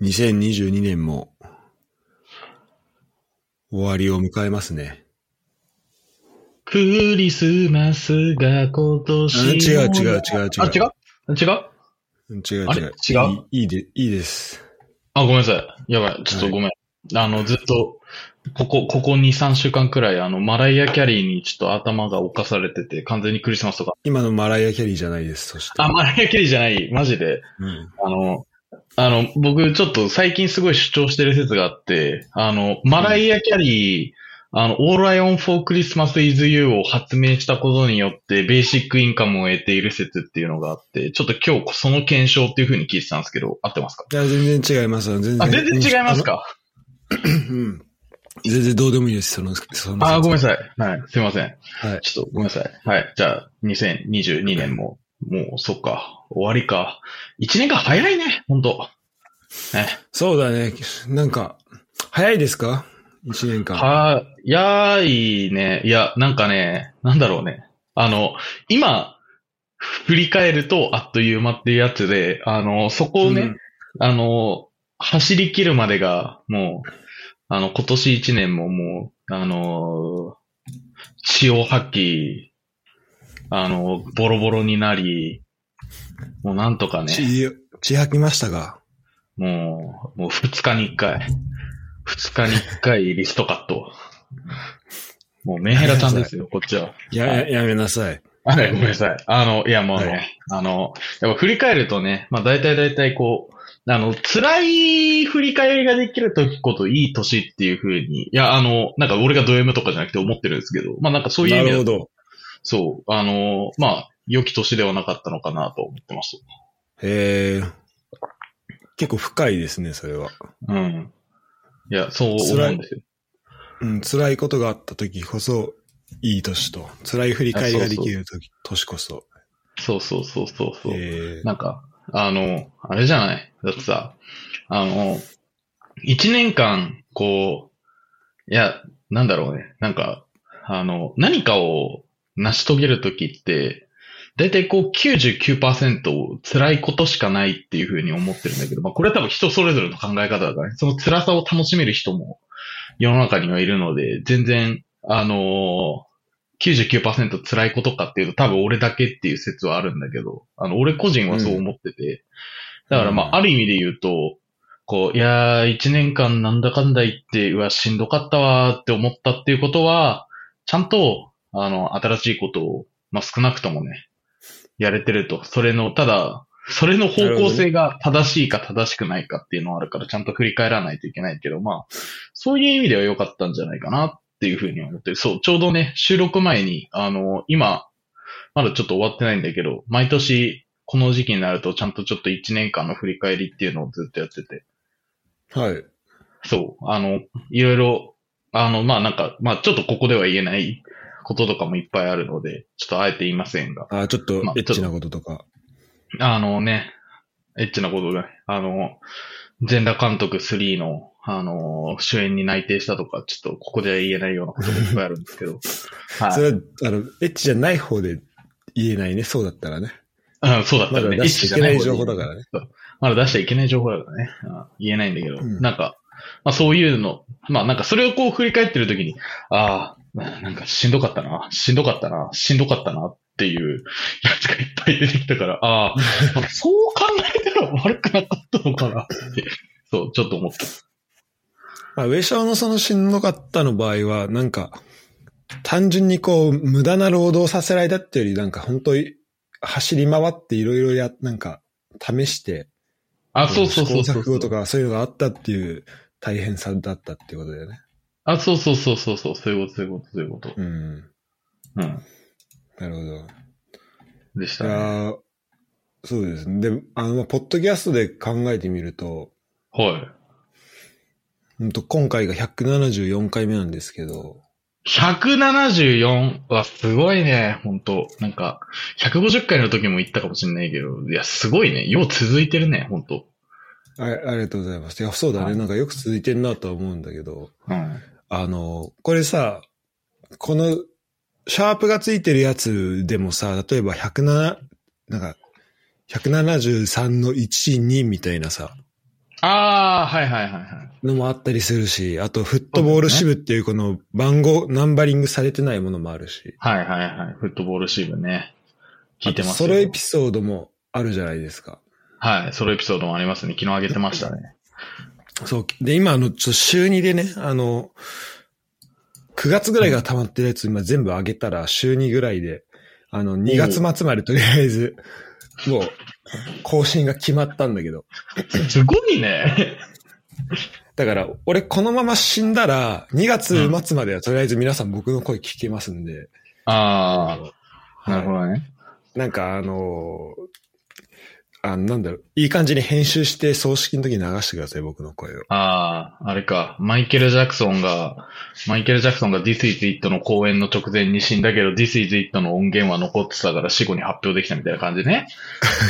2022年も終わりを迎えますね。クリスマスが今年あも。違う違う違う違う。あ、違う違う違うあ違う。れ違ういいいいで、いいです。あ、ごめんなさい。やばい。ちょっとごめん。あの、ずっと、ここ、ここ2、3週間くらい、あの、マライア・キャリーにちょっと頭が侵されてて、完全にクリスマスとか。今のマライア・キャリーじゃないです、そして。あ、マライア・キャリーじゃない。マジで。うん、あの、あの、僕ちょっと最近すごい主張してる説があって、あの、マライア・キャリー、あの、All I on for Christmas is You を発明したことによって、ベーシックインカムを得ている説っていうのがあって、ちょっと今日その検証っていう風に聞いてたんですけど、合ってますかいや、全然違います。全然あ、全然違いますかうん。全然どうでもいいです、その、その。あー、ごめんなささい。はい。すいませい。ん。はい。ちょっとごめんなさい。はい。じゃあ、2022年も、もう、そっか。終わりか。1年間早いね。ほんと。ね。そうだね。なんか、早いですか一年間。は、やいね。いや、なんかね、なんだろうね。あの、今、振り返ると、あっという間っていうやつで、あの、そこをね、うんあの、走り切るまでが、もう、あの、今年1年ももう、あの、血を吐き、あの、ボロボロになり、もうなんとかね。血、血吐きましたが。もう、もう二日に一回。二日に一回リストカット。もうメンヘラさんですよ、こっちは。や、ややめなさい。あれ、ごめんなさい。あの、いやもうね、はあの、やっぱ振り返るとね、まあ大体大体こう、あの、辛い振り返りができる時こといい年っていう風に、いや、あの、なんか俺がド M とかじゃなくて思ってるんですけど、まあなんかそういう意な味るほでど。そう、あの、まあ、良き年ではなかったのかなと思ってます。えー、結構深いですね、それは。うん。いや、そう思うんですよ。うん、辛いことがあった時こそ、いい年と、辛い振り返りができる時、年こそ。そうそうそうそうそう。えーなんか、あの、あれじゃないだってさ、あの、一年間、こう、いや、なんだろうね。なんか、あの、何かを成し遂げるときって、だいたいこう99%辛いことしかないっていうふうに思ってるんだけど、まあこれは多分人それぞれの考え方だからね。その辛さを楽しめる人も世の中にはいるので、全然、あの99%辛いことかっていうと多分俺だけっていう説はあるんだけど、あの、俺個人はそう思ってて、だからまうんあ、ある意味で言うと、こう、いやー、一年間なんだかんだ言って、うわ、しんどかったわーって思ったっていうことは、ちゃんと、あの、新しいことを、まあ、少なくともね、やれてると。それの、ただ、それの方向性が正しいか正しくないかっていうのはあるから、ちゃんと振り返らないといけないけど、まあ、そういう意味では良かったんじゃないかなっていうふうに思ってる。そう、ちょうどね、収録前に、あの、今、まだちょっと終わってないんだけど、毎年、この時期になると、ちゃんとちょっと1年間の振り返りっていうのをずっとやってて、はい。そう、あの、いろいろ、あの、まあなんか、まあちょっとここでは言えないこととかもいっぱいあるので、ちょっとあえて言いませんが、あ、ちょっとまあ、エッチなこととか。あのね、エッチなことが、あの、全裸監督3の、あの、主演に内定したとか、ちょっとここでは言えないようなこともいっぱいあるんですけど、はい。それは、あの、エッチじゃない方で言えないね、そうだったらね。うん、そうだったまらだね。出していけない情報だら。からね。まだ出しちゃいけない情報だからね。うん言えないんだけど、うんなんか、まあそういうの、まあなんかそれをこう振り返ってるときに、ああ、なんかしんどかったな、しんどかったな、しんどかったなっていうやつがいっぱい出てきたから、ああ、 そう考えたら悪くなかったのかなって、そう、ちょっと思った。まあ、上昇のそのしんどかったの場合は、なんか、単純にこう、無駄な労働させられたっていうより、なんか本当に走り回っていろいろや、なんか、試して、あ、そうそうそう試そ行う錯そ誤うと。かそういうのがあったっていう大変さだったっていうことだよね。あ、そうそうそうそうそう、そういうこと、そういうこと、そういうこと。うん。うん。なるほど。でしいたね。やーそうですね。で、あの、まあポッドキャストで考えてみると、はい。ほんと今回が174回目なんですけど、 174はすごいね、本当なんか、150回の時も言ったかもしれないけど、いや、すごいね。よう続いてるね、本当あありがとうございます。いや、そうだね。はいなんかよく続いてんなとは思うんだけど、うん。あの、これさ、この、シャープがついてるやつでもさ、例えば107、なんか、173の1、2みたいなさ、ああ、はいはいはいはい。のもあったりするし、あとフットボール支部っていうこの番号、ナンバリングされてないものもあるし。はいはいはい。フットボールシーブね。聞いてますあよとソロエピソードもあるじゃないですか。はい。ソロエピソードもありますね。昨日あげてましたね。そう。で、今、あの、ちょっと週2でね、あの、9月ぐらいが溜まってるやつ今全部上げたら、週2ぐらいで、あの、2月末までとりあえず、もう、更新が決まったんだけど。 すごいね。だから、俺このまま死んだら、2月末まではとりあえず皆さん僕の声聞けますんで。 ああ、なるほどね。なんかあのあなんだろう、いい感じに編集して葬式の時に流してください、僕の声を。ああ、あれか。マイケル・ジャクソンが、マイケル・ジャクソンが This is It の公演の直前に死んだけど、This is It の音源は残ってたから死後に発表できたみたいな感じ ね。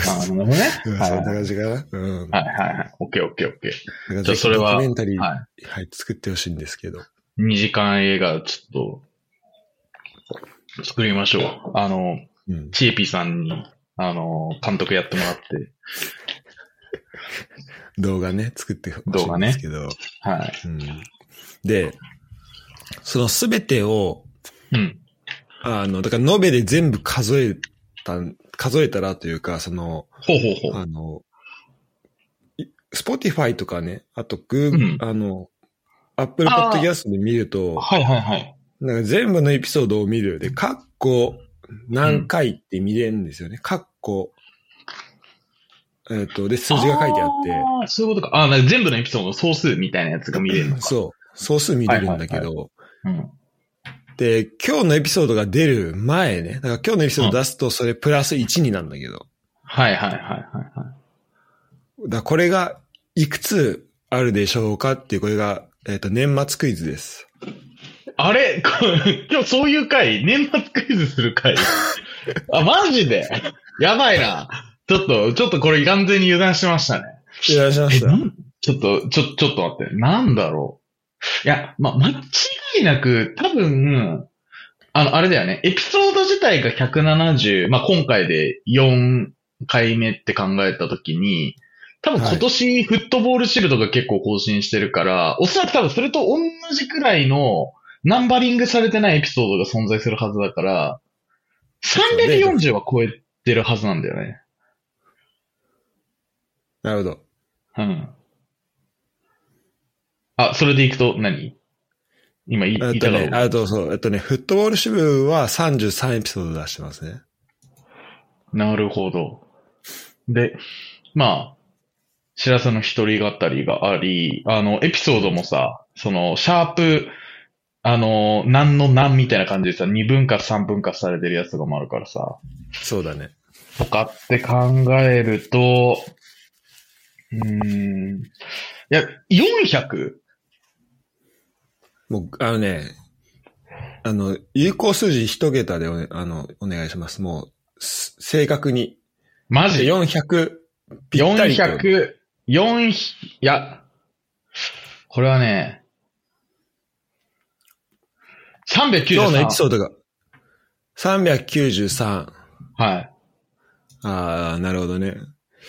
あーなるほどね。うんはいそんはないはい感じかな。うん。はいはい。オッケーオッケーオッケー。だからじゃぜあひそれはドキュメンタリー、は、はい作ってほしいんですけど。い。2時間映画、ちょっと、作りましょう。あの、うん。チエピさんに、あの、監督やってもらって。動画ね、作ってほしいんですけど。はい。うん、で、そのすべてを、うん。あの、だから延べで全部数えたん、数えたらというか、その、ほうほうほう。あの、スポティファイ Spotify とかね、あとグー、うんあの、アップルポあッードキャストで見ると、はいはいはい。なんか全部のエピソードを見るで、カッコ何回って見れるんですよね。カッコ、えっ、と、で、数字が書いてあって、あーそういうことか。あーなんか全部のエピソードの総数みたいなやつが見れるのか。そう、総数見れるんだけど、はいうん。で、今日のエピソードが出る前ね、だから今日のエピソード出すとそれプラス1になんだけど、はいはいはいはいはい。だからこれがいくつあるでしょうかっていう、これが、えっ、と、年末クイズです。あれ これ今日そういう回年末クイズする回 あ、マジで やばいな。ちょっと、ちょっとこれ完全に油断しましたね。いらっしゃいまえ、したな。んちょっと、ちょ、ちょっと待って。なんだろう。いや、ま、間違いなく、多分、あの、あれだよね。エピソード自体が170、まあ、今回で4回目って考えたときに、多分今年フットボールシルドが結構更新してるから、おそらく多分それと同じくらいのナンバリングされてないエピソードが存在するはずだから、340は超えてるはずなんだよね。なるほど。うん。あ、それでいくと何、今言いえ言っいたとかっね、たあとそう、えっとね、フットボール支部は33エピソード出してますね。なるほど。で、まあ、知らせの一人語りがあり、あの、エピソードもさ、その、シャープ、あの、何の何みたいな感じでさ、2分割3分割されてるやつとかもあるからさ、そうだね。とかって考えると、うーん、いや、400? もう、あのね、あの、有効数字一桁でお,、ね、あのお願いします。もう、す正確に。マジ400ぴったりと。 400、4、いや、これはね、393。今日のエピソードが393。はい。ああ、なるほどね。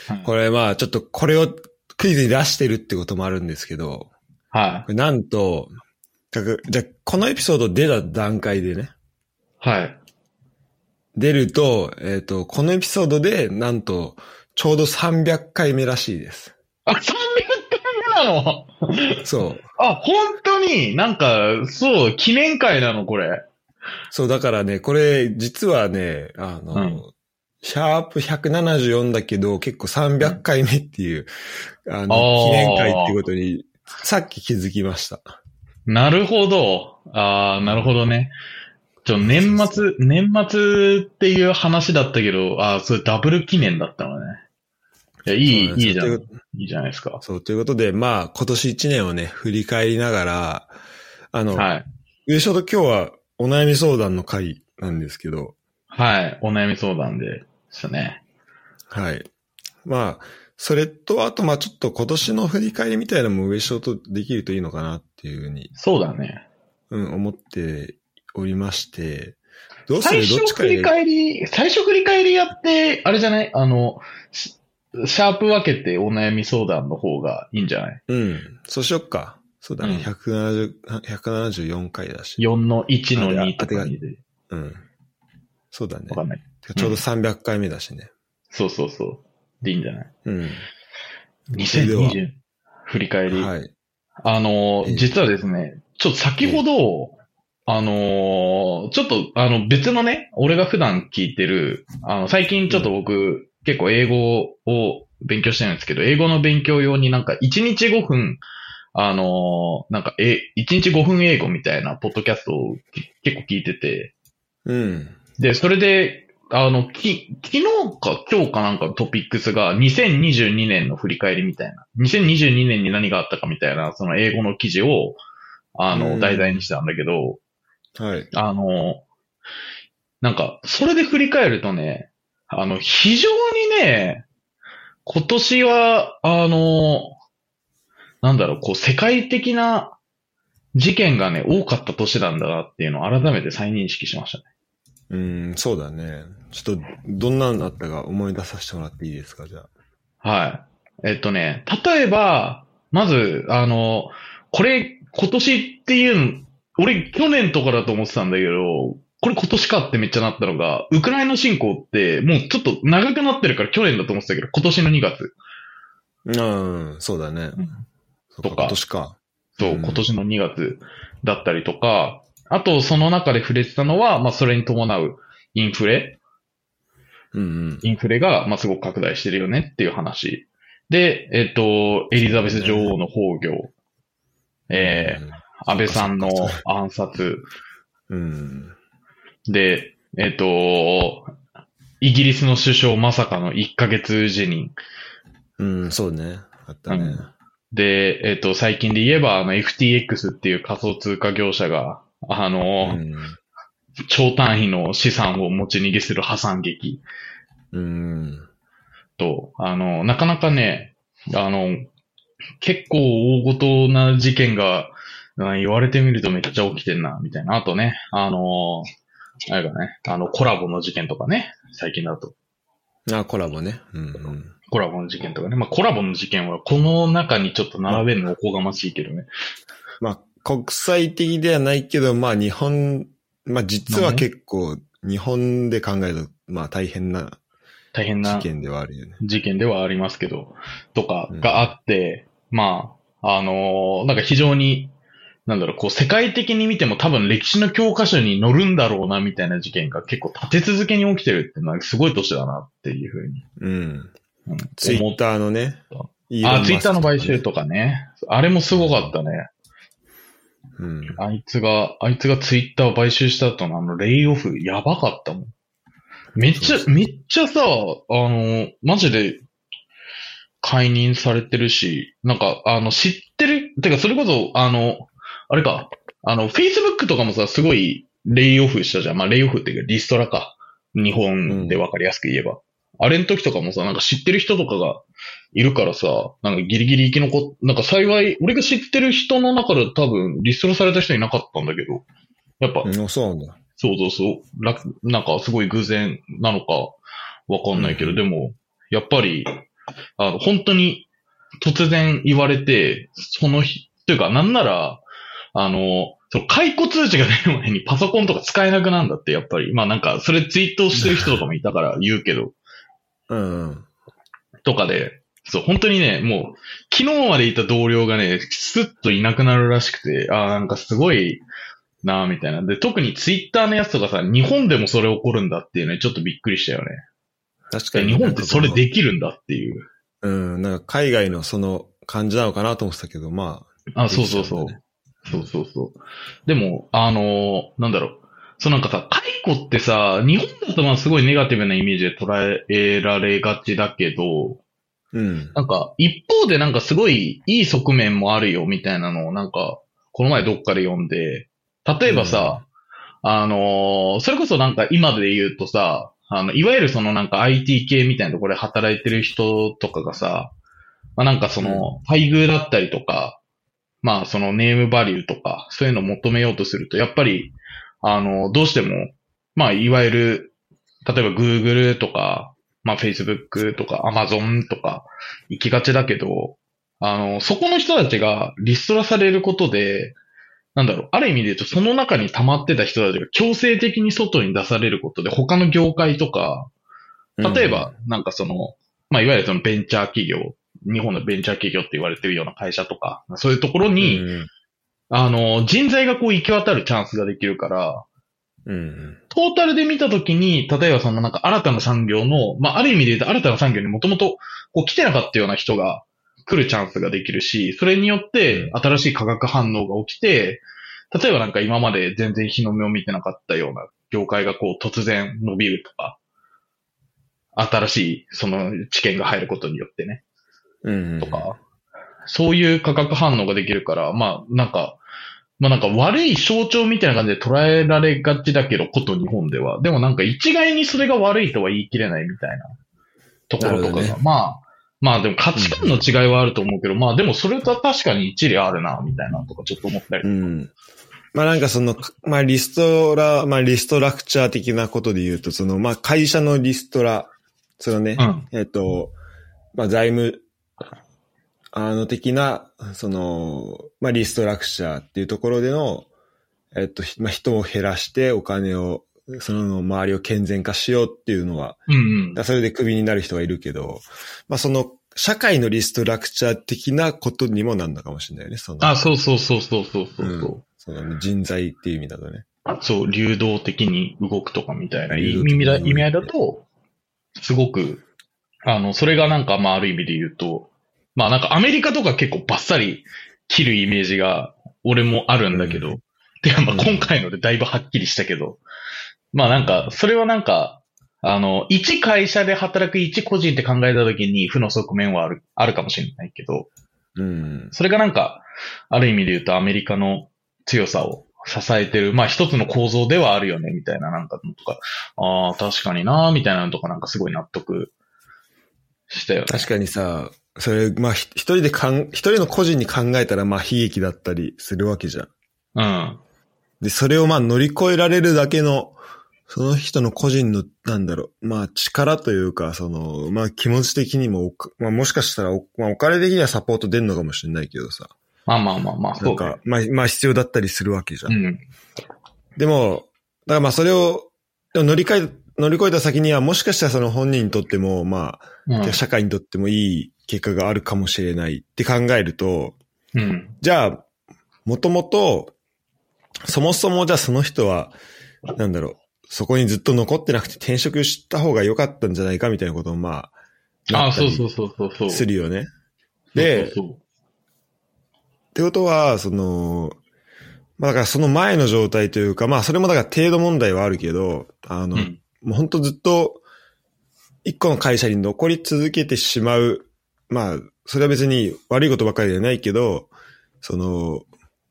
はいこれまあ、ちょっとこれをクイズに出してるってこともあるんですけど、はこれなんと、じゃあじゃあこのエピソード出た段階でね、い。はい。出ると、えっ、と、このエピソードで、なんと、ちょうど300回目らしいです。あ、300回目なのそう。あ、本当になんか、そう、記念会なの、これ。そう、だからね、これ、実はね、あの、うんシャープ174だけど、結構300回目っていう、あのあ記ー、念会っていうことに、さっき気づきました。なるほど。ああ、なるほどね。ちょ、年末、年末っていう話だったけど、ああ、それダブル記念だったのね。いや、いい、いいじゃん。そういとういじゃないですか。そう、ということで、まあ、今年1年をね、振り返りながら、あの、はい。優勝と今日はお悩み相談の会なんですけど、はい。お悩み相談でしたね。はい。まあ、それと、あと、まあちょっと今年の振り返りみたいなのも上昇とできるといいのかなっていうふうに、そうだね。うん、思っておりまして、どうす最るどっ初ちか振りで、返り、最初振り返りやって、あれじゃないあの、しシャープ分けてお悩み相談の方がいいんじゃないうん。そうしよっか。そうだうんね。170 174回だし。 ?4 の1のあれ2とかにで。うん。そうだねわ。かんない。ちょうど300回目だしね。そうそうそう。でいいんじゃないうん。 ?2020 振り返り。はい。あのええー、実はですね、ちょっと先ほど、あのー、ちょっと、あの、別のね、俺が普段聞いてる、あの、最近ちょっと僕、結構英語を勉強してるんですけど、英語の勉強用になんか1日5分、あのー、なんか、え、1日5分英語みたいなポッドキャストを結構聞いてて、うん。で、それで、あの、き、昨日か今日かなんかのトピックスが2022年の振り返りみたいな。2022年に何があったかみたいな、その英語の記事を、あうんの、題材にしたんだけど、はい。あの、なんか、それで振り返るとね、あの、非常にね、今年は、あの、なんだろう、こう、世界的な事件がね、多かった年なんだなっていうのを改めて再認識しましたね。うん、そうだね。ちょっと、どんなのだったか思い出させてもらっていいですか、じゃあ。はい。えっとね、例えば、まず、あの、これ、今年っていうの、俺、去年とかだと思ってたんだけど、これ今年かってめっちゃなったのが、ウクライナ侵攻って、もうちょっと長くなってるから去年だと思ってたけど、今年の2月。うん、そうだね。そとっかか、今年か。そう、うん今年の2月だったりとか、あと、その中で触れてたのは、まあ、それに伴うインフレ。うんインフレが、まあ、すごく拡大してるよねっていう話。で、えっ、と、エリザベス女王の崩御、うん。えー、安倍さんの暗殺、うん。うん。で、えっ、と、イギリスの首相まさかの1ヶ月辞任。うん、そうね。あったうね。んで、えっ、と、最近で言えば、あの、FTX っていう仮想通貨業者が、あうの、ん。超単位の資産を持ち逃げする破産劇うん。と、あの、なかなかね、あの、結構大ごとな事件が、うん言われてみるとめっちゃ起きてんな、みたいな。あとね、あの、あれだね、あの、コラボの事件とかね、最近だと。あ、コラボね。うん。コラボの事件とかね。まあ、コラボの事件はこの中にちょっと並べるのおこがましいけどね。まあ、国際的ではないけど、まあ、日本、まあ、実は結構、日本で考えると、まあ、大変な大変な事件ではあるよね。事件ではありますけど、とかがあって、まあ、あのーなんか非常に、なんだろう、こう世界的に見ても多分歴史の教科書に載るんだろうなみたいな事件が結構立て続けに起きてるっていうのはすごい年だなっていうふうに。うん。うんツイ思ッったターのね。あ、ツイッターの買収と。とかね。あれもすごかったね。うん。あいつが、あいつがツイッターを買収した後のあのレイオフやばかったもん。めっちゃそう、そうめっちゃさ、あの、マジで解任されてるし、なんか、あの、知ってる、てかそれこそ、あの、あれか、あの、Facebook とかもさ、すごいレイオフしたじゃん。まあ、レイオフっていうかリストラか。日本でわかりやすく言えば。あれの時とかもさ、なんか知ってる人とかがいるからさ、なんかギリギリ生き残っ、なんか幸い、俺が知ってる人の中で多分リストラされた人いなかったんだけど、やっぱ、うん、そうなんだ。そうそうそう、楽、なんかすごい偶然なのかわかんないけど、うんでも、やっぱり、あの、本当に突然言われて、その日、というかなんなら、あの、その解雇通知が出る前にパソコンとか使えなくなんだって、やっぱり。まあなんか、それツイートしてる人とかもいたから言うけど、うんうん。とかで、そう、本当にね、もう、昨日までいた同僚がね、スッといなくなるらしくて、ああ、なんかすごいなあみたいな。で、特にツイッターのやつとかさ、日本でもそれ起こるんだっていうね、ちょっとびっくりしたよね。確かでに。日本ってそれできるんだっていう。うん、なんか海外のその感じなのかなと思ってたけど、まあ、そうそうそそううだう。そうそうそう。でも、あのーなんだろう。そうなんかさ、解雇ってさ、日本だとまあすごいネガティブなイメージで捉えられがちだけど、あ、うん。なんか、一方でなんかすごいいい側面もあるよみたいなのをなんか、この前どっかで読んで、例えばさ、あのーそれこそなんか今で言うとさ、あの、いわゆるそのなんか IT 系みたいなところで働いてる人とかがさ、まあなんかその、待遇だったりとか、まあそのネームバリューとか、そういうのを求めようとすると、やっぱり、あの、どうしても、まあいわゆる、例えば Google とか、まあ Facebook とか Amazon とか行きがちだけど、あの、そこの人たちがリストラされることで、なんだろう、ある意味で言うとその中に溜まってた人たちが強制的に外に出されることで、他の業界とか、例えば、なんかその、まあ、いわゆるそのベンチャー企業、日本のベンチャー企業って言われてるような会社とか、そういうところうん、に、あの、人材がこう行き渡るチャンスができるから、うん、うん。トータルで見たときに、例えばそのなんか新たな産業の、まあある意味で言うと新たな産業にもともとこう来てなかったような人が来るチャンスができるし、それによって新しい化学反応が起きて、例えばなんか今まで全然日の目を見てなかったような業界がこう突然伸びるとか、新しいその知見が入ることによってね。うん。とか、そういう価格反応ができるから、まあ、なんか、まあなんか悪い象徴みたいな感じで捉えられがちだけど、こと日本では。でもなんか一概にそれが悪いとは言い切れないみたいなところとかなるが、ほどまあ、まあでも価値観の違いはあると思うけど、まあでもそれとは確かに一理あるな、みたいなとかちょっと思ったり。うん。まあなんかその、まあリストラ、まあリストラクチャー的なことで言うと、その、まあ会社のリストラ、そのねう、ん。えっと、まあ財務、あの的な、その、まあリストラクチャーっていうところでの、えっと、ひまあ人を減らしてお金を、その周りを健全化しようっていうのは、うんだからそれでクビになる人はいるけど、まあその社会のリストラクチャー的なことにもなるのかもしれないよね。そのあ、そうそうそうそうそうそう。うんその人材っていう意味だとね。そう、流動的に動くとかみたいな流意動的に味だ動いて意味合いだと、すごく、あの、それがなんか、まあ、ある意味で言うと、まあ、なんかアメリカとか結構バッサリ切るイメージが、俺もあるんだけど、うてか、まうあ、ん今回のでだいぶはっきりしたけど、まあ、なんか、それはなんか、あの、一会社で働く一個人って考えたときに負の側面はある、あるかもしれないけど、うん。それがなんか、ある意味で言うとアメリカの強さを支えてる、まあ一つの構造ではあるよね、みたいななんかのとか、ああ、確かにな、みたいなのとかなんかすごい納得したよね。確かにさ、それ、まあひ一人でかん、一人の個人に考えたらまあ悲劇だったりするわけじゃん。うん。で、それをまあ乗り越えられるだけの、その人の個人の、なんだろう、まあ力というか、その、まあ気持ち的にもおか、まあもしかしたらお、まあお金的にはサポート出んのかもしれないけどさ、まあまあまあまあ、なそんうだねか、まあ、まあ必要だったりするわけじゃう。ん。でも、だからまあそれをでも乗り換え、乗り越えた先にはもしかしたらその本人にとっても、まうあ、ん。社会にとってもいい結果があるかもしれないって考えると、うん。じゃあ、もともと、そもそもじゃあその人は、なんだろう、そこにずっと残ってなくて転職した方が良かったんじゃないかみたいなこともまあ、あなあ、ったそうりそうそうそうそう。するよね。でそうそうってことは、その、まあだからその前の状態というか、まあそれもだから程度問題はあるけど、あの、そううん。もうほんとずっと、一個の会社に残り続けてしまう。まあ、それは別に悪いことばかりじゃないけど、その、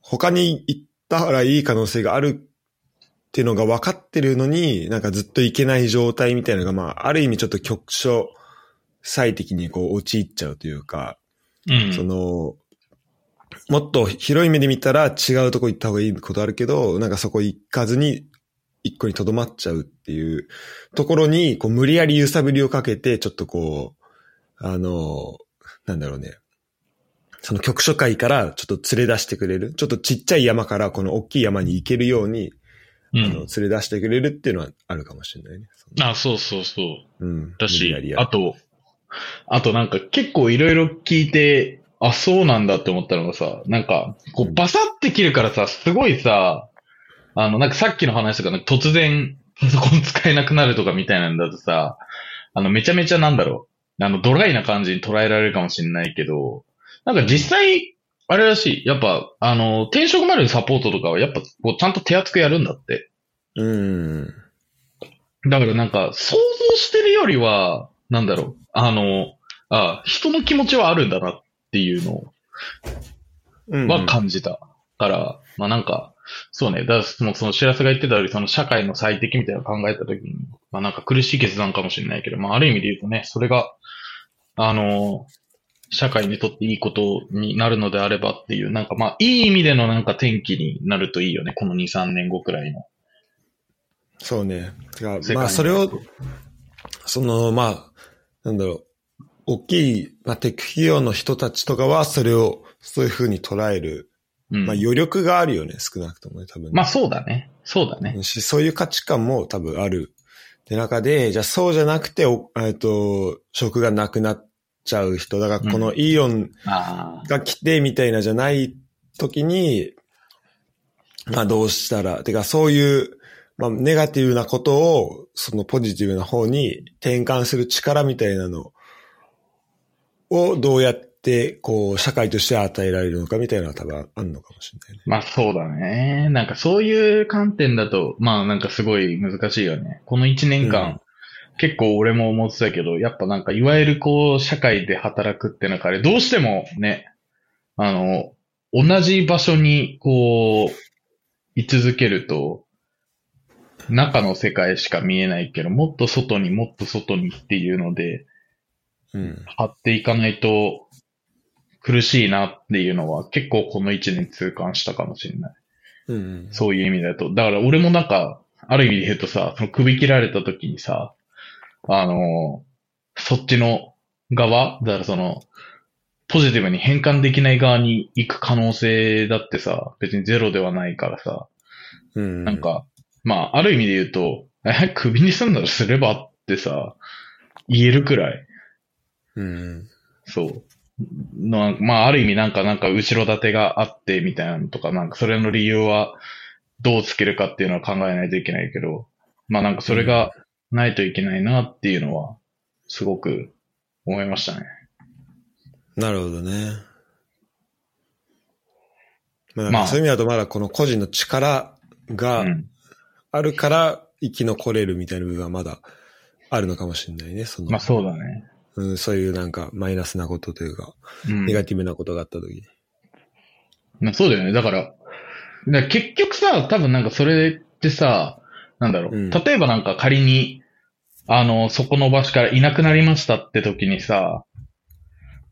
他に行ったらいい可能性があるっていうのが分かってるのに、なんかずっと行けない状態みたいなのが、まあ、ある意味ちょっと局所最適にこう陥っちゃうというか、うん。その、もっと広い目で見たら違うとこ行った方がいいことあるけど、なんかそこ行かずに一個に留まっちゃうっていうところに、こう無理やり揺さぶりをかけて、ちょっとこう、あの、なんだろうね。その局所界からちょっと連れ出してくれる。ちょっとちっちゃい山からこの大きい山に行けるように、うあの、連ん。れ出してくれるっていうのはあるかもしれないね。そのあ、そうそうそうう。ん。だ無理しやり、やあると、あとなんか結構いろいろ聞いて、あ、そうなんだって思ったのがさ、なんか、こうう、んバサって切るからさ、すごいさ、あの、なんかさっきの話とか、なんか突然、パソコン使えなくなるとかみたいなんだとさ、あの、めちゃめちゃなんだろう、あの、ドライな感じに捉えられるかもしれないけど、なんか実際、あれらしい、やっぱ、あの、転職までのサポートとかは、やっぱ、こう、ちゃんと手厚くやるんだって。うん。だからなんか、想像してるよりは、なんだろう、あの、あ人の気持ちはあるんだなっていうのうん。は感じたから、まあなんか、そうね、だからその、その、知らせが言ってたより、その、社会の最適みたいなのを考えたときに、まあなんか苦しい決断かもしれないけど、まあある意味で言うとね、それが、あの、社会にとっていいことになるのであればっていう、なんかまあ、いい意味でのなんか転機になるといいよね、この2、3年後くらいのそうね。てか世界に。まあ、それを、その、まあ、なんだろう、大きい、まあ、テック企業の人たちとかは、それを、そういう風に捉える、うん。まあ、余力があるよね、少なくともね、多分ね、まあそうだね。そうだね。し、そういう価値観も多分ある。で、中で、じゃあそうじゃなくて、おえっと、職がなくなっちゃう人。だから、このイーロンああ。が来てみたいなじゃない時に、まあどうしたら、てかそういう、まあネガティブなことを、そのポジティブな方に転換する力みたいなのをどうやって、こう、社会として与えられるのかみたいなのは多分あるのかもしれないね。まあそうだね。なんかそういう観点だと、まあなんかすごい難しいよね。この1年間、うん結構俺も思ってたけど、やっぱなんかいわゆるこう、社会で働くって中で、どうしてもね、あの、同じ場所にこう、居続けると、中の世界しか見えないけど、もっと外にもっと外にっていうので、うん。張っていかないと苦しいなっていうのは結構この1年痛感したかもしれない。うんうん。そういう意味だと。だから俺もなんか、ある意味で言うとさ、その首切られた時にさ、あのーそっちの側だからその、ポジティブに変換できない側に行く可能性だってさ、別にゼロではないからさ、うん。なんか、まあ、ある意味で言うと、え、首にすんならすればってさ、言えるくらい、うん。そう。のまあ、ある意味なんか、なんか、後ろ盾があって、みたいなのとか、なんか、それの理由は、どうつけるかっていうのは考えないといけないけど、まあ、なんか、それがないといけないなっていうのは、すごく思いましたね。なるほどね。まあ、まあそういう意味だとまだこの個人の力うがん。あるから生き残れるみたいな部分はまだあるのかもしれないね。その、まあ、そうだね。うん、そういうなんかマイナスなことというか、うんネ。ガティブなことがあった時に。まあそうだよね。だから、だから結局さ、多分なんかそれってさ、なんだろう。うん例えばなんか仮に、あの、そこの場所からいなくなりましたって時にさ、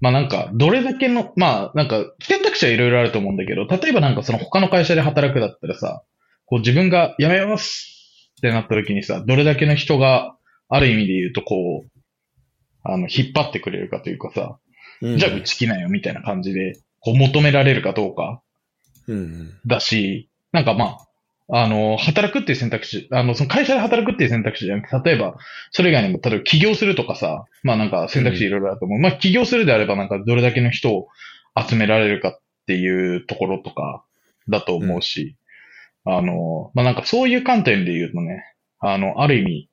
まあなんか、どれだけの、まあなんか、選択肢はいろいろあると思うんだけど、例えばなんかその他の会社で働くだったらさ、こう自分が辞めますってなった時にさ、どれだけの人が、ある意味で言うとこう、あの、引っ張ってくれるかというかさ、うん、じゃあうち来なよみたいな感じで、こう求められるかどうか、うんうん。だし、なんかまあ、あの、働くっていう選択肢、あの、その会社で働くっていう選択肢じゃなくて、例えば、それ以外にも、例えば起業するとかさ、まあなんか選択肢いろいろあると思う。まあ起業するであればなんかどれだけの人を集められるかっていうところとかだと思うし、あの、まあなんかそういう観点で言うとね、あの、ある意味、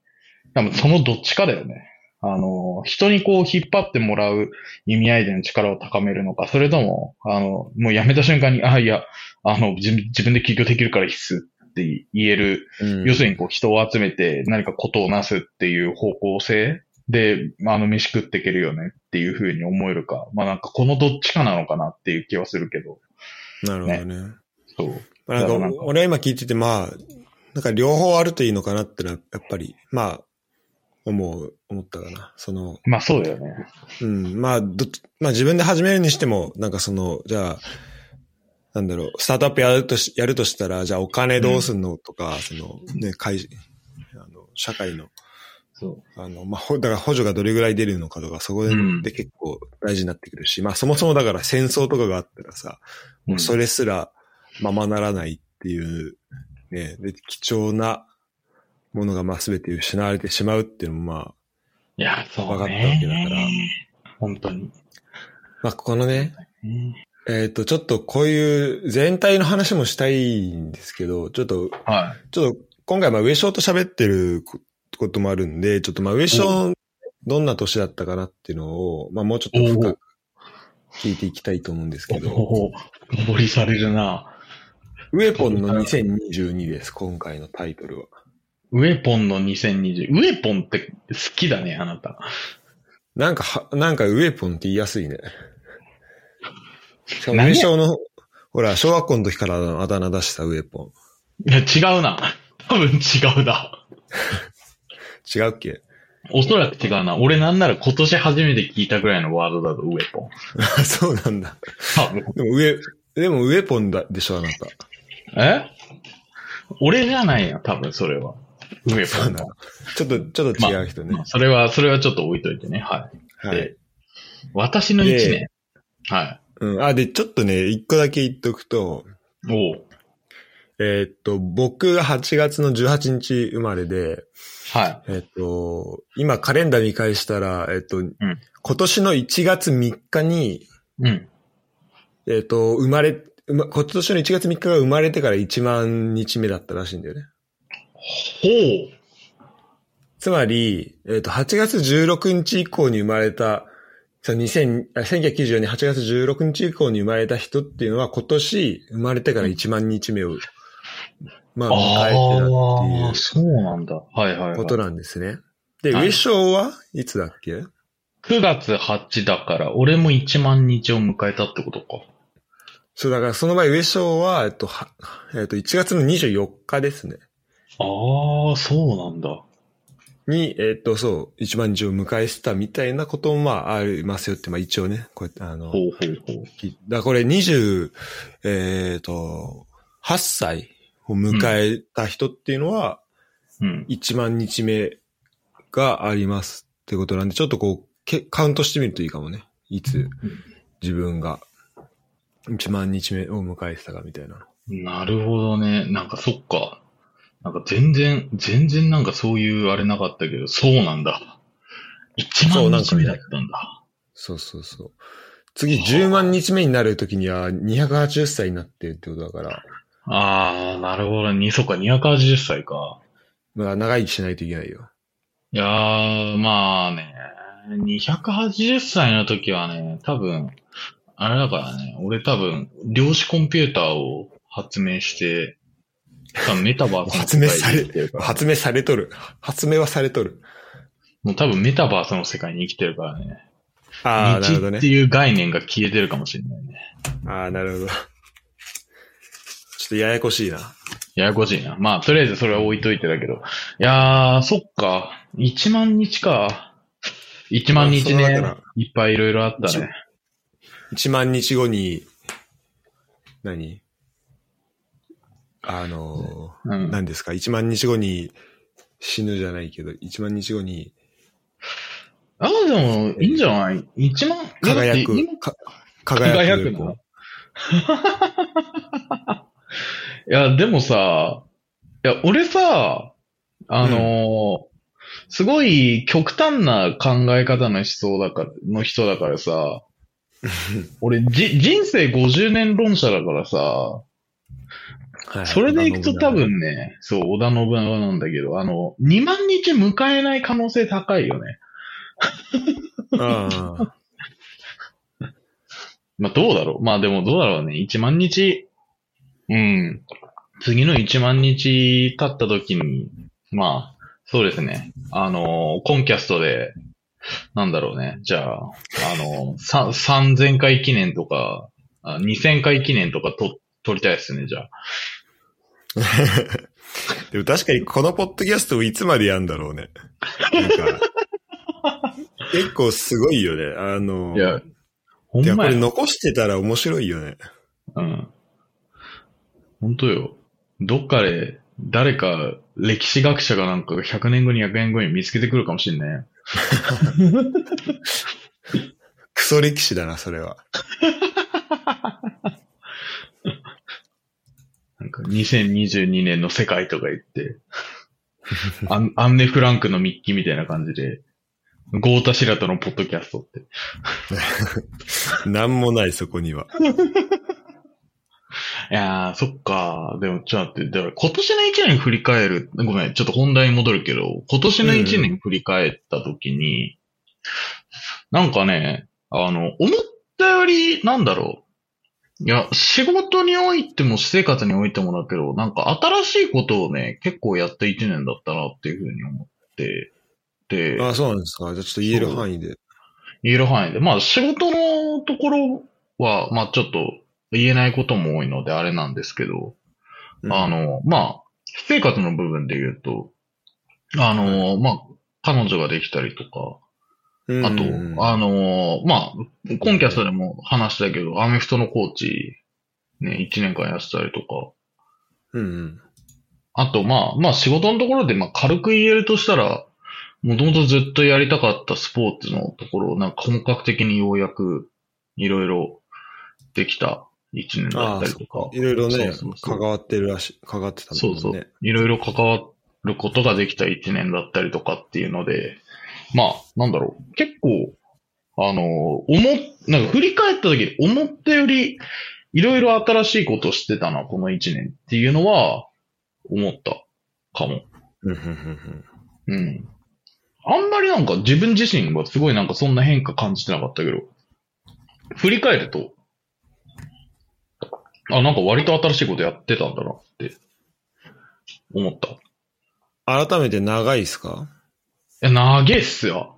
多分そのどっちかだよね。あの、人にこう引っ張ってもらう意味合いでの力を高めるのか、それとも、あの、もう辞めた瞬間に、あ、いや、あの、自分自分で起業できるから必須って言える、うん、要するにこう人を集めて何かことをなすっていう方向性で、まああの、飯食っていけるよねっていうふうに思えるか、まあなんかこのどっちかなのかなっていう気はするけど、なるほどね。そう。まあ、なだからなんんかか俺は今聞いてて、まあ、なんか両方あるといいのかなってのは、やっぱり、まあ、思う、思ったかな。その、まあそうだよね。うん。まあ、どっち、まあ自分で始めるにしても、なんかその、じゃあ、なんだろう、スタートアップやるとし、やるとしたら、じゃあお金どうすんのとか、その、ね、会、あの、社会の、そあの、まあ、ほ、だから補助がどれぐらい出るのかとか、そこでうんで結構大事になってくるし、まあそもそもだから戦争とかがあったらさ、う。それすらままならないっていう、ね、で、貴重なものがまあ全て失われてしまうっていうのもまあ、いや、そうね。わかったわけだから本当に。まあこのね、うんえっ、と、ちょっとこういう全体の話もしたいんですけど、ちょっと、はちょっと今回まあ上昇と喋ってることもあるんで、ちょっとまあ上昇どんな年だったかなっていうのを、まあもうちょっと深く聞いていきたいと思うんですい。けど、おお、ぼりされるな。ウェポンの2022です、今回のタイトルは。ウェポンの2020。ウェポンって好きだね、あなた。なんかは、なんかウェポンって言いやすいね。しかも、何や名称の、ほら、小学校の時からのあだ名出したウェポン。いや、違うな。多分違うだ。違うっけ おそらく違うな。俺なんなら今年初めて聞いたぐらいのワードだと、ウェポン。あそうなんだ。多分。でも、ウェ、でもウェポンだでしょ、あなた。え俺じゃないや、多分それは。梅そぽうんなのも。。ちょっと、ちょっと違う人ねまあ。それは、それはちょっと置いといてね。はい。はい。で、私の1年で。はうん。あ、で、ちょっとね、一個だけ言っとくと、い。おうえーっと、僕が8月の18日生まれで、はえーっと、今カレンダー見返したら、えーっと、ん今年の1月3日に、い。うん。えーっと、生まれ、うま今年の1月3日が生まれてから1万日目だったらしいんだよね。ほう。つまり、えっ、と、8月16日以降に生まれた、その2000あ1994年8月16日以降に生まれた人っていうのは今年生まれてから1万日目を、まあ、迎えてあたあ、ってそうなんだ。はいはい、いうはいこ。となんですね。で、はい上昇はいつだっけ9月8だから、俺も1万日を迎えたってことか。そう、だからその場合上昇は、えっと、はえっと、1月の24日ですね。ああ、そうなんだ。に、えっと、そう、1万日を迎えてたみたいなことも、まあ、ありますよって、まあ一応ね、こうやって、あの、ほうほうほう。きだからこれ20、えっ、と、8歳を迎えた人っていうのは、うん。 1万日目がありますってことなんで、ちょっとこう、けカウントしてみるといいかもね。いつ自分が1万日目を迎えてたかみたいな。なるほどね。なんかそっか。なんか全然、全然なんかそういうあれなかったけど、そうなんだ。1そうな万んか日ね目だったんだ。そうそうそう。次10万日目になるときには280歳になってるってことだから、ああ、なるほどね。そっか、280歳か。まあ長生きしないといけないよ。いやー、まあね。280歳の時はね、多分、あれだからね、俺多分、量子コンピューターを発明して、多分メタバースの世界に生きてるから 発明されとる。発明はされとる。もう多分メタバースの世界に生きてるからね。ああ、なるほど道ねって。いう概念が消えてるかもしれないね。ああ、なるほど。ちょっとややこしいな。ややこしいな。まあ、とりあえずそれは置いといてだけど。いやー、そっか。1万日か。1万日まあそねうだか。いっぱいいろいろあったね。 1万日後に、何あのうー、ん。何ですか ?1 万日後に死ぬじゃないけど、1万日後にああ、でも、いいんじゃない ?1 万輝だって今く、か輝輝くく猫のいや、でもさ、いや、俺さ、あのーすごい極端な考え方の思想だから、の人だからさ、俺じ、人生50年論者だからさ、はいそれでいくと多。分ね、そう、織田信長なんだけど、あの、2万日迎えない可能性高いよね。ああ。まあどうだろう。まあでもどうだろうね。1万日、うん。次の1万日経った時に、まあ、そうですね。あのーコンキャストで、なんだろうね。じゃあ、あのーさ3000回記念とか、あ2000回記念とかと撮りたいですね、じゃあ。 でも確かにこのポッドキャストをいつまでやんだろうね。なんか 結構すごいよね。あのー、いや、ほいんや、こまれや。残してたら面白いよね。うん。本当よ。どっかで、誰か、歴史学者がなんか100年後、200年後に見つけてくるかもしんない。クソ歴史だな、それは。なんか2022年の世界とか言って、 アンアンネ・フランクの日記みたいな感じで、ゴータ・シラトのポッドキャストって。なんもない、そこには。いやー、そっか。でも、ちょっと待って、だから今年の1年振り返る、ごめん、ちょっと本題に戻るけど、今年の1年振り返った時に、なんかね、あの、思ったより、なんだろう。いや、仕事においても、私生活においてもだけど、なんか新しいことをね、結構やった1年だったなっていうふうに思って、で、あ、そうなんですか。じゃあちょっと言える範囲で。言える範囲で。まあ仕事のところは、まあちょっと言えないことも多いのであれなんですけど、うんあ、の、まあ、私生活の部分で言うと、あの、まあ、彼女ができたりとか、うんあと、あの、まあ、コンキャストでも話したけど、アメフトのコーチ、ね、1年間やってたりとか、うんうん。あと、まあ、まあ仕事のところで、まあ軽く言えるとしたら、もともとずっとやりたかったスポーツのところを、なんか本格的にようやく、いろいろできた一年だったりとか。いろいろねそうそう、そう関わってるらしい、関わってたんだそもんうね。そう。いろいろ関わることができた一年だったりとかっていうので、まあ、なんだろう。結構、あの、思っ、なんか振り返った時に思ったより、いろいろ新しいことをしてたな、この一年っていうのは、思ったかも。うんうんうんうんうん。あんまりなんか自分自身はすごいなんかそんな変化感じてなかったけど、振り返ると、あ、なんか割と新しいことやってたんだなって思った。い改めて長いっすかや、長いっすよ。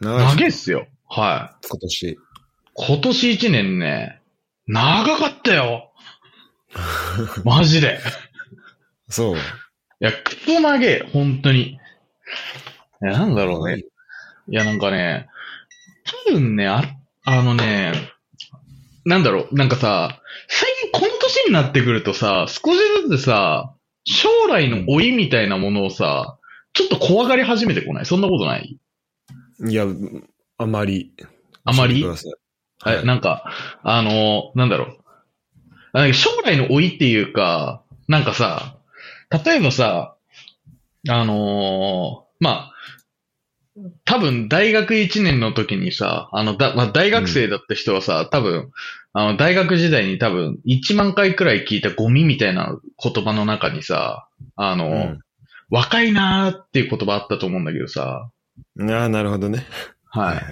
長いっす長いっすよ。は今年。い。今年一年ね、長かっ たよ。マジで。そう。いや、クソ長え、本当に。いや、なんだろうね。いや、なんかね、多分ね、あ、あのね、なんだろう、なんかさ、最近この年になってくるとさ、少しずつさ、将来の老いみたいなものをさ、ちょっと怖がり始めてこないそんなことないいや、あまり。あまり教えてくださいはい、なんか、あの、なんだろう。あなんか将来の老いっていうか、なんかさ、例えばさ、あのーまあ、多分大学1年の時にさ、あの、だまあ、大学生だった人はさ、多分、あの、大学時代に多分1万回くらい聞いたゴミみたいな言葉の中にさ、あの、若いなーっていう言葉あったと思うんだけどさ、うん。ああ、なるほどね。はい。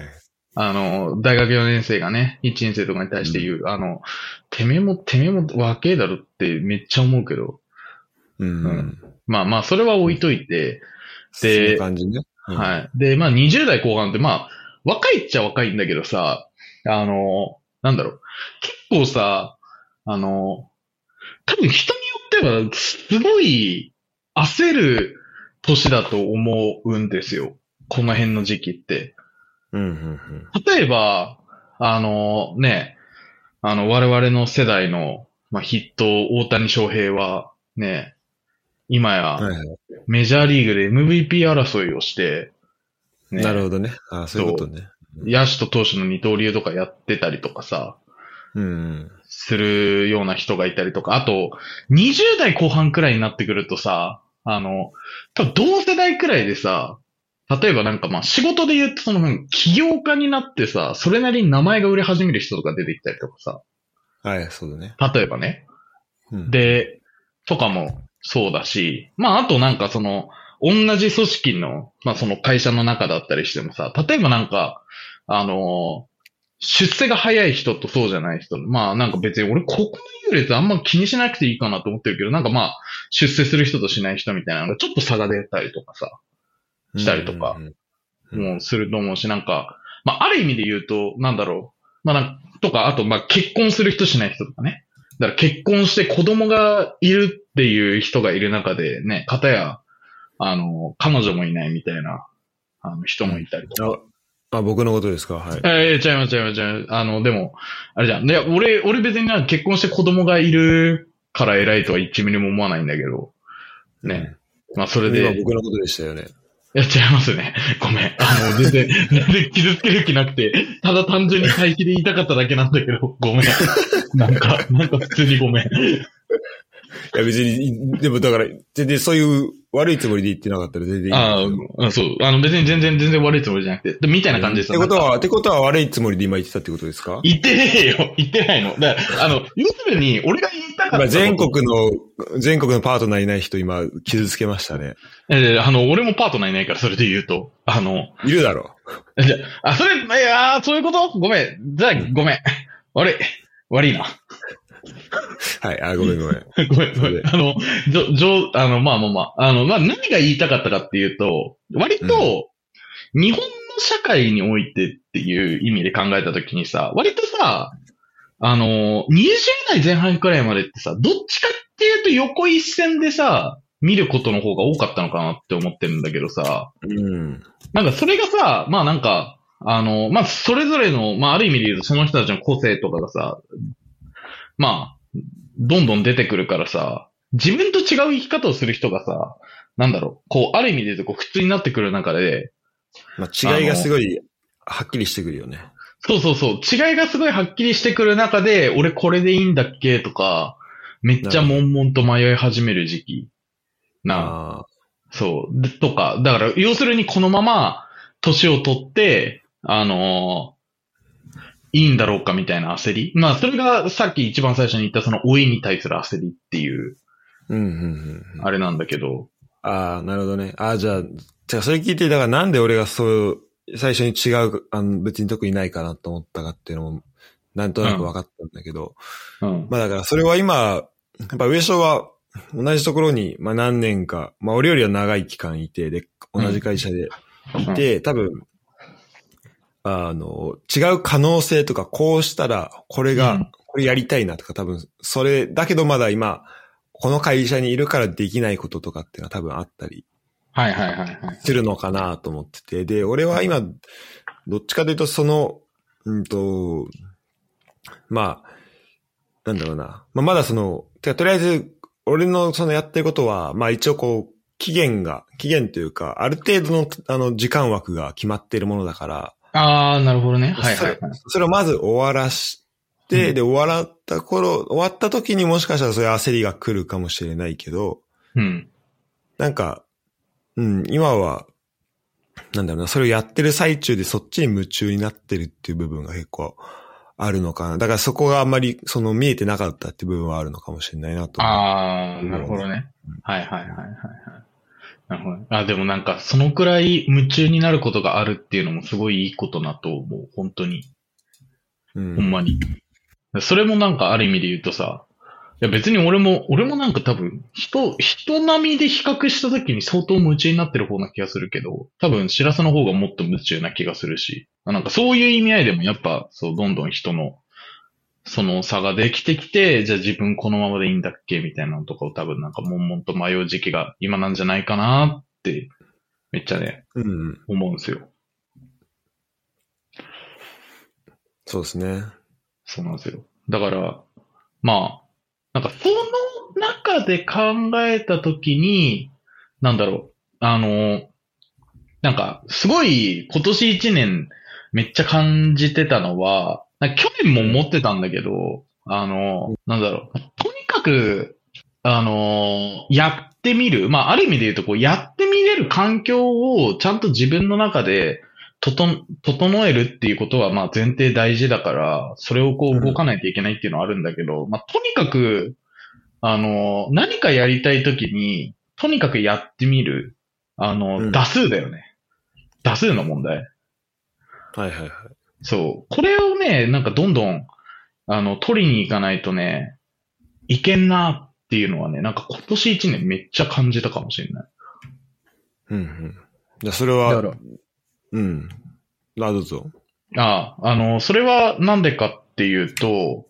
あの、大学4年生がね、1年生とかに対して言う、あの、てめえも、てめえも若えだろってめっちゃ思うけど、うん。う、うんまあまあ、それは置いといて、そういう感じね。うんはい。で、まあ20代後半って、まあ、若いっちゃ若いんだけどさ、あの、なんだろう、結構さ、あの、多分人によっては、すごい焦る年だと思うんですよ。この辺の時期って。うんうん例えば、あのね、あの、我々の世代の、まあ、ヒット、大谷翔平は、ね、今うん。はやいはい。メジャーリーグで MVP 争いをして、ね、なるほどね。ああ、そういうことね。野手と投手の二刀流とかやってたりとかさ、うん。するような人がいたりとか、あと、20代後半くらいになってくるとさ、あの、多分同世代くらいでさ、例えばなんかまあ仕事で言うとその、起業家になってさ、それなりに名前が売れ始める人とか出てきたりとかさ、はい、そうだね。例えばね。うん、で、とかもそうだし、まああとなんかその、同じ組織の、まあその会社の中だったりしてもさ、例えばなんか、あのー出世が早い人とそうじゃない人、まあなんか別に俺ここの優劣あんま気にしなくていいかなと思ってるけど、なんかまあ出世する人としない人みたいなのがちょっと差が出たりとかさ、したりとかうんうんもうすると思うし、なんか、まあ、ある意味で言うと、なんだろう。まあ、なんとか、あと、まあ、結婚する人しない人とかね。だから結婚して子供がいるっていう人がいる中でね、片や、あの、彼女もいないみたいな、あの、人もいたりとか。ああ、僕のことですかはい。ええちゃいます、ちゃいます、ちゃいます。あの、でも、あれじゃん。で、俺、俺別になんか結婚して子供がいるから偉いとは1ミリも思わないんだけど、ね。まあ、そうん。れそれでは。僕のことでしたよね。やっちゃいますね。ごめん。あの、全然、全然傷つける気なくて、ただ単純に回避で言いたかっただけなんだけど、ごめん。なんか、なんか普通にごめん。いや、別に、でもだから、全然そういう悪いつもりで言ってなかったら全然いい。ああ、そう。あの、別に全然、全然悪いつもりじゃなくて、でみたいな感じですってことなんかは、ってことは悪いつもりで今言ってたってことですか言ってねえよ。言ってないの。だから、あの、要するに、俺が言いたかったこ今と。全国の、全国のパートナーいない人今傷つけましたね。えーあの、俺もパートナーいないから、それで言うと。あの、いるだろじゃあ、あそれ、いやーそういうことごめん。じゃあ、ごめん。悪い。悪いな。う。はい、あ、ごめんごめん。 ごめん、ごめん。あの、じょ、じょ、あの、まあまあまあ、あの、まあ何が言いたかったかっていうと、割と、日本の社会においてっていう意味で考えたときにさ、割とさ、あの、20代前半くらいまでってさ、どっちかっていうと横一線でさ、見ることの方が多かったのかなって思ってるんだけどさ、うん。なんかそれがさ、まあなんか、あの、まあそれぞれの、まあある意味で言うとその人たちの個性とかがさ、まあ、どんどん出てくるからさ、自分と違う生き方をする人がさ、なんだろう、こう、ある意味で言うと、こう、普通になってくる中で、まあ、違いがすごい、はっきりしてくるよね。そうそうそう、違いがすごいはっきりしてくる中で、俺これでいいんだっけとか、めっちゃ悶々と迷い始める時期。なあああ。そう。でとか、だから、要するにこのまま、年を取って、あのーいいんだろうかみたいな焦り。まあ、それがさっき一番最初に言ったその老いに対する焦りっていう、うん、うん、うん。あれなんだけど。ああ、なるほどね。ああ、じゃあ、じゃあそれ聞いて、だからなんで俺がそう、最初に違う、あの別に特にないかなと思ったかっていうのも、なんとなく分かったんだけど、うん。まあだからそれは今、やっぱ上昇は同じところに、まあ何年か、まあ俺よりは長い期間いて、で、同じ会社でいて、多分、あの、違う可能性とか、こうしたら、これが、うんこれやりたいなとか、多分、それ、だけどまだ今、この会社にいるからできないこととかっていうのは多分あったりはいはいはいはい。するのかなと思ってて。で、俺は今、どっちかというと、その、うんと、まあ、なんだろうな。まあ、まだその、てか、とりあえず、俺のそのやってることは、まあ一応こう、期限が、期限というか、ある程度の、あの、時間枠が決まっているものだから、あー、なるほどね。はいそはいれはい。それをまず終わらして、うんで、終わらった頃、終わった時にもしかしたらそういう焦りが来るかもしれないけど、うん。なんか、うん、今は、なんだろうな、それをやってる最中でそっちに夢中になってるっていう部分が結構あるのかな。だからそこがあんまり、その見えてなかったっていう部分はあるのかもしれないなと思う。あー、なるほどね。はいはいはいはいはい。なるほどね。あ、でもなんか、そのくらい夢中になることがあるっていうのもすごいいいことなと思う。本当に。うほんん。まに。それもなんかある意味で言うとさ、いや別に俺も、俺もなんか多分、人、人並みで比較した時に相当夢中になってる方な気がするけど、多分、白洲の方がもっと夢中な気がするし、あなんかそういう意味合いでもやっぱ、そう、どんどん人の、その差ができてきて、じゃあ自分このままでいいんだっけみたいなのとかを多分なんか悶々と迷う時期が今なんじゃないかなって、めっちゃね、うん。思うんですよ。そうですね。そうなんですよ。だから、まあ、なんかその中で考えたときに、なんだろう、あの、なんかすごい今年一年めっちゃ感じてたのは、なんか去年も思ってたんだけど、あの、なんだろう、とにかく、あの、やってみる。まあ、ある意味で言うと、こう、やってみれる環境をちゃんと自分の中で、ととん、整えるっていうことは、まあ前提大事だから、それをこう動かないといけないっていうのはあるんだけど、まあとにかく、あの、何かやりたいときに、とにかくやってみる。あの、うん打数だよね。打数の問題。はいはいはい。そう。これをね、なんかどんどん、あの、取りに行かないとね、いけんなっていうのはね、なんか今年一年めっちゃ感じたかもしれない。うんうん。じゃあそれだかは、ら、うん。あ、どうぞ。ああ、あの、それはなんでかっていうと、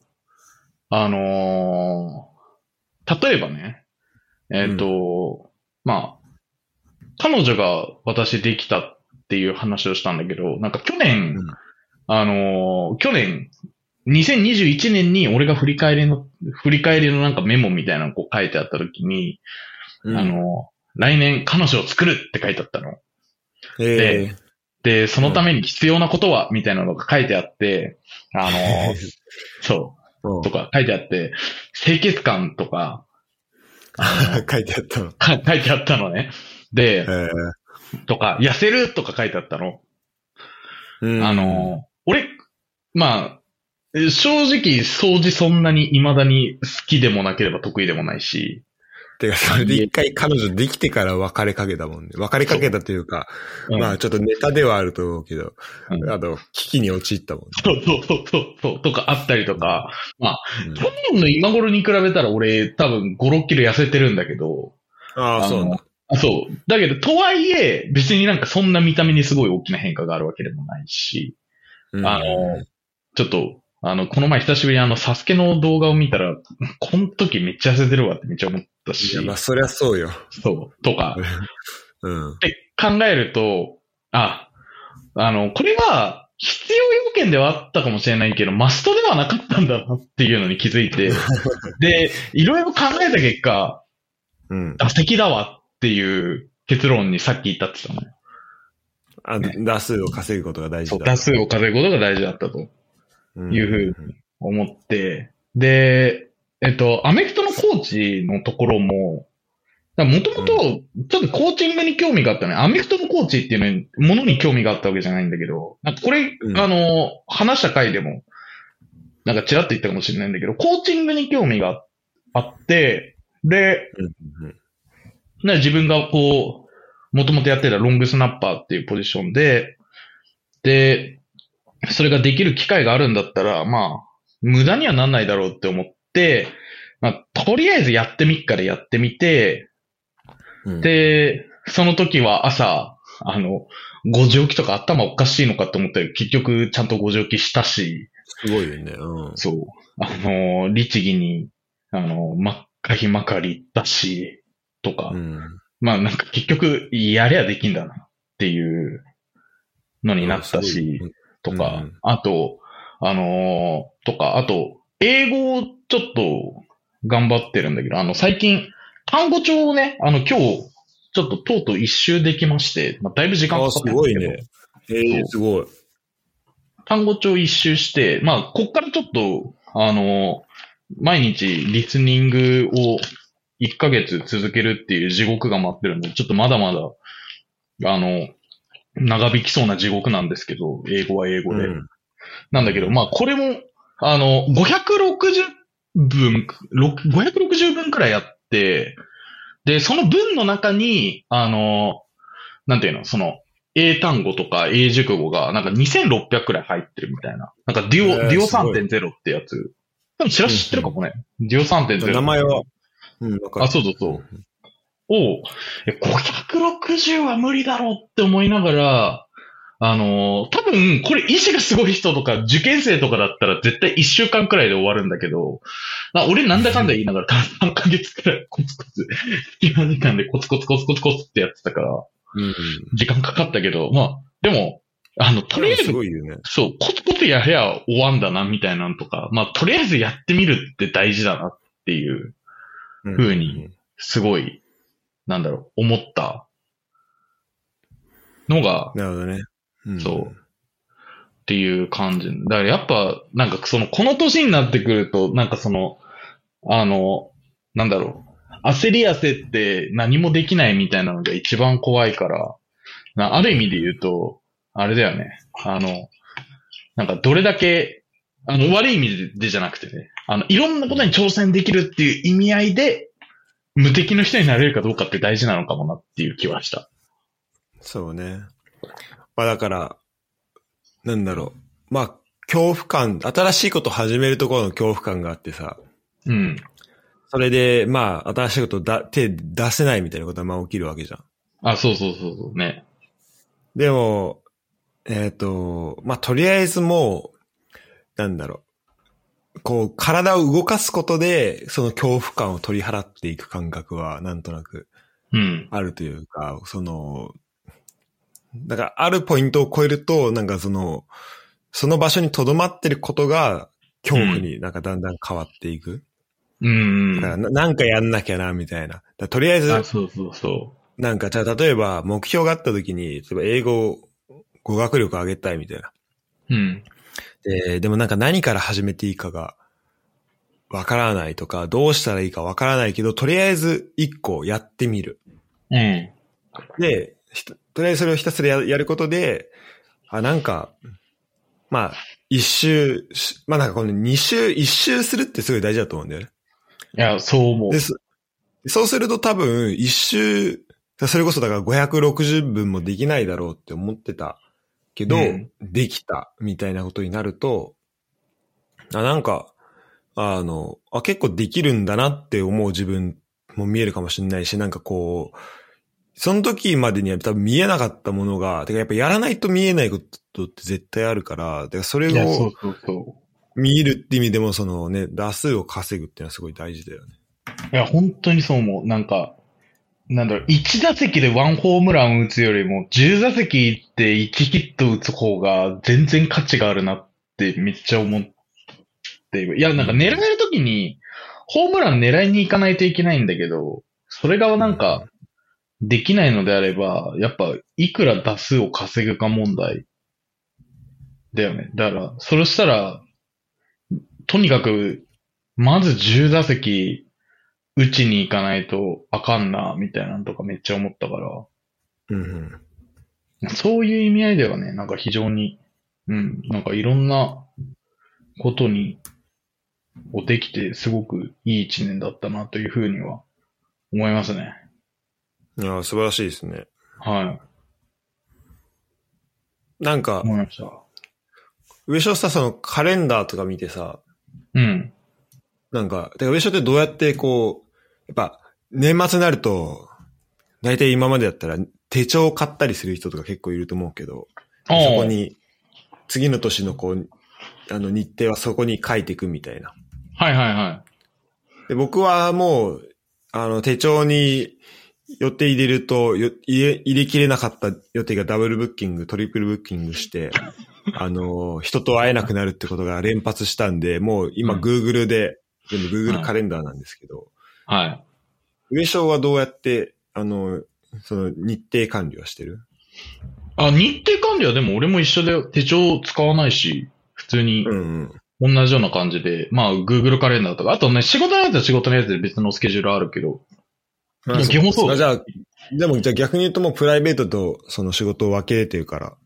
あのー例えばね、えっ、と、まあ、彼女が私できたっていう話をしたんだけど、なんか去年、うんあのー去年、2021年に俺が振り返りの、振り返りのなんかメモみたいなのこう書いてあった時に、うんあ、のー来年彼女を作るって書いてあったの。ええで、そのために必要なことは、みたいなのが書いてあって、あ の、そうんう、とか書いてあって、清潔感とか、あ 書いてあったの。の、か書いてあったのね。でえ、えとか、痩せるとか書いてあったの。うんあ、の、俺、まあ、え正直、掃除そんなに未だに好きでもなければ得意でもないし、てか、それで一回彼女できてから別れかけたもんね。別れかけたというか、うんまあちょっとネタではあると思うけど、うんあの、危機に陥ったもんね。そうそうそうそうそう、とかあったりとか、うん去年の今頃に比べたら俺多分5、6キロ痩せてるんだけど、ああ、 あそうなんのだ。そう。だけど、とはいえ、別になんかそんな見た目にすごい大きな変化があるわけでもないし、うんあの、ちょっと、あの、この前久しぶりにあの、サスケの動画を見たら、 この時めっちゃ痩せてるわってめっちゃ思ったいしや、、まあそりゃそうよ。そう、とか、 うん。考えると、あ、あの、これは必要要件ではあったかもしれないけど、マストではなかったんだなっていうのに気づいて、で、いろいろ考えた結果、うん。打席だわっていう結論にさっき言ったって言ったのね。あ、ね打数を稼ぐことが大事だ。打数を稼ぐことが大事だったとうんいうふうに思って、で、えっと、アメフトのコーチのところも、もともと、ちょっとコーチングに興味があったね。アメフトのコーチっていうのにものに興味があったわけじゃないんだけど、なんかこれ、うんあの、話した回でも、なんかちらっと言ったかもしれないんだけど、コーチングに興味があって、で、うんね、自分がこう、もともとやってたロングスナッパーっていうポジションで、で、それができる機会があるんだったら、まあ、無駄にはなんないだろうって思って、まあ、とりあえずやってみっからやってみて、うん、で、その時は朝、あの、5時起きとか頭おかしいのかと思ったけど、結局ちゃんと5時起きしたし、すごいよね。うん。そう。あの、律儀に、あの、真っ赤ひまかり行ったし、とか、うん。まあなんか結局、やりゃできんだなっていうのになったし、とか、うんあと、あのーとか、あと、英語をちょっと頑張ってるんだけど、あの最近、単語帳をね、あの今日、ちょっととうとう一周できまして、まあ、だいぶ時間かかってるんですけど、あすごいねえー、すごい。単語帳一周して、まあ、こっからちょっと、あの、毎日リスニングを1ヶ月続けるっていう地獄が待ってるんで、ちょっとまだまだ、あの、長引きそうな地獄なんですけど、英語は英語で。うんなんだけど、まあ、これも、あの、560分、ろく560分くらいやって、で、その文の中に、あの、なんていうの、その、英単語とか英熟語が、なんか2600くらい入ってるみたいな。なんかデュオ、えーデュオすごい3.0ってやつ。多分知ら知ってるかもね。デュオ3.0。名前は、うん、わかるあそうそうそう。を、え560は無理だろうって思いながら、あのー、多分、これ意志がすごい人とか、受験生とかだったら絶対1週間くらいで終わるんだけど、あ俺なんだかんだ言いながら3ヶ月くらいコツコツ、隙間時間でコツコツコツコツコツってやってたから、うん。時間かかったけど、まあ、でも、あの、とりあえすずごいよね。そう、コツコツやりゃ終わんだな、みたいなのとか、まあ、とりあえずやってみるって大事だなっていう、ふ風に。すごい、なんだろう、思ったのが、なるほどね。うんそう。っていう感じ。だからやっぱ、なんかその、この年になってくると、なんかその、あの、なんだろう、焦り焦って何もできないみたいなのが一番怖いから、なある意味で言うと、あれだよね、あの、なんかどれだけ、あの、悪い意味でじゃなくてね、あの、いろんなことに挑戦できるっていう意味合いで、無敵の人になれるかどうかって大事なのかもなっていう気はした。そうね。まあだから、なんだろう。まあ、恐怖感、新しいことを始めるところの恐怖感があってさ、うん。それで、まあ、新しいことをだ手出せないみたいなことはまあ起きるわけじゃん。あ、そうそうそうそうね。でも、えっ、と、まあ、とりあえずもう、なんだろう。こう、体を動かすことで、その恐怖感を取り払っていく感覚は、なんとなくうん。あるというか、その、だから、あるポイントを超えると、なんかその、その場所に留まってることが、恐怖になんかだんだん変わっていく。うん。だからな、なんかやんなきゃな、みたいな。だからとりあえず、あ、そうそうそなんか、じゃあ、例えば、目標があった時に、例えば、英語を、語学力上げたいみたいな。う。うん。で、でもなんか何から始めていいかが、わからないとか、どうしたらいいかわからないけど、とりあえず、一個やってみる。うん。で、ひととりあえずそれをひたすらややることで、あ、なんか、まあ、一周し、まあなんかこの二周、一周するってすごい大事だと思うんだよね。いや、そう思うで。す。そうすると多分、一周、それこそだから560分もできないだろうって思ってたけど、うんできたみたいなことになると、あ、なんか、あの、あ、結構できるんだなって思う自分も見えるかもしれないし、なんかこう、その時までには多分見えなかったものが、てかやっぱやらないと見えないことって絶対あるから、だからそれいや、そうをそうそ見るって意味でもそのね、打数を稼ぐっていうのはすごい大事だよね。う。いや、本当にそう思う。なんか、なんだろう、1打席で1ホームラン打つよりも、10打席行って1ヒット打つ方が、全然価値があるなってめっちゃ思っている。いや、なんか狙えるときに、ホームラン狙いに行かないといけないんだけど、それがなんか、できないのであれば、やっぱ、いくら打数を稼ぐか問題だよね。だから、それしたら、とにかく、まず10打席、打ちに行かないとあかんな、みたいなのとかめっちゃ思ったから、うんうん。そういう意味合いではね、なんか非常に、うん、なんかいろんなことに、をできて、すごくいい一年だったなというふうには思いますね。いや、素晴らしいですね。はい。なんか、思いました。上昇さ、そのカレンダーとか見てさ、うん。なんか、てか上昇ってどうやってこう、やっぱ、年末になると、大体今までだったら手帳を買ったりする人とか結構いると思うけど、そああこに、次の年のこう、あの日程はそこに書いていくみたいな。はいはいはで僕はもう、あの手帳に予定入れると、よ入れ、入れきれなかった予定がダブルブッキング、トリプルブッキングして、 あの、人と会えなくなるってことが連発したんで、もう今うん Google で、全部う Google んカレンダーなんですけど、い。はい。上昇はどうやって、あの、その日程管理はしてるあ、日程管理はでも俺も一緒で手帳使わないし、普通にうんうん。同じような感じで、まあ Google カレンダーとか、あとね、仕事のやつは仕事のやつで別のスケジュールあるけど、まあ基本そうかじゃあ、でもじゃあ逆に言うともうプライベートとその仕事を分けてるから、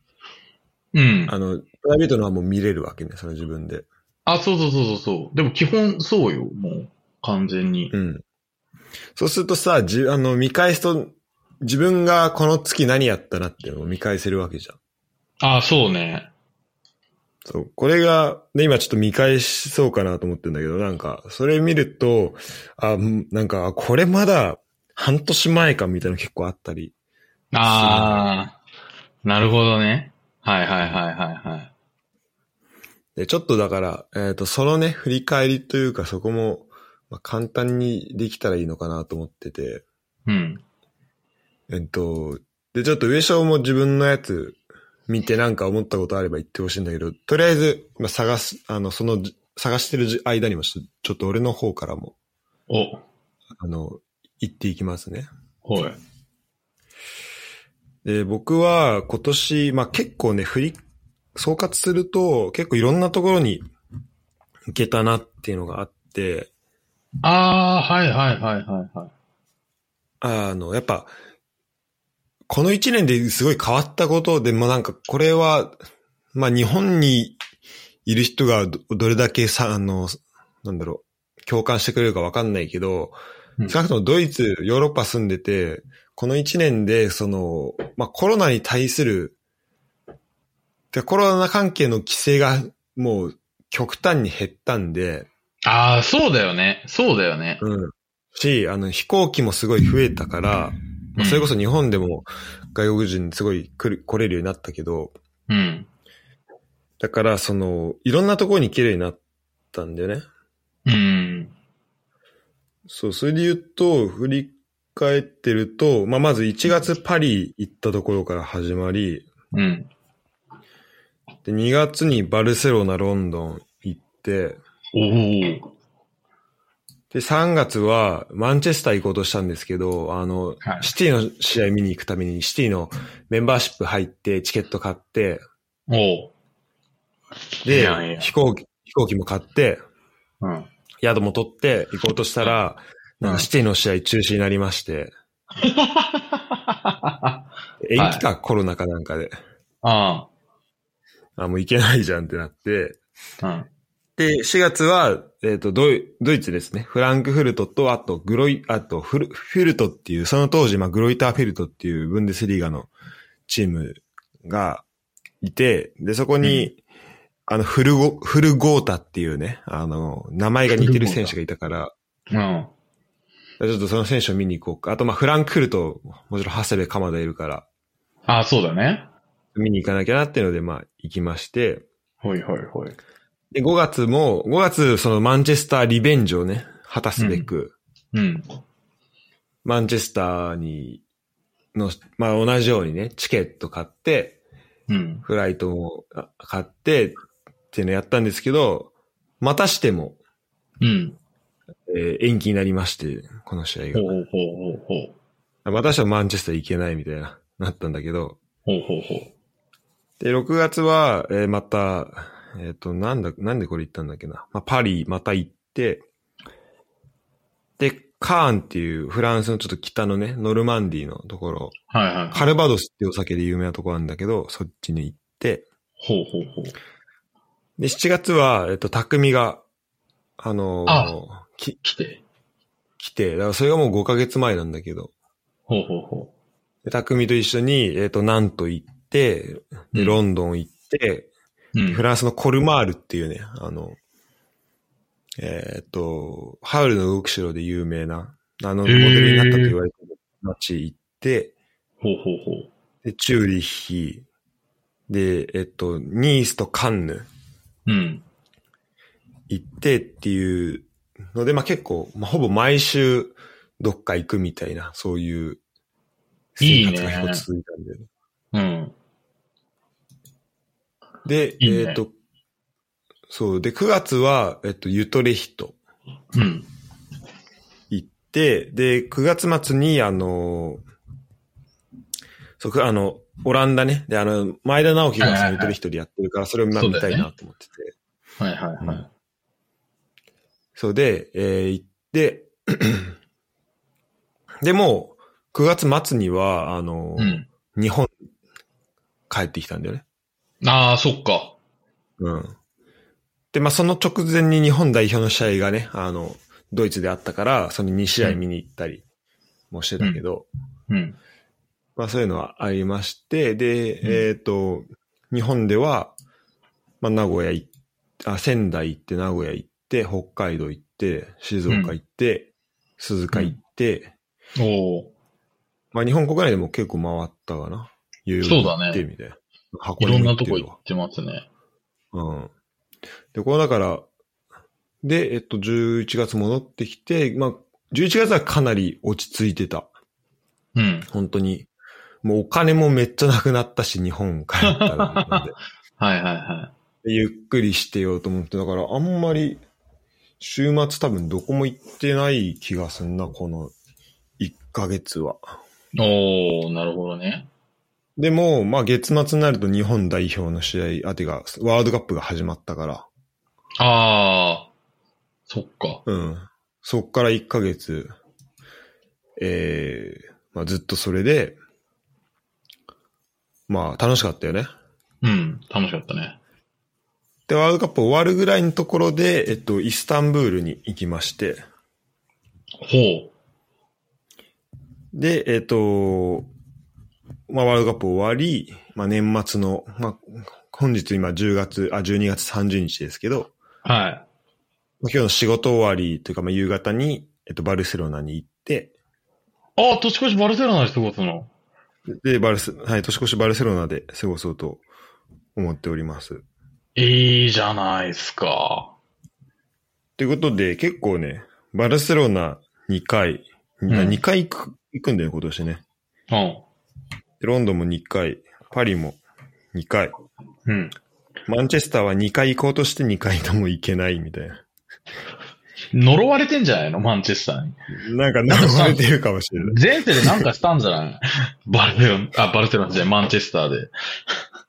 うん。あの、プライベートのはもう見れるわけね、その自分で。あ、そうそうそうそうそう。でも基本そうよ、もう。完全に。うん。そうするとさ、じ、あの、見返すと、自分がこの月何やったなっていうのを見返せるわけじゃん。あ、そうね。そう。これが、で、今ちょっと見返しそうかなと思ってんだけど、なんか、それ見ると、あ、うんなんか、あこれまだ半年前かみたいなの結構あったり。ああ、なるほどね。はいはいはいはいはい。で、ちょっとだから、えっ、と、そのね、振り返りというか、そこも、まあ、簡単にできたらいいのかなと思ってて、うん。えっ、と、で、ちょっと上昇も自分のやつ見てなんか思ったことあれば言ってほしいんだけど、とりあえず、まあ、探す、あの、その、じ探してるじ間にもちょっと、ちょっと俺の方からも、お、あの、言っていきますね。ほい。で、僕は今年、まあ結構ね、振り、総括すると、結構いろんなところに行けたなっていうのがあって、ああ、はいはいはいはいはい。あの、やっぱ、この一年ですごい変わったことで、もなんかこれは、まあ日本にいる人がどどれだけさ、あの、なんだろう、共感してくれるかわかんないけどう、ん少なくともドイツ、ヨーロッパ住んでて、この一年で、その、まあコロナに対する、でコロナ関係の規制がもう極端に減ったんで、ああ、そうだよね。そうだよね。うん。し、あの飛行機もすごい増えたから、まあ、それこそ日本でも外国人すごい来る、来れるようになったけど、うん。だからその、いろんなところに行けるようになったんだよね。うん。そう、それで言うと、振り返ってると、まあ、まず1月パリ行ったところから始まり、うん。で、2月にバルセロナ、ロンドン行って、おお。で、3月はマンチェスター行こうとしたんですけど、あの、はいシティの試合見に行くためにシティのメンバーシップ入ってチケット買って、おう。いでやいや、飛行機、飛行機も買って、うん。 宿も取って行こうとしたら、うんなんかシティの試合中止になりまして、あ延期か、コロナかなんかで。あ。あ、もう行けないじゃんってなって。うん。で、4月は、えっ、とドイ、ドイツですね。フランクフルトと、あと、グロイ、あとフル、フルトっていう、その当時、まあ、グロイターフィルトっていうブンデスリーガのチームがいて、で、そこに、あの、フルゴ、フルゴータっていうね、あの、名前が似てる選手がいたから、うん。ちょっとその選手を見に行こうか。あと、まあ、フランクフルト、もちろん、長谷部鎌田いるから、ああ、そうだね。見に行かなきゃなっていうので、まあ、行きまして。ほいほいほい。で、5月も、5月、そのマンチェスターリベンジをね、果たすべく、うん。マンチェスターに、の、まあ、同じようにね、チケット買って、うん。フライトもあ買って、っていうのやったんですけど、またしても、うん。ええー延期になりまして、この試合ほがう。ほうほうほう私はマンチェスター行けないみたいな、なったんだけど、ほうほうほう。で、6月は、えーまた、えっ、と、なんだ、なんでこれ行ったんだっけな。まあ、パリ、また行って、で、カーンっていうフランスのちょっと北のね、ノルマンディーのところ、はいはい。カルバドスっていうお酒で有名なところなんだけど、そっちに行って、ほうほうほう。で、7月は、えっ、と、匠が、あのーあき来て。来て、だからそれがもう5ヶ月前なんだけど、ほうほうほで匠と一緒に、えっ、と、なんと行って、う。で、ロンドン行って、ン、うんフランスのコルマールっていうね、あの、えーっと、ハウルの動く城で有名な、あの、モデルになったと言われてる街行って、ほうほうほう。で、チューリッヒ、で、えっと、ニースとカンヌうん。行ってっていうので、まあ、結構、まあ、ほぼ毎週どっか行くみたいな、そういう生活がいいね結構続いたんだよね。うん。で、いいねえーっと、そう、で、9月は、えっと、ユトレヒト。うん。行って、で、9月末に、あの、そこ、あの、オランダね。で、あの、前田直樹がそはいはいはのい一人一人やってるから、それをまあそう見だよたねいなと思ってて。はいはいはうんい。そうで、えー行って、 で、もう、9月末には、あの、うん。日本、帰ってきたんだよね。ああ、そっか。うん。で、まあ、その直前に日本代表の試合がね、あの、ドイツであったから、その2試合見に行ったりもしてたけど、うん。まあそういうのはありまして、で、うんえっ、と、日本では、まあ名古屋行っあ、仙台行って、名古屋行って、北海道行って、静岡行って、鈴鹿行って、おお。まあ日本国内でも結構回ったかな。いろいろそうだね行ってみたいな。箱いろんなとこ行行ってますね。うん。で、これだから、で、えっと、11月戻ってきて、まあ、11月はかなり落ち着いてた。うん。本当に。もうお金もめっちゃなくなったし、日本帰ったら なんで。はいはいはゆっくりしてようと思って、だからあんまり、週末多分どこも行ってない気がすんな、この1ヶ月は。い。おおなるほどね。でも、まあ月末になると日本代表の試合、あ、てか、ワールドカップが始まったから、ああ、そっか。うん。そっから1ヶ月、えー、まあずっとそれで、まあ楽しかったよね。うん。楽しかったね。で、ワールドカップ終わるぐらいのところで、えっと、イスタンブールに行きまして、ほで、えっ、と、まあ、ワールドカップ終わり、まあ、年末の、まあ、本日今10月、あ、12月30日ですけど、う。はまあ今日の仕事終わりというか、まあ、夕方に、えっ、と、バルセロナに行って、い。ああ、年越しバルセロナで過ごすの。で、バルセ、はい、年越しバルセロナで過ごそうと思っております。いいじゃないですか。ということで、結構ね、バルセロナ2回、ん2回行く、行くんだよね、今年ね。うん。でロンドンも2回、パリも2回、うん。マンチェスターは2回行こうとして2回とも行けないみたいな。呪われてんじゃないのマンチェスターに。なんか流れてるかもしれない。前世でなんかしたんじゃ ないバルセロナ、あ、バルセロナじゃない、マンチェスターで。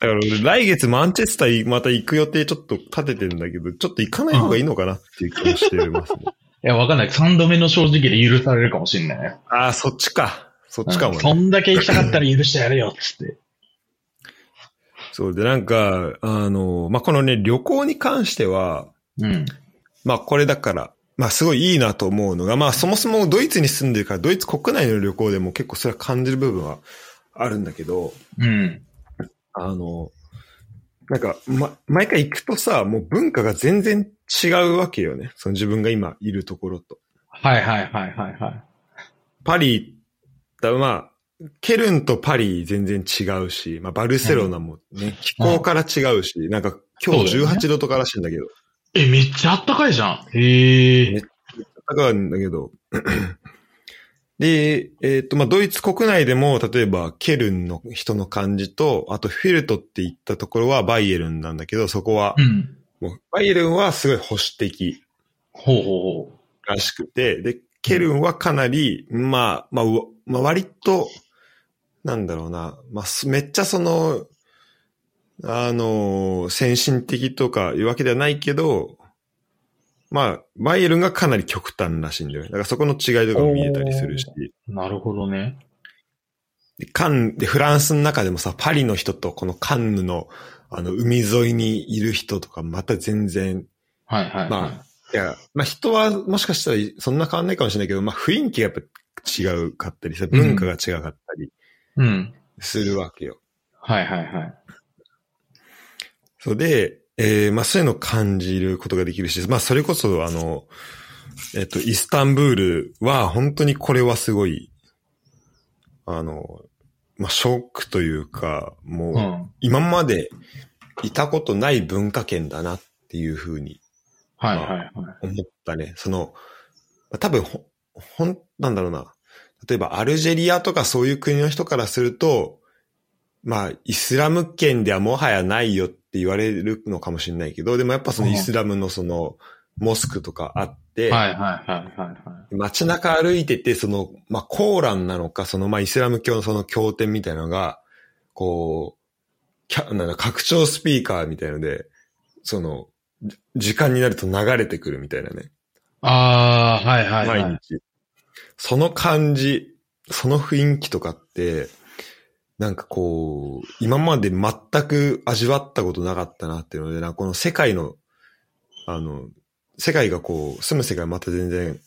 だから俺来月マンチェスターまた行く予定ちょっと立ててんだけど、ちょっと行かない方がいいのかなっていう気もしてますね。いや、わかんない。3度目の正直で許されるかもしんないよ。 ああ、そっちか。そっちかもうんねそ。んだけ行きたかったら許してやれよ、つって。そうで、なんか、あの、まあ、このね、旅行に関しては、うん。まあ、これだから、まあ、すごいいいなと思うのが、まあ、そもそもドイツに住んでるから、ドイツ国内の旅行でも結構それは感じる部分はあるんだけど、うん。あの、なんか、ま、毎回行くとさ、もう文化が全然違うわけよね。その自分が今いるところと。はいはいはいはいはい。パリ、だまあ、ケルンとパリ全然違うし、まあ、バルセロナもね、気候から違うし、なんか今日そうだよね18度とからしいんだけど、え、めっちゃあったかいじゃん。へえ。だからんだけど、 で、えっ、と、まあ、ドイツ国内でも、例えば、ケルンの人の感じと、あと、フェルトって言ったところはバイエルンなんだけど、そこはう、ん。もうバイエルンはすごい保守的。ほうほうほらしくて、で、ケルンはかなり、まあ、まあ、うわまあ、割と、なんだろうな、まあ、すめっちゃその、あの、先進的とかいうわけではないけど、まあ、バイエルンがかなり極端らしいんだよね。だからそこの違いとかも見えたりするし。なるほどね。でカン、で、フランスの中でもさ、パリの人とこのカンヌの、あの、海沿いにいる人とか、また全然、はいはい、はい。まいや、まあ人はもしかしたらそんな変わんないかもしれないけど、まあ雰囲気がやっぱ違うかったりさ、文化が違かったりうん。するわけよ。はいはいはい。そうで、えーまあそういうのを感じることができるし、まあそれこそあの、えっと、イスタンブールは本当にこれはすごい、あの、まあショックというか、もう、うん。今までいたことない文化圏だなっていうふうにはいはいはい。思ったね。その、多分ほ、ほん、なんだろうな。例えばアルジェリアとかそういう国の人からすると、まあ、イスラム圏ではもはやないよって言われるのかもしれないけど、でもやっぱそのイスラムのその、モスクとかあって、はいはいはいはいはい。街中歩いてて、その、まあ、コーランなのか、その、まあ、イスラム教のその経典みたいなのが、こう、キャなんだ、拡張スピーカーみたいので、その、じ時間になると流れてくるみたいなね。ああ、はいはいはい。毎日。その感じ、その雰囲気とかって、なんかこう、今まで全く味わったことなかったなっていうので、なんかこの世界の、あの、世界がこう、住む世界また全然、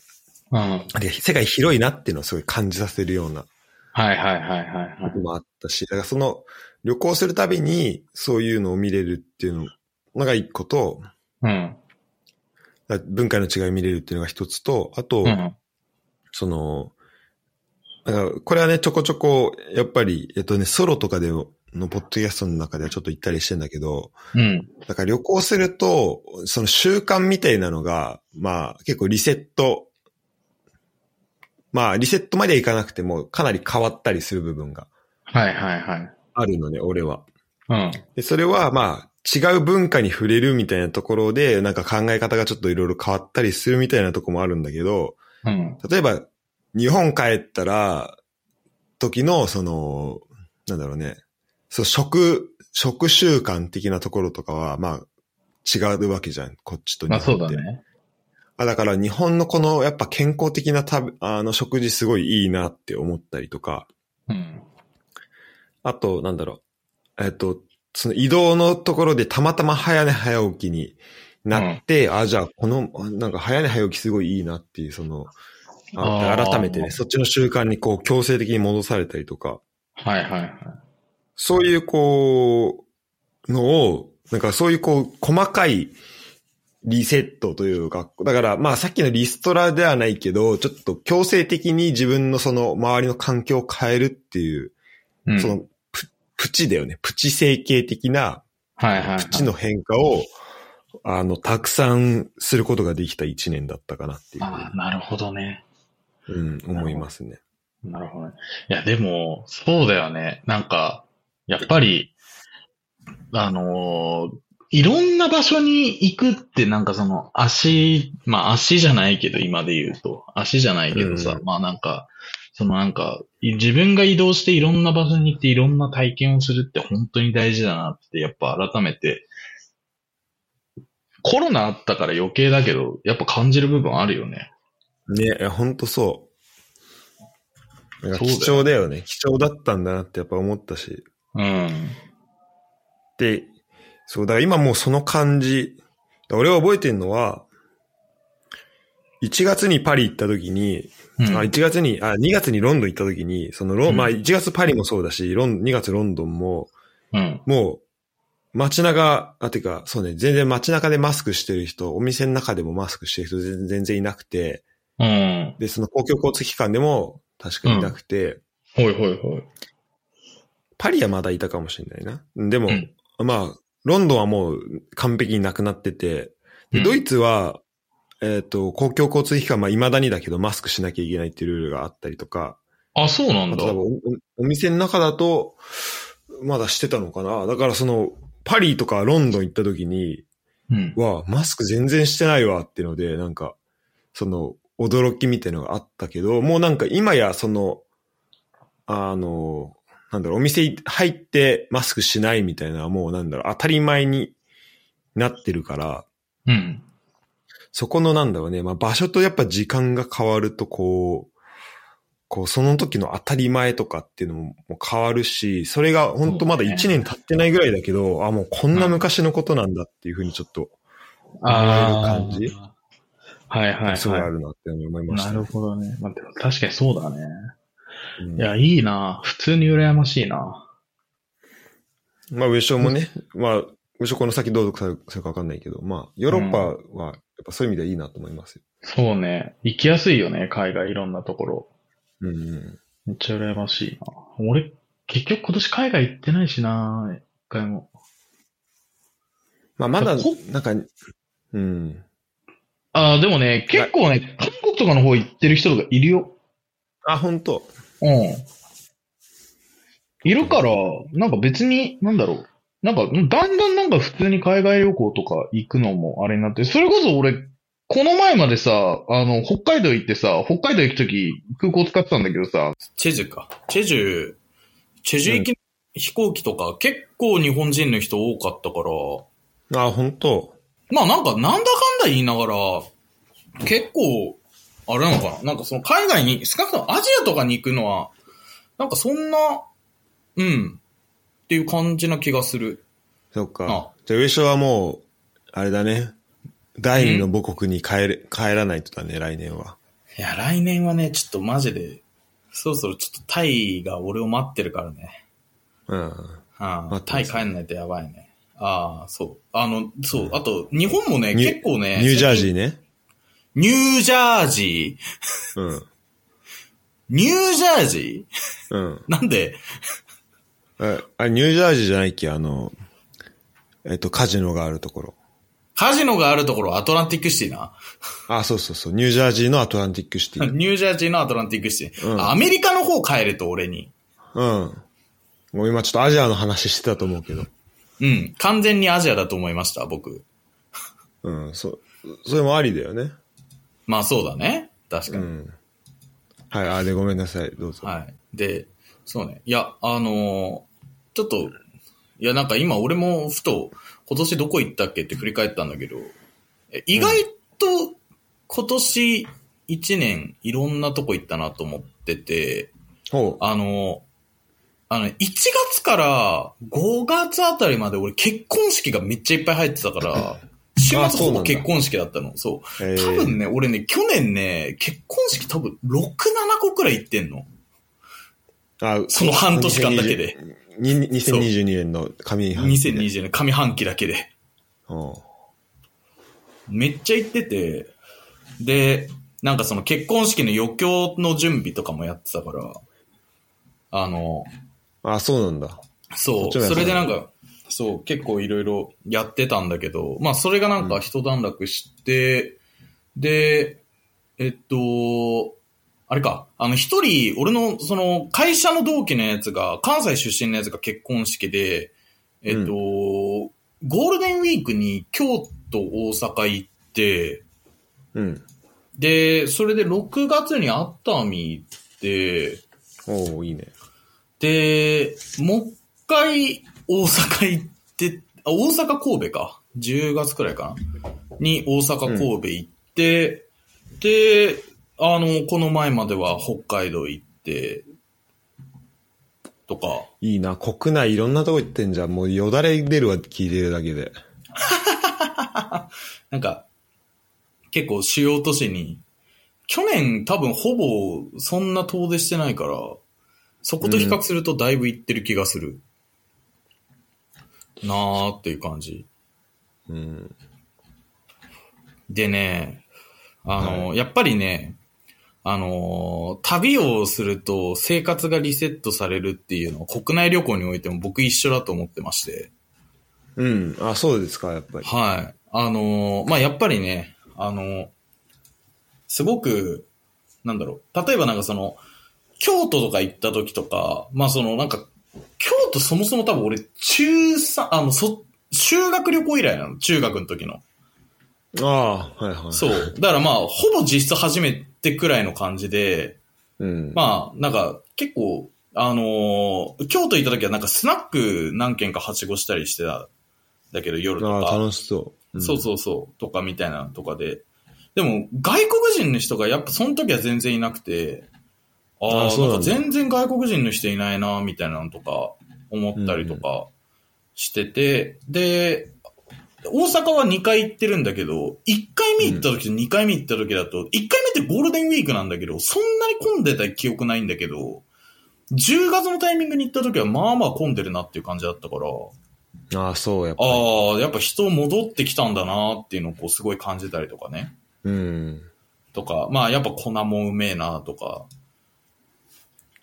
うん。はいあれ世界広いなっていうのをすごい感じさせるようなはいはいはいはこいと。もあったし、だからその旅行するたびにそういうのを見れるっていうのが一個と、うん。だから文化の違いを見れるっていうのが一つと、あと、うん。その、だからこれはね、ちょこちょこ、やっぱり、えっとね、ソロとかでの、のポッドキャストの中ではちょっと行ったりしてんだけど、うん。だから旅行すると、その習慣みたいなのが、まあ結構リセット、まあリセットまではいかなくてもかなり変わったりする部分がはいはいはい。あるのね、俺は。うん。で、それはまあ違う文化に触れるみたいなところで、なんか考え方がちょっといろいろ変わったりするみたいなとこもあるんだけど、うん。例えば、日本帰ったら、時の、その、なんだろうね、そう、食、食習慣的なところとかは、まあ、違うわけじゃん、こっちと日ま本あって。そうだね。あだから日本のこの、やっぱ健康的な食べ、あの、食事すごいいいなって思ったりとか、うん。あと、なんだろう、えっと、その移動のところでたまたま早寝早起きになって、あ、じゃあ、この、なんか早寝早起きすごいいいなっていう、その、ああー改めてね、そっちの習慣にこう強制的に戻されたりとか、はいはいはい。そういうこう、のを、なんかそういうこう、細かいリセットというか、だからまあさっきのリストラではないけど、ちょっと強制的に自分のその周りの環境を変えるっていう、うん。そのププチだよね、プチ整形的な、はいはいはい。プチの変化を、あの、たくさんすることができた一年だったかなっていああ、なるほどね。う、うん、思いますね。なるほどね。いや、でも、そうだよね。なんか、やっぱり、あのーいろんな場所に行くって、なんかその、足、まあ足じゃないけど、今で言うと。足じゃないけどさ、うんまあなんか、そのなんか、い自分が移動していろんな場所に行っていろんな体験をするって本当に大事だなって、やっぱ改めて、コロナあったから余計だけど、やっぱ感じる部分あるよね。ね、いやほんとそう。なんかそうだよ貴重だよね。貴重だったんだなってやっぱ思ったし。うん。で、そう、だから今もうその感じ。俺は覚えてるのは、1月にパリ行った時に、うんあ1月に、あ、2月にロンドン行った時に、そのロン、うんまあ1月パリもそうだし、ロン、2月ロンドンも、うん。もう、街中、あ、てか、そうね、全然街中でマスクしてる人、お店の中でもマスクしてる人全全然いなくて、うん。で、その公共交通機関でも確かにいなくて、ほいほいほい。パリはまだいたかもしれないな。でも、うんまあ、ロンドンはもう完璧になくなってて、でうんドイツは、えっ、と、公共交通機関、まあ、未だにだけど、マスクしなきゃいけないっていうルールがあったりとか、あ、そうなんあだ。と多分おお、お店の中だと、まだしてたのかな。だからその、パリとかロンドン行った時に、うん。わあ、マスク全然してないわっていうので、なんか、その、驚きみたいなのがあったけど、もうなんか今やその、あの、なんだろう、お店入ってマスクしないみたいな、もうなんだろう、当たり前になってるから、うん。そこのなんだろうね、まあ場所とやっぱ時間が変わるとこう、こうその時の当たり前とかっていうのももう変わるし、それが本当まだ1年経ってないぐらいだけど、あ、もうこんな昔のことなんだっていうふうにちょっと、ああ。感じはいはいそうあはるなって思いい。ましたなね、るほどね。まあ、でも確かにそうだね。うんいや、いいな普通に羨ましいなまあ、ウェショもね、まあ、ウェショこの先どうされるかわかんないけど、まあ、ヨーロッパは、やっぱそういう意味ではいいなと思いますよ。そうね。行きやすいよね、海外いろんなところ。うん、うん。めっちゃ羨ましいな俺、結局今年海外行ってないしな一回も。まあ、まだこ、なんか、うん。ああ、でもね、結構ね、韓国とかの方行ってる人とかいるよ。あ、本当うん。いるから、なんか別に、なんだろう。なんか、うんだんだんなんか普通に海外旅行とか行くのもあれになって、それこそ俺、この前までさ、あの、北海道行ってさ、北海道行くとき空港使ってたんだけどさ、チェジュか。チェジュ、チェジュ行き、飛行機とか結構日本人の人多かったから、あ、本当まあなんかなんだかんだ言いながら、結構、あれなのかななんかその海外に、少なくともアジアとかに行くのは、なんかそんな、うん、っていう感じな気がする。そっかあ。じゃあ、ウェショはもう、あれだね。第二の母国に帰れ、帰らないとだね、来年は。いや、来年はね、ちょっとマジで、そろそろちょっとタイが俺を待ってるからね。うん。あ待あ、ってタまイす帰んないとやばいね。ああ、そう。あの、そう。あと、日本もね、ニュ結構ね、ニュージャージー。ーね。ニュージャージー。うん。ニュージャージーうん。なんで、えあ、ニュージャージーじゃないっけ、あの、えっと、カジノがあるところ。カジノがあるところアトランティックシティな。あ、そうそうそう。ニュージャージーのアトランティックシティ。ニュージャージーのアトランティックシティ。うんあアメリカの方帰ると俺に。うん。もう今ちょっとアジアの話してたと思うけど。うん。完全にアジアだと思いました、僕。うん、そ、それもありだよね。まあそうだね。確かうに。ん。はい、あれごめんなさい、どうぞ。はい。で、そうね。いや、あのーちょっと、いや、なんか今俺もふと、今年どこ行ったっけって振り返ったんだけど、え意外と今年1年いろんなとこ行ったなと思ってて、ほう。あのーあの、1月から5月あたりまで俺結婚式がめっちゃいっぱい入ってた から、週あ末そうほなんぼだ結婚式だったの。そう。え多分ね、俺ね、去年ね、結婚式多分6、7個くらい行ってんの。あその半年間だけで。に2022年の上半期で。 2020年上半期だけで。ほめっちゃ行ってて、で、なんかその結婚式の余興の準備とかもやってたから、あの、うあ、そうなんだ。そこっう、ちもやってそたねれでなんか、そう、結構いろいろやってたんだけど、まあそれがなんか一段落して、で、えっと、あれか、あの一人、俺のその会社の同期のやつが、関西出身のやつが結婚式で、えっうと、ゴールデンウィークに京都、大阪行って、うん。で、それで6月に熱海行って、おういいね。で、もう一回大阪行って、あ、大阪神戸か。10月くらいかな。に大阪神戸行って、で、あの、この前までは北海道行って、とか。いいな。国内いろんなとこ行ってんじゃん。もうよだれ出るわ、聞いてるだけで。なんか、結構主要都市に、去年多分ほぼそんな遠出してないから、そこと比較するとだいぶ行ってる気がする。なーっていう感じ。うん。でね、あの、やっぱりね、あの、旅をすると生活がリセットされるっていうのは国内旅行においても僕一緒だと思ってまして。うん。あ、そうですか、やっぱり。はい。あのーまあ、やっぱりね、あのーすごく、なんだろう。例えばなんかその、京都とか行った時とか、まあ、そのなんか、京都そもそも多分俺、中3、あの、そ、修学旅行以来なの。中学の時の。ああ、はいはい。そう。だからまあ、ほぼ実質初めてくらいの感じで、うん。まあ、なんか、結構、あのー京都行った時はなんかスナック何軒かはしごしたりしてたんだけど、夜とああ、か。楽しそう。そうそうそう、とかみたいなのとかで。でも、外国人の人がやっぱその時は全然いなくて、あああ、そうななんかんだ全然外国人の人いないな、みたいなのとか思ったりとかしてて、で、大阪は2回行ってるんだけど、1回目行った時と2回目行った時だと、1回目ってゴールデンウィークなんだけど、そんなに混んでた記憶ないんだけど、10月のタイミングに行った時はまあまあ混んでるなっていう感じだったから、うん。ああ、そう、やっぱ。ああ、やっぱ人戻ってきたんだなっていうのをこうすごい感じたりとかね。うん。とか、まあやっぱ粉もうめえなとか、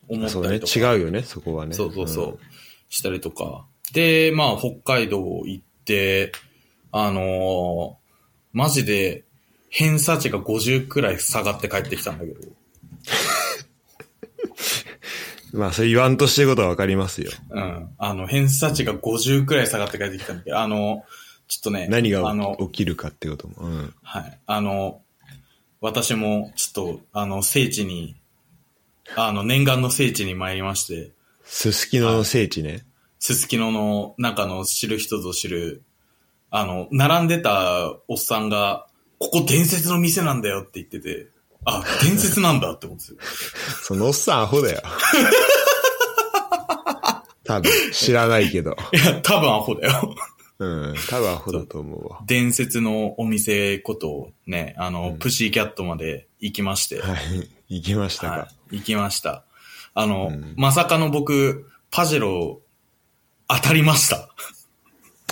思ったそうね。りとか。違うよね、そこはね。そうそうそう、したりとか。で、まあ、北海道行って、あのーマジで、偏差値が50くらい下がって帰ってきたんだけど。うん。まあ、それ言わんとしてることはわかりますよ。うん。あの、偏差値が50くらい下がって帰ってきたんだけど、あの、ちょっとね。何あがの起きるかってことも。うん。はい。あの、私も、ちょっと、あの、聖地に、あの、念願の聖地に参りまして、すすきのの聖地ね。すすきのの中の知る人ぞ知る、あの、並んでたおっさんが、ここ伝説の店なんだよって言ってて、あ、伝説なんだって思ってたそのおっさんアホだ よ。多分、知らないけど。 いや、多分アホだよ。うん。多分アホだと思うわ。伝説のお店ことね、あの、プシーキャットまで行きまして、はい。行きましたはか。い、行きました。あの、うんまさかの僕、パジェロ、当たりました。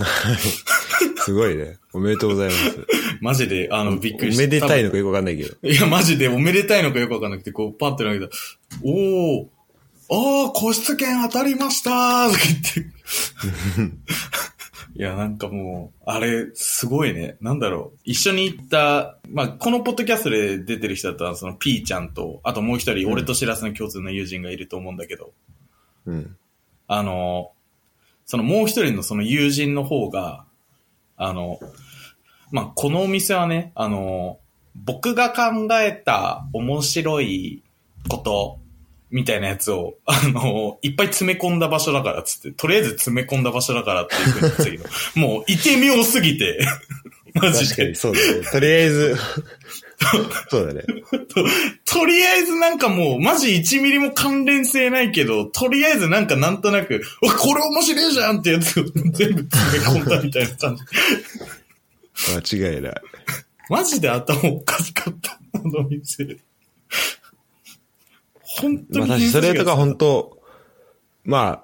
すごいね。おめでとうございます。マジで、あの、 びっくりしおた。めでたいのかよくわかんないけど。いや、マジでおめでたいのかよくわかんなくて、こう、パッて投げたら、おー、あー、個室券当たりましたーとか言って。 いや、なんかもう、あれ、すごいね。なんだろう。一緒に行った、まあ、このポッドキャストで出てる人だったら、その、P ちゃんと、あともう一人、俺とシラスの共通の友人がいると思うんだけど、うん。あの、そのもう一人のその友人の方が、あの、まあ、このお店はね、あの、僕が考えた面白いこと、みたいなやつを、あの、いっぱい詰め込んだ場所だからっつって、とりあえず詰め込んだ場所だからっていうふうに言って たけど、もう、いてみょうすぎて、マジ確かでに、。そうだね。とりあえず、 そうだね。とりあえずなんかもう、マジ1ミリも関連性ないけど、とりあえずなんかなんとなく、うわこれ面白いじゃんってやつを全部詰め込んだみたいな感じ。間違いない。マジで頭おかしかった、あの店。本当まあ確にかにそれとか本当、まあ、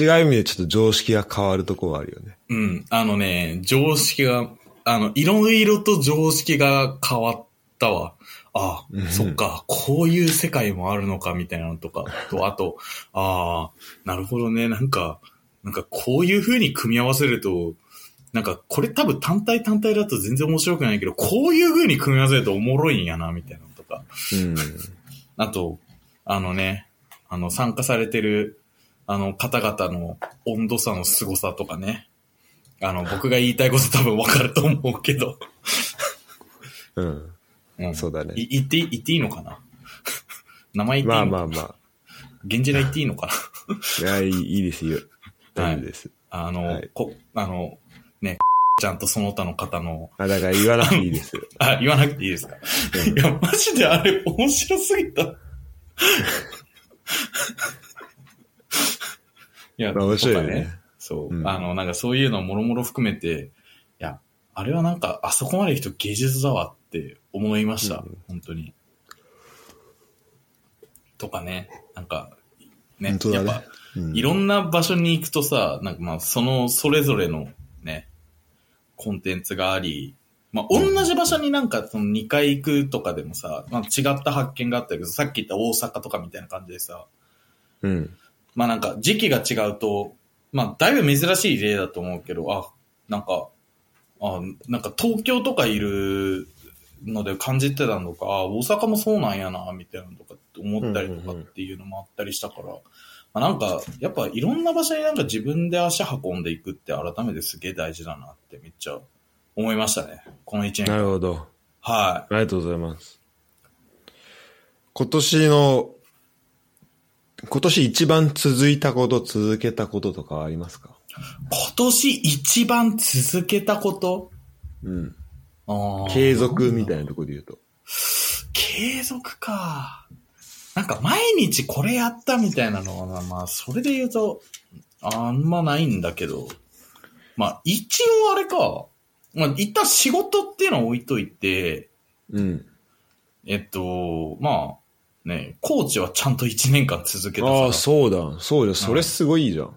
違う意味でちょっと常識が変わるとこはあるよね。うん、あのね、常識が、あの、いろいろと常識が変わったわ。あうんそっか、こういう世界もあるのか、みたいなのとか、と、あと、ああ、なるほどね、なんか、なんかこういう風に組み合わせると、なんかこれ多分単体単体だと全然面白くないけど、こういう風に組み合わせるとおもろいんやな、みたいなのとか。うん。あと、あのね、あの、参加されてる、あの、方々の温度差の凄さとかね。あの、僕が言いたいこと多分分かると思うけど。うん。うんそうだねい言ってい、言っていいのかな 名前言ってまいいあのまあまあ。源氏ら言っていいのかなや、いいいいいですよ。大丈夫です。あの、はいこ、あの、ね、ちゃんとその他の方の、あ、だから言わなくていいです。 あ、言わなくていいですかいや、マジであれ面白すぎた。いや、まあ面白いよとかね。そう、うんあの、なんかそういうのもろもろ含めて、いや、あれはなんか、あそこまで行くと芸術だわって思いました、本当に。とかね、なんか、ね、本当だねやっぱ、うんいろんな場所に行くとさ、なんかまあ、その、それぞれのね、コンテンツがあり、まあ、同じ場所になんか、その2回行くとかでもさ、まあ、違った発見があったけど、さっき言った大阪とかみたいな感じでさ、うん。まあなんか時期が違うと、まあだいぶ珍しい例だと思うけど、あ、なんか、あ、なんか東京とかいるので感じてたのか、あ、大阪もそうなんやな、みたいなのとかって思ったりとかっていうのもあったりしたから、まあなんか、やっぱいろんな場所になんか自分で足運んでいくって改めてすげえ大事だなってめっちゃ思いましたね。この1な年。るほど。はありがとうございます。今年の、今年一番続いたこと、続けたこととかはありますかい。今年一番続けたことうん。あー継続みたいなところで言うと。継続か。なんか毎日これやったみたいなのはな、まあそれで言うと、あんまないんだけど。まあ一応あれか。まあ一旦仕事っていうのを置いといて、うん。えっと、まあね、コーチはちゃんと1年間続けたああ、さ。そうだ。そうだ。それすごいいいじゃん。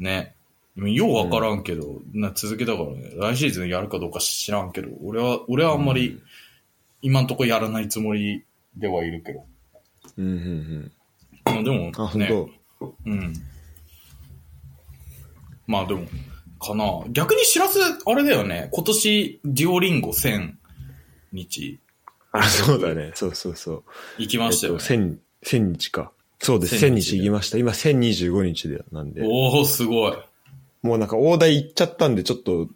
ね。ようわからんけど、な続けたからね、来シーズンやるかどうか知らんけど、俺は、俺はあんまり今んとこやらないつもりではいるけど。うん、うん、うん。まあでも、あ、本ね、当。うん。まあでも、かな。逆に知らず、あれだよね。今年、デュオリンゴ1000日あ、そうだね。そうそうそう。行きましたよえっねと、。千、千日か。そうです。1000 1000日日行きました。今1025日で、なんで。おおすごい。もうなんか大台行っちゃったんで、ちょっと、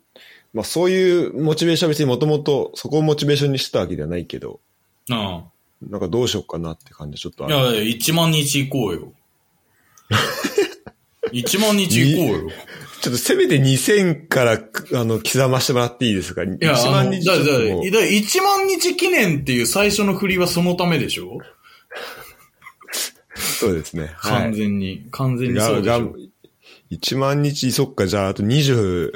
まあそういうモチベーションは別にもともとそこをモチベーションにしてたわけではないけど、うん。なんかどうしようかなって感じ、ちょっとあいるやいや、1万日行こ うよ。1万日行こうよ。ちょっとせめて2000から、くあの、刻ましてもらっていいですかいや、 1あ万の、日だちょだっだともう1万日記念っていう最初の振りはそのためでしょそうですね。は完い。全に。完全にそがうでしがょ。 1万日、そっか、じゃああと20、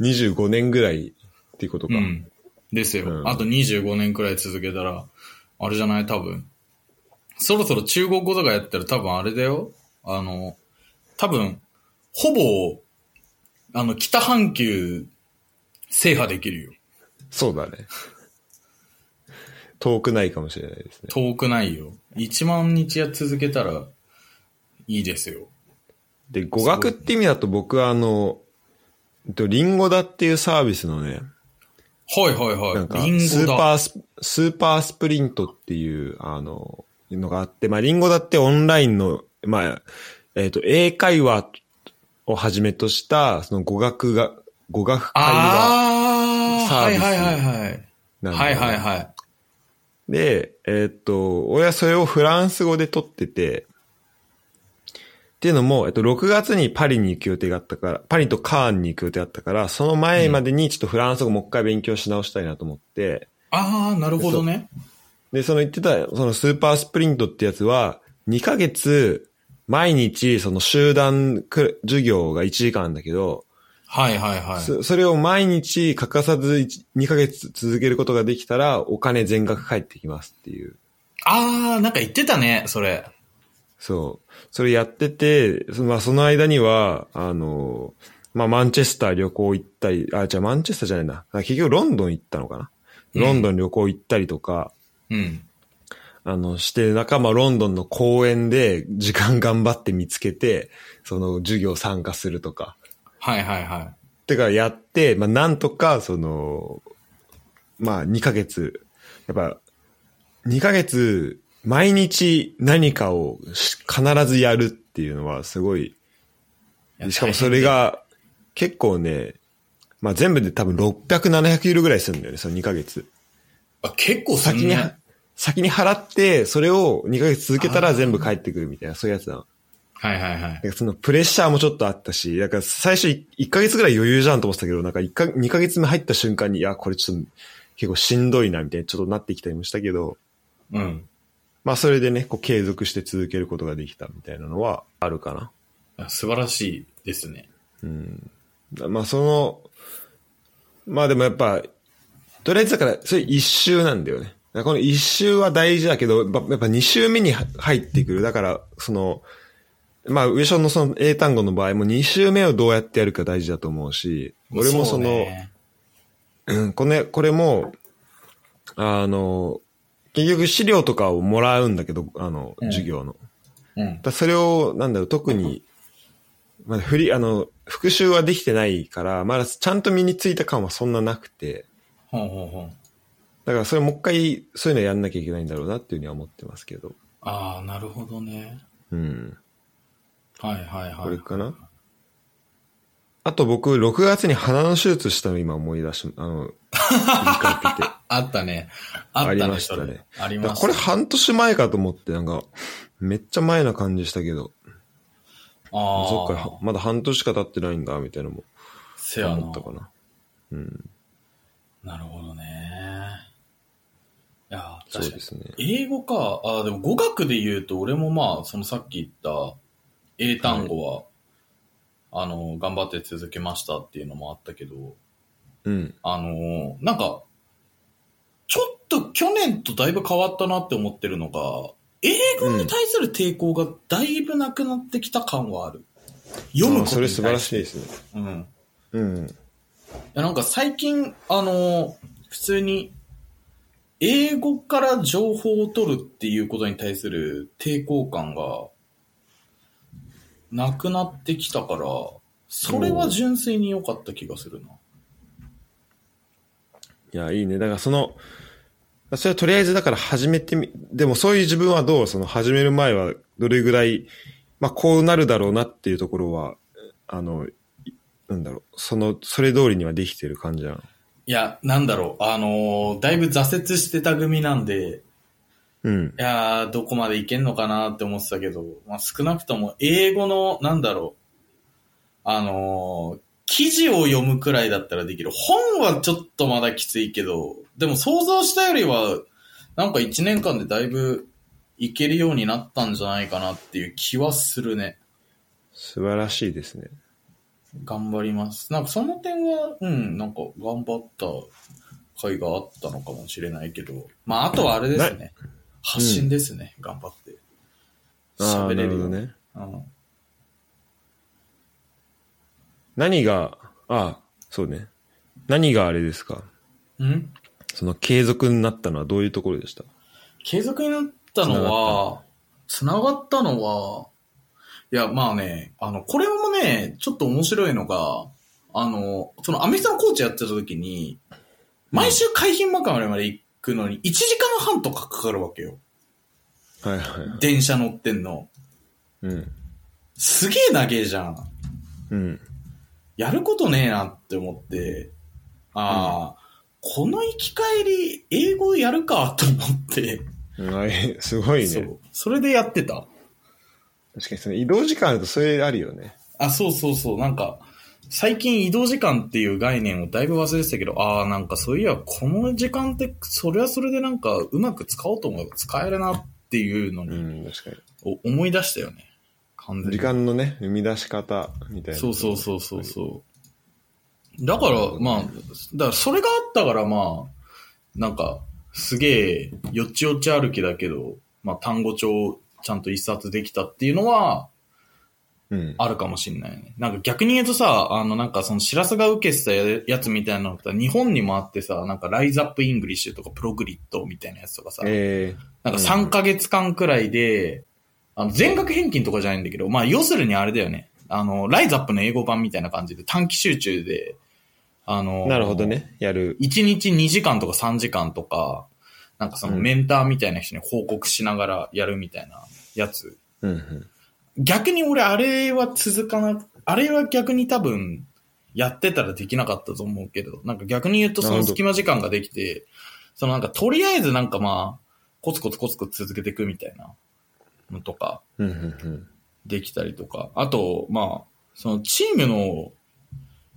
25年ぐらいっていうことか。うん。ですよ。うんあと25年くらい続けたら、あれじゃない多分。そろそろ中国語とかやったら多分あれだよ。あの、多分、ほぼ、あの、北半球、制覇できるよ。そうだね。遠くないかもしれないですね。遠くないよ。1万日や続けたら、いいですよ。で、語学って意味だと僕はあの、えっとリンゴだっていうサービスのね、はいはいなんはか、い。リンスーゴだ。パース、スーパースプリントっていう、あの、いうのがあって、まあ、リンゴだってオンラインの、まあ、えっ、と、英会話をはじめとした、その語学が、語学会話ああ、サーはビいスはいはいはい。なんだはよいねはいはい。で、えーっと、俺はそれをフランス語で撮ってて、っていうのも、えっと、6月にパリに行く予定があったから、パリとカーンに行く予定だったから、その前までにちょっとフランス語もう一回勉強し直したいなと思って、ああ、なるほどね。で、その言ってた、そのスーパースプリントってやつは、2ヶ月、毎日、その集団く授業が1時間だけど、はいはいはい。そそれを毎日欠かさず1 2ヶ月続けることができたら、お金全額返ってきますっていう。ああ、なんか言ってたね、それ。そう。それやってて、そまあ、その間には、あの、まあ、マンチェスター旅行行ったり、あ、じゃあマンチェスターじゃないな。あ結局ロンドン行ったのかな。うんロンドン旅行行ったりとか、うん。あの、して、仲間ロンドンの公園で時間頑張って見つけて、その授業参加するとか。はいはいはてかやって、まあ、なんとか、その、まあ、2ヶ月、やっぱ、2ヶ月、毎日何かをし必ずやるっていうのはすごい、い。しかもそれが結構ね、まあ、全部で多分600、700ユーロぐらいするんだよね、その2ヶ月。あ、結構すん先に、ね。先に払って、それを2ヶ月続けたあらー全部返ってくるみたいな、そういうやつだの。はいはいはい。なんかそのプレッシャーもちょっとあったし、だから最初い1ヶ月ぐらい余裕じゃんと思ってたけど、なんか1か2ヶ月目入った瞬間に、いや、これちょっと結構しんどいな、みたいな、ちょっとなってきたりもしたけど、うん。まあそれでね、こう継続して続けることができたみたいなのはあるかな。あ素晴らしいですね。うん。まあその、まあでもやっぱ、とりあえずだから、それ一周なんだよね。だからこの一周は大事だけど、やっぱやっぱ二周目に入ってくる。だから、その、まあ、上昇のその英単語の場合も二周目をどうやってやるか大事だと思うし、俺もその、うねうんこれ、これも、あの、結局資料とかをもらうんだけど、あの、うん授業の。うん。だそれを、なんだろう、特に、まあ、振り、あの、復習はできてないから、まだちゃんと身についた感はそんななくて、ほうほうほう。だからそれもう一回、そういうのやんなきゃいけないんだろうなっていうふうには思ってますけど。ああ、なるほどね。うん。はいはいはい。これかなあと僕、6月に鼻の手術したの今思い出し、あの、振り返ってて。あったね。 あったありね、ましたそねれ。ありだからましこたれ。半年前かと思って、なんか、めっちゃ前な感じしたけど、あそっあか、まだ半年しか経ってないんだ、みたいなのもせやな。思ったかな。うん、なるほどね。いやー、そう確かでに。すね。英語か。あーでも語学で言うと、俺もまあ、そのさっき言った英単語は、あの、頑張って続けましたっていうのもあったけど、うん。あの、なんか、ちょっと去年とだいぶ変わったなって思ってるのが、英語に対する抵抗がだいぶなくなってきた感はある。読あむことそれ素晴らい。しいですね。うん。うん。いや、なんか最近、あのー普通に、英語から情報を取るっていうことに対する抵抗感が、なくなってきたから、それは純粋に良かった気がするな。いや、いいね。だからその、それはとりあえずだから始めてみ、でもそういう自分はどうその始める前はどれぐらい、まあこうなるだろうなっていうところは、あの、いなんだろう、その、それ通りにはできてる感じなの。いや、なんだろう、あのーだいぶ挫折してた組なんで、うんい。やー、どこまでいけんのかなって思ってたけど、まあ、少なくとも英語の、なんだろう、あのー記事を読むくらいだったらできる。本はちょっとまだきついけど、でも想像したよりは、なんか1年間でだいぶいけるようになったんじゃないかなっていう気はするね。素晴らしいですね。頑張ります。なんかその点は、うん、なんか頑張った甲斐があったのかもしれないけど、まああとはあれですね。発信ですね、頑張って。ああ、な喋れるるほよどね。うん何が、ああ、そうね。何があれですかうんその継続になったのはどういうところでした継続になったのは、つながったのは、いや、まあね、あの、これもね、ちょっと面白いのが、あの、そのアメフトのコーチやってた時に、毎週海浜幕張まで行くのに1時間半とかかかるわけよ。はいはいはい。電車乗ってんの。うん。すげえ長えじゃん。うん。やることねえなって思って、ああ、この行き帰り、英語やるかと思って、うんあれ、すごいね。そう。それでやってた。確かにその移動時間あるとそれあるよね。あ、そうそうそう。なんか、最近移動時間っていう概念をだいぶ忘れてたけど、ああ、なんかそういや、この時間って、それはそれでなんか、うまく使おうと思えば使えるなっていうのうに、ん、確かに。お思い出したよね。完全に。時間のね、生み出し方みたいな。そうそうそうそうそう。だから、まあ、だからそれがあったから、まあ、なんか、すげえ、よちよち歩きだけど、まあ、単語帳ちゃんと一冊できたっていうのは、うん。あるかもしんないね。なんか逆に言うとさ、あのなんかその知らせが受けてたやつみたいなのって日本にもあってさ、なんかライズアップイングリッシュとかプログリッドみたいなやつとかさ、えなんか3ヶ月間くらいで、あの全額返金とかじゃないんだけど、まあ要するにあれだよね。あの、ライズアップの英語版みたいな感じで短期集中で、あえの、なるほどね。やる。 1日2時間とか3時間とか、なんかそのメンターみたいな人に報告しながらやるみたいなやつ。うんうん。逆に俺あれは続かな、あれは逆に多分やってたらできなかったと思うけど、なんか逆に言うとそなのるほど隙間時間ができて、そのなんかとりあえずなんかまあ、コツコツコツコツ続けていくみたいなのとかうんうんできたりとか、あとまあ、そのチームの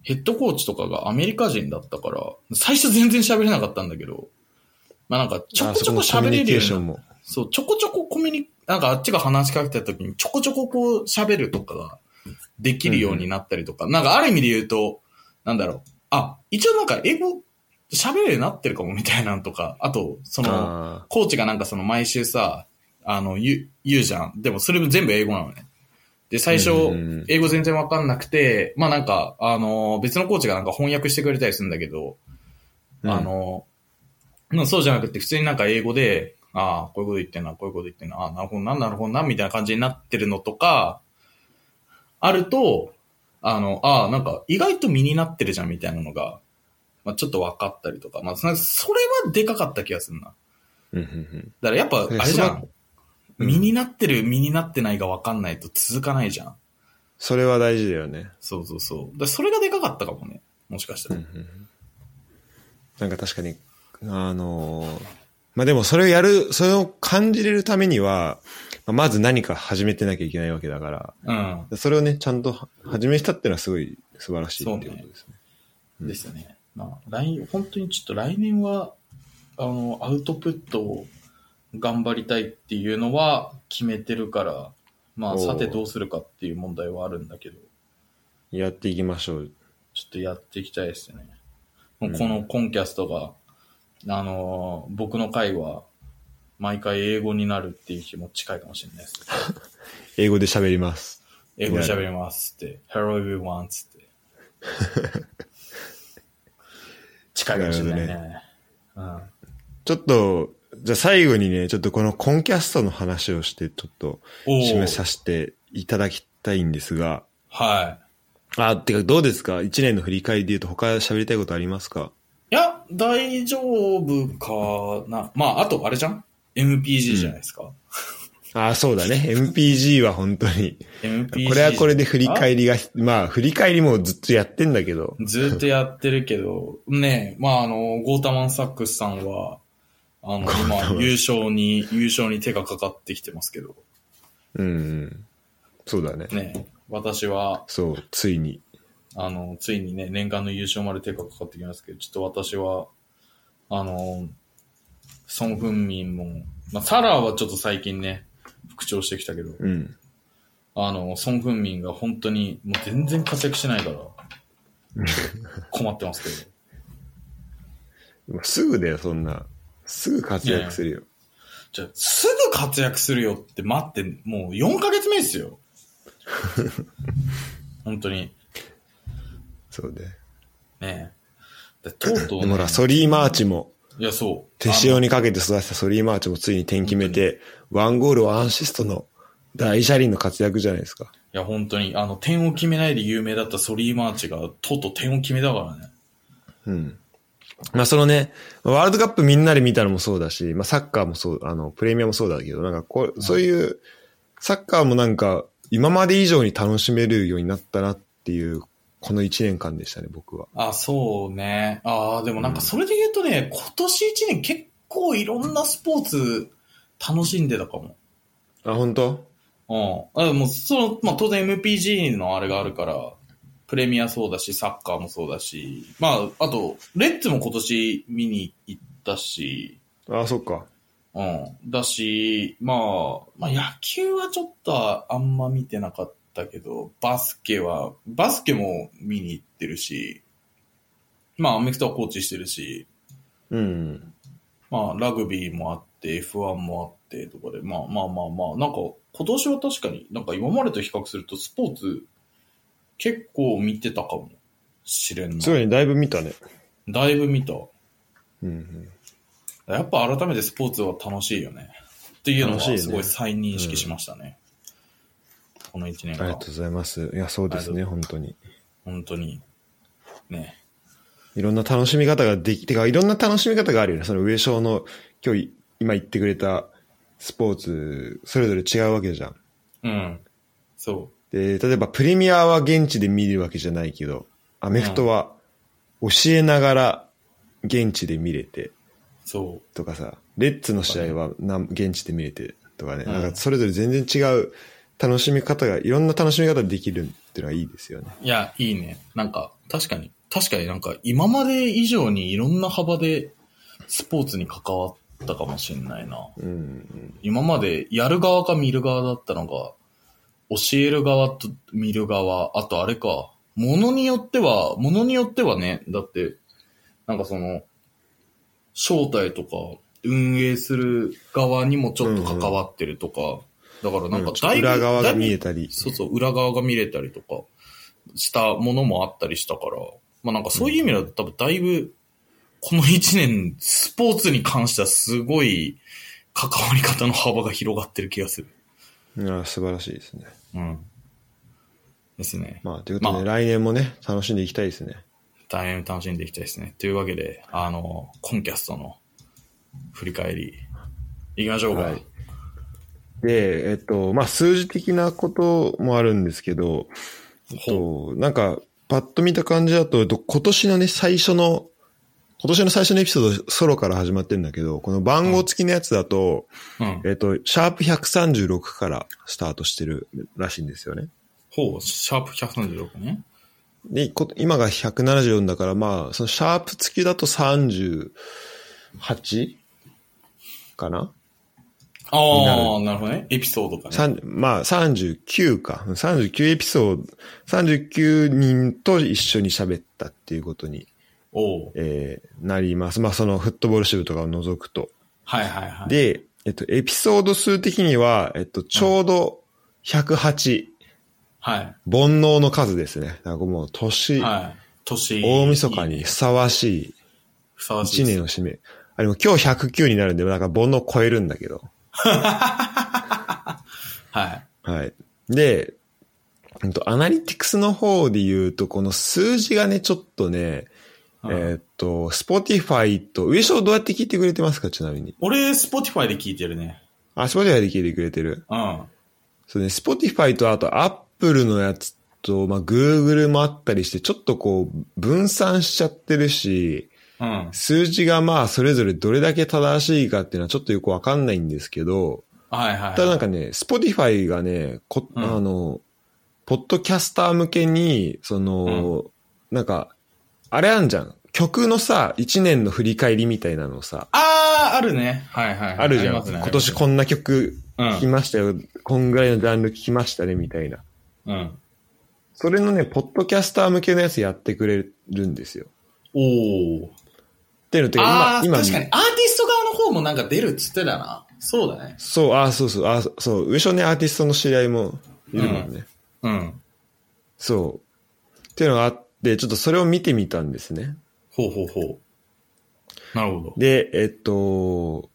ヘッドコーチとかがアメリカ人だったから、最初全然喋れなかったんだけど、まあなんかちょこちょこ喋れるようになっも。そう、ちょこちょこコミュニ、なんかあっちが話しかけた時にちょこちょここう喋るとかができるようになったりとか、なんかある意味で言うと、なんだろう。あ、一応なんか英語喋れるようになってるかもみたいなのとか、あと、その、あコーチがなんかその毎週さ、あの、言う、言うじゃん。でもそれも全部英語なのね。で、最初うんうんうん、英語全然わかんなくて、まあなんか、あの、別のコーチがなんか翻訳してくれたりするんだけど、あ。あの、まあそうじゃなくて、普通になんか英語で、ああ、こういうこと言ってんな、こういうこと言ってんな、ああ、なるほどな、なるほどな、みたいな感じになってるのとか、あると、あの、ああ、なんか意外と身になってるじゃん、みたいなのが、まあちょっと分かったりとか、まあそそれはでかかった気がするな。うんうんうん。だからやっぱ、あえれじゃそん。れはうん身になってる、身になってないが分かんないと続かないじゃん。それは大事だよね。そうそうそう。だからそれがでかかったかもね。もしかしたら。なんか確かに、あのーまあでもそれをやる、それを感じれるためには、まあまず何か始めてなきゃいけないわけだから、うん。それをね、ちゃんとは始めしたっていうのはすごい素晴らしいっていうことですね。ですね。まあ、来本当にちょっと来年は、あの、アウトプットを頑張りたいっていうのは決めてるから、まあ、おうさてどうするかっていう問題はあるんだけど、やっていきましょう。ちょっとやっていきたいですね。もうこのコンキャストが、あのー、僕の回は、毎回英語になるっていう日も近いかもしれないです。英語で喋ります。英語で喋りますって。Hello everyone つ って。近いかもしれないね。なうん。ちょっと、じゃあ最後にね、ちょっとこのコンキャストの話をして、ちょっとお締ーめさせていただきたいんですが、はい。あ、てかどうですか一年の振り返りで言うと他喋りたいことありますかいや、大丈夫かな。まあ、あと、あれじゃん ?MPG じゃないですか。あ、そうだね。MPG は本当に。 MPG。これはこれで振り返りが、まあ振り返りもずっとやってんだけど。ずっとやってるけど、ねまあ、あの、ゴータマンサックスさんは、あの、今、優勝に、優勝に手がかかってきてますけど、うんうん。そうだね。ね私は、そう、ついに。あの、ついにね、念願の優勝まで手がかかってきますけど、ちょっと私は、あの、ソン・フンミンも、まあ、サラーはちょっと最近ね、復調してきたけど、うん。あの、ソン・フンミンが本当に、もう全然活躍してないから、困ってますけど。まあすぐだよ、そんな。すぐ活躍するよ。じゃあすぐ活躍するよって待って、もう4ヶ月目です よ。本当に。そうだよ。ねえ。でとうとう、でね。もほら、ソリーマーチも、いや、そう。手塩にかけて育てたソリーマーチもついに点決めて、ワンゴールワンアシストの大車輪の活躍じゃないですか。いや、本当に、あの、点を決めないで有名だったソリーマーチが、とうとう点を決めたからね。うん。まあそのね、ワールドカップみんなで見たのもそうだし、まあサッカーもそう、あの、プレミアもそうだけど、なんかこう、そういう、サッカーもなんか、今まで以上に楽しめるようになったなっていう、この1年間でしたね、僕は。あ、そうね。ああ、でもなんうかんそれで言うとね、今年1年結構いろんなスポーツ楽しんでたかも。あ、本当うん。あでもう、その、まあ、当然 MPG のあれがあるから、プレミアそうだし、サッカーもそうだし、まあ、あと、レッツも今年見に行ったし、あ、そっか。うん。だし、まあ、まあ、野球はちょっとあんま見てなかったけど、バスケは、バスケも見に行ってるし、まあ、アメフトはコーチしてるし、うん。まあ、ラグビーもあって、F1 もあってとかで、まあまあまあまあ、なんか、今年は確かに、なんか今までと比較すると、スポーツ、結構見てたかもしれんすな。ごいね、だいぶ見たね。だいぶ見た。うんうん。やっぱ改めてスポーツは楽しいよね。っていうのは、楽しいねすごい再認識しましたね。この一あ年りが間とう、ございます。いや、そうですね、本当に。本当に。ね。いろんな楽しみ方ができ、てか、いろんな楽しみ方があるよね。その上昇の、今日い、今言ってくれたスポーツ、それぞれ違うわけじゃん。うん。そで、例えばプレミアは現地で見るわけじゃないけど、アメフトは教えながら現地で見れてう。そとかさ、レッツの試合はな現地で見れてとかね、うんなんかそれぞれ全然違う楽しみ方が、いろんな楽しみ方できるっていうのはいいですよね。う。いや、いいね。なんか、確かに。確かになんか、今まで以上にいろんな幅で、スポーツに関わったかもしれないな。うん。今までやる側か見る側だったのが、教える側と見る側、あとあれか、ものによっては、ものによってはね、だって、なんかその、招待とか、運営する側にもちょっと関わってるとか、だからなんかちょっだといぶ、裏側が見だいえぶたり。そうそう、裏側が見れたりとか、したものもあったりしたから、まあなんかそういう意味だと多分だいぶ、この一年、スポーツに関してはすごい、関わり方の幅が広がってる気がする。いや素晴らしいですね。うん。ですね。まあ、ということで、まあ来年もね、楽しんでいきたいですね。大変楽しんでいきたいですね。というわけで、あの、コンキャストの振り返り、いきましょうか。はい。で、えっと、まあ、数字的なこともあるんですけど、えっと、なんか、パッと見た感じだと、えっと今年のね、最初の、今年の最初のエピソード、ソロから始まってるんだけど、この番号付きのやつだと、うん。えっと、シャープ136からスタートしてるらしいんですよね。ほう、シャープ136ね。で、こ今が174だから、まあ、そのシャープ付きだと 38? かなあなあ、なるほどね。エピソードかね。三まあ、39か。39エピソード、39人と一緒に喋ったっていうことに、おう。えーなります。まあ、そのフットボール支部とかを除くと。はいはいはい。で、えっと、エピソード数的には、えっと、ちょうど108、は煩悩の数ですね。なんかもうい。年、はい。年。大晦日にふさわしふさわいしい1で年す。を締め、あ、でも今日109になるんで、なんか煩悩を超えるんだけど。はい。はい。で、うんとアナリティクスの方で言うと、この数字がね、ちょっとね、うんえーっと、Spotify と、上昇どうやって聞いてくれてますかちなみに。俺、Spotify で聞いてるね。あ、Spotify で聞いてくれてる。うん。そうね、Spotify とあと Apple のやつと、まあ、Google もあったりして、ちょっとこう、分散しちゃってるし、うん。数字がまあ、それぞれどれだけ正しいかっていうのはちょっとよくわかんないんですけど、はいはい。ただなんかね、Spotify がね、こうんあの、ポッドキャスター向けに、その、なんか、あれあんじゃん。曲のさ、一年の振り返りみたいなのさ、あー、あるね。はいはいはい。あるじゃん。りますね今年こんな曲うん聴きましたよ、こんぐらいのジャンル聴きましたね、みたいな。うん。それのね、ポッドキャスター向けのやつやってくれるんですよ。おー。っていうのって、あ今、ー、今、確かに。アーティスト側の方もなんか出るっつってたな。そうだね。そう、あ、そうそう、あ、そう、上昇ね、アーティストの知り合いもいるもんね。うん。そう。っていうのがあって、ちょっとそれを見てみたんですね。ほうほうほう。なるほど。で、えっと、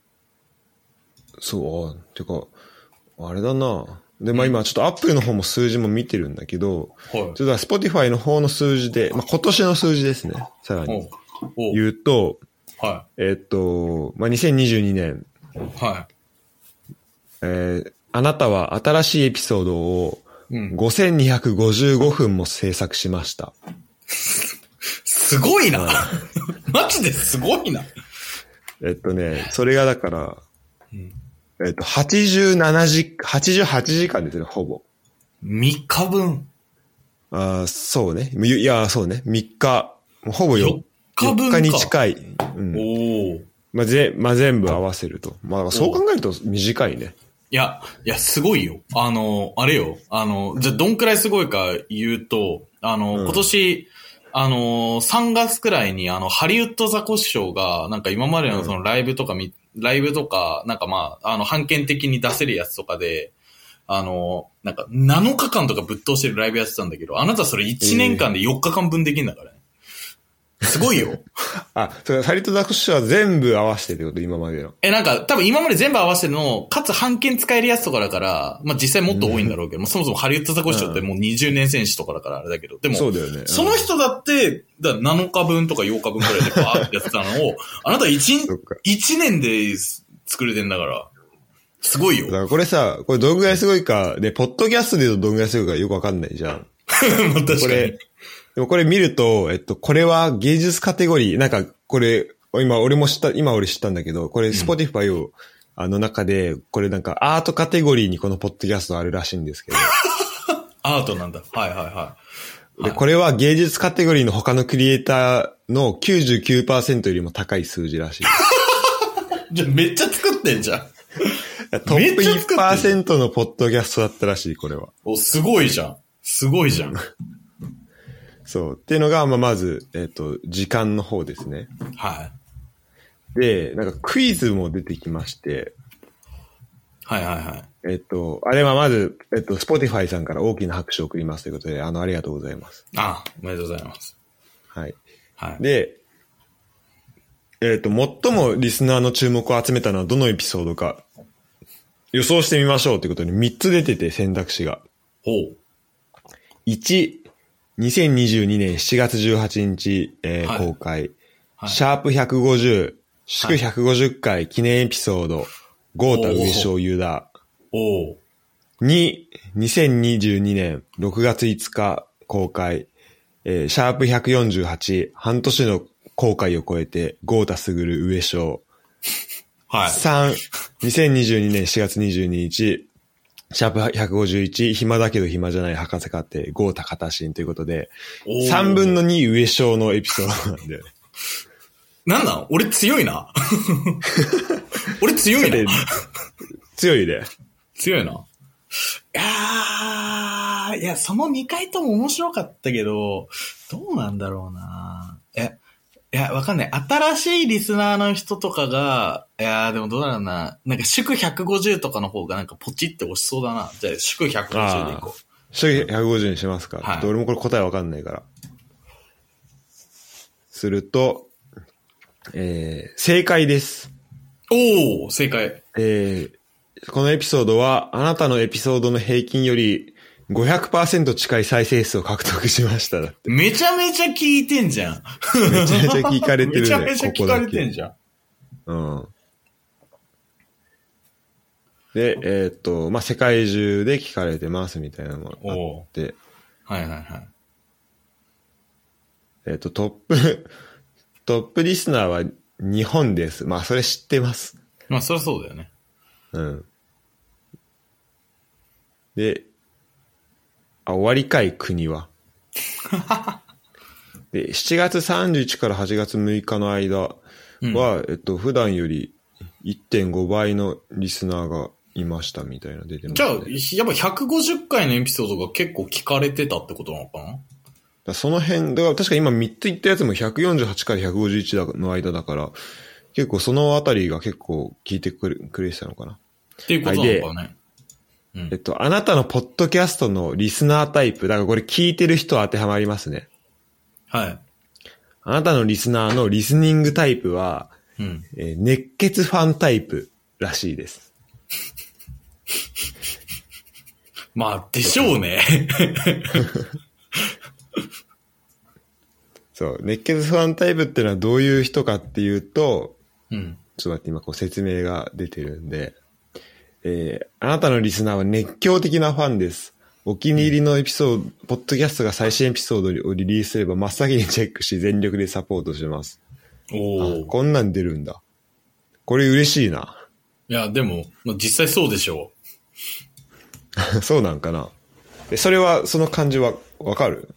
そう、あてか、あれだな。で、まあ今ちょっとアップルの方も数字も見てるんだけど、はいちょっとスポティファイの方の数字で、まあ今年の数字ですね。さらおにう。おう言うと、はえっと、まあ2022年、い。はえーあなたは新しいエピソードをい。うん。 5255分も制作しました。すごいな。 マジですごいな。えっとね、それがだから、うんえっと、87時、88時間ですね、ほぼ。 3日分。あーそうね。いいや、そうね。3日、ほぼよ4 4日日分にか。近い。うん。おー。まあ、ぜ、まあ、全部合わせると。まあ、そう考えると短いね。いや、いや、すごいよ。あの、あれよ。あの、じゃあ、どんくらいすごいか言うと、あの、うん今年、あの、3月くらいに、あの、ハリウッドザコシショウが、なんか今までのそのライブとかみ、ライブとか、なんかまあ、あの、判権的に出せるやつとかで、あの、なんか7日間とかぶっ通してるライブやってたんだけど、あなたそれ1年間で4日間分できんだからね。すごいよ。あ、それ、サリトダクシは全部合わせてってこと、今までの。え、なんか、多分今まで全部合わせての、かつ半券使えるやつとかだから、まあ実際もっと多いんだろうけど、まあそもそもハリウッドザコシショウってもう20年選手とかだからあれだけど、でも、そうだよね。その人だって、だ7日分とか8日分くらいでバーってやってたの を、あなたそ1っ、か。一年で作れてんだから、すごいよ。だまからこれさ、これどんぐらいすごいか、で、ポッドキャストで言うとどんぐらいすごいかよくわかんないじゃん。 あ確こかにれ。、でもこれ見ると、えっと、これは芸術カテゴリー、なんか、これ、今俺も知った、今俺知ったんだけど、これ、スポティファイを、あの中で、これなんかアートカテゴリーにこのポッドキャストあるらしいんですけど、アートなんだ。はいはいはで、これは芸術カテゴリーの他のクリエイターの99%よりも高い数字らしい。い。じゃあめっちゃ作ってんじゃん。トップ めっちゃ作1%のポッドキャストだったらしい、これは。お、すごいじゃん。すごいじゃん。そう。っていうのが、まあ、まず、えっと、時間の方ですね。はい。で、なんかクイズも出てきまして、はいはいはい。えっと、あれはまず、えっと、Spotify さんから大きな拍手を送りますということで、あの、ありがとうございます。あおめでとうございます。はい。はい。で、えっと、最もリスナーの注目を集めたのはどのエピソードか、予想してみましょうということに3つ出てて選択肢が。ほう。 1、2022年7月18日、えーはい公開、はいシャープ150、祝はい150回記念エピソード、ゴータおー上昇ユダ。おうに、2022年6月5日公開、えーシャープ148、半年の公開を超えて、ゴータスグル上昇。はい。 3、2022年4月22日、シャープ151、暇だけど暇じゃない博士課程、ゴータカタシンということで、おう3分の2上昇のエピソードなんで。なんなん俺強い な。俺強いな。強いで。強いな。いやー、いや、その2回とも面白かったけど、どうなんだろうな。え、いや、わかんない。新しいリスナーの人とかが、いやー、でもどうだろうな。なんか、祝150とかの方がなんかポチって押しそうだな。じゃあ、祝150でいこ主義150にしますか。はいちょっと俺もこれ答えわかんないから。すると、えー正解です。う。おー、正解。えーこのエピソードは、あなたのエピソードの平均より500%近い再生数を獲得しました。だってめちゃめちゃ聞いてんじゃん。めちゃめちゃ聞かれてる めね。ちゃめちゃ聞かれてんこじゃん。こだけうん。で、えーっと、まあ、世界中で聞かれてますみたいなのもあって、はいはいはい。えっ、と、トップ、トップリスナーは日本です。まあ、それ知ってます。まあ、そりゃそうだよね。うん。で、あ、終わりかい、国 は。で、7月31から8月6日の間は、うんえっと、普段より1.5倍のリスナーがいましたみたいな出てます、じゃあ、やっね。ぱ150回のエピソードが結構聞かれてたってことなのかなだその辺、だから確か今3つ言ったやつも148から151の間だから、結構そのあたりが結構聞いてくれくれてたのかな。っていうことなのかね。えっと、あなたのポッドキャストのリスナータイプ、だからこれ聞いてる人は当てはまりますね。はあなたのリスナーのリスニングタイプは、い。うん。えー熱血ファンタイプらしいです。まあ、でしょうね。 そう、熱血ファンタイプってのはどういう人かっていうと、うん。ちょっと待って、今こう説明が出てるんで。えーあなたのリスナーは熱狂的なファンです。お気に入りのエピソード、ポッドキャストが最新エピソードをリリースすれば真っ先にチェックし全力でサポートします。あおお。こんなん出るんだ。これ嬉しいな。 いや、でも、まあ、実際そうでしょそうなんかな。えそれは、その感じはわかる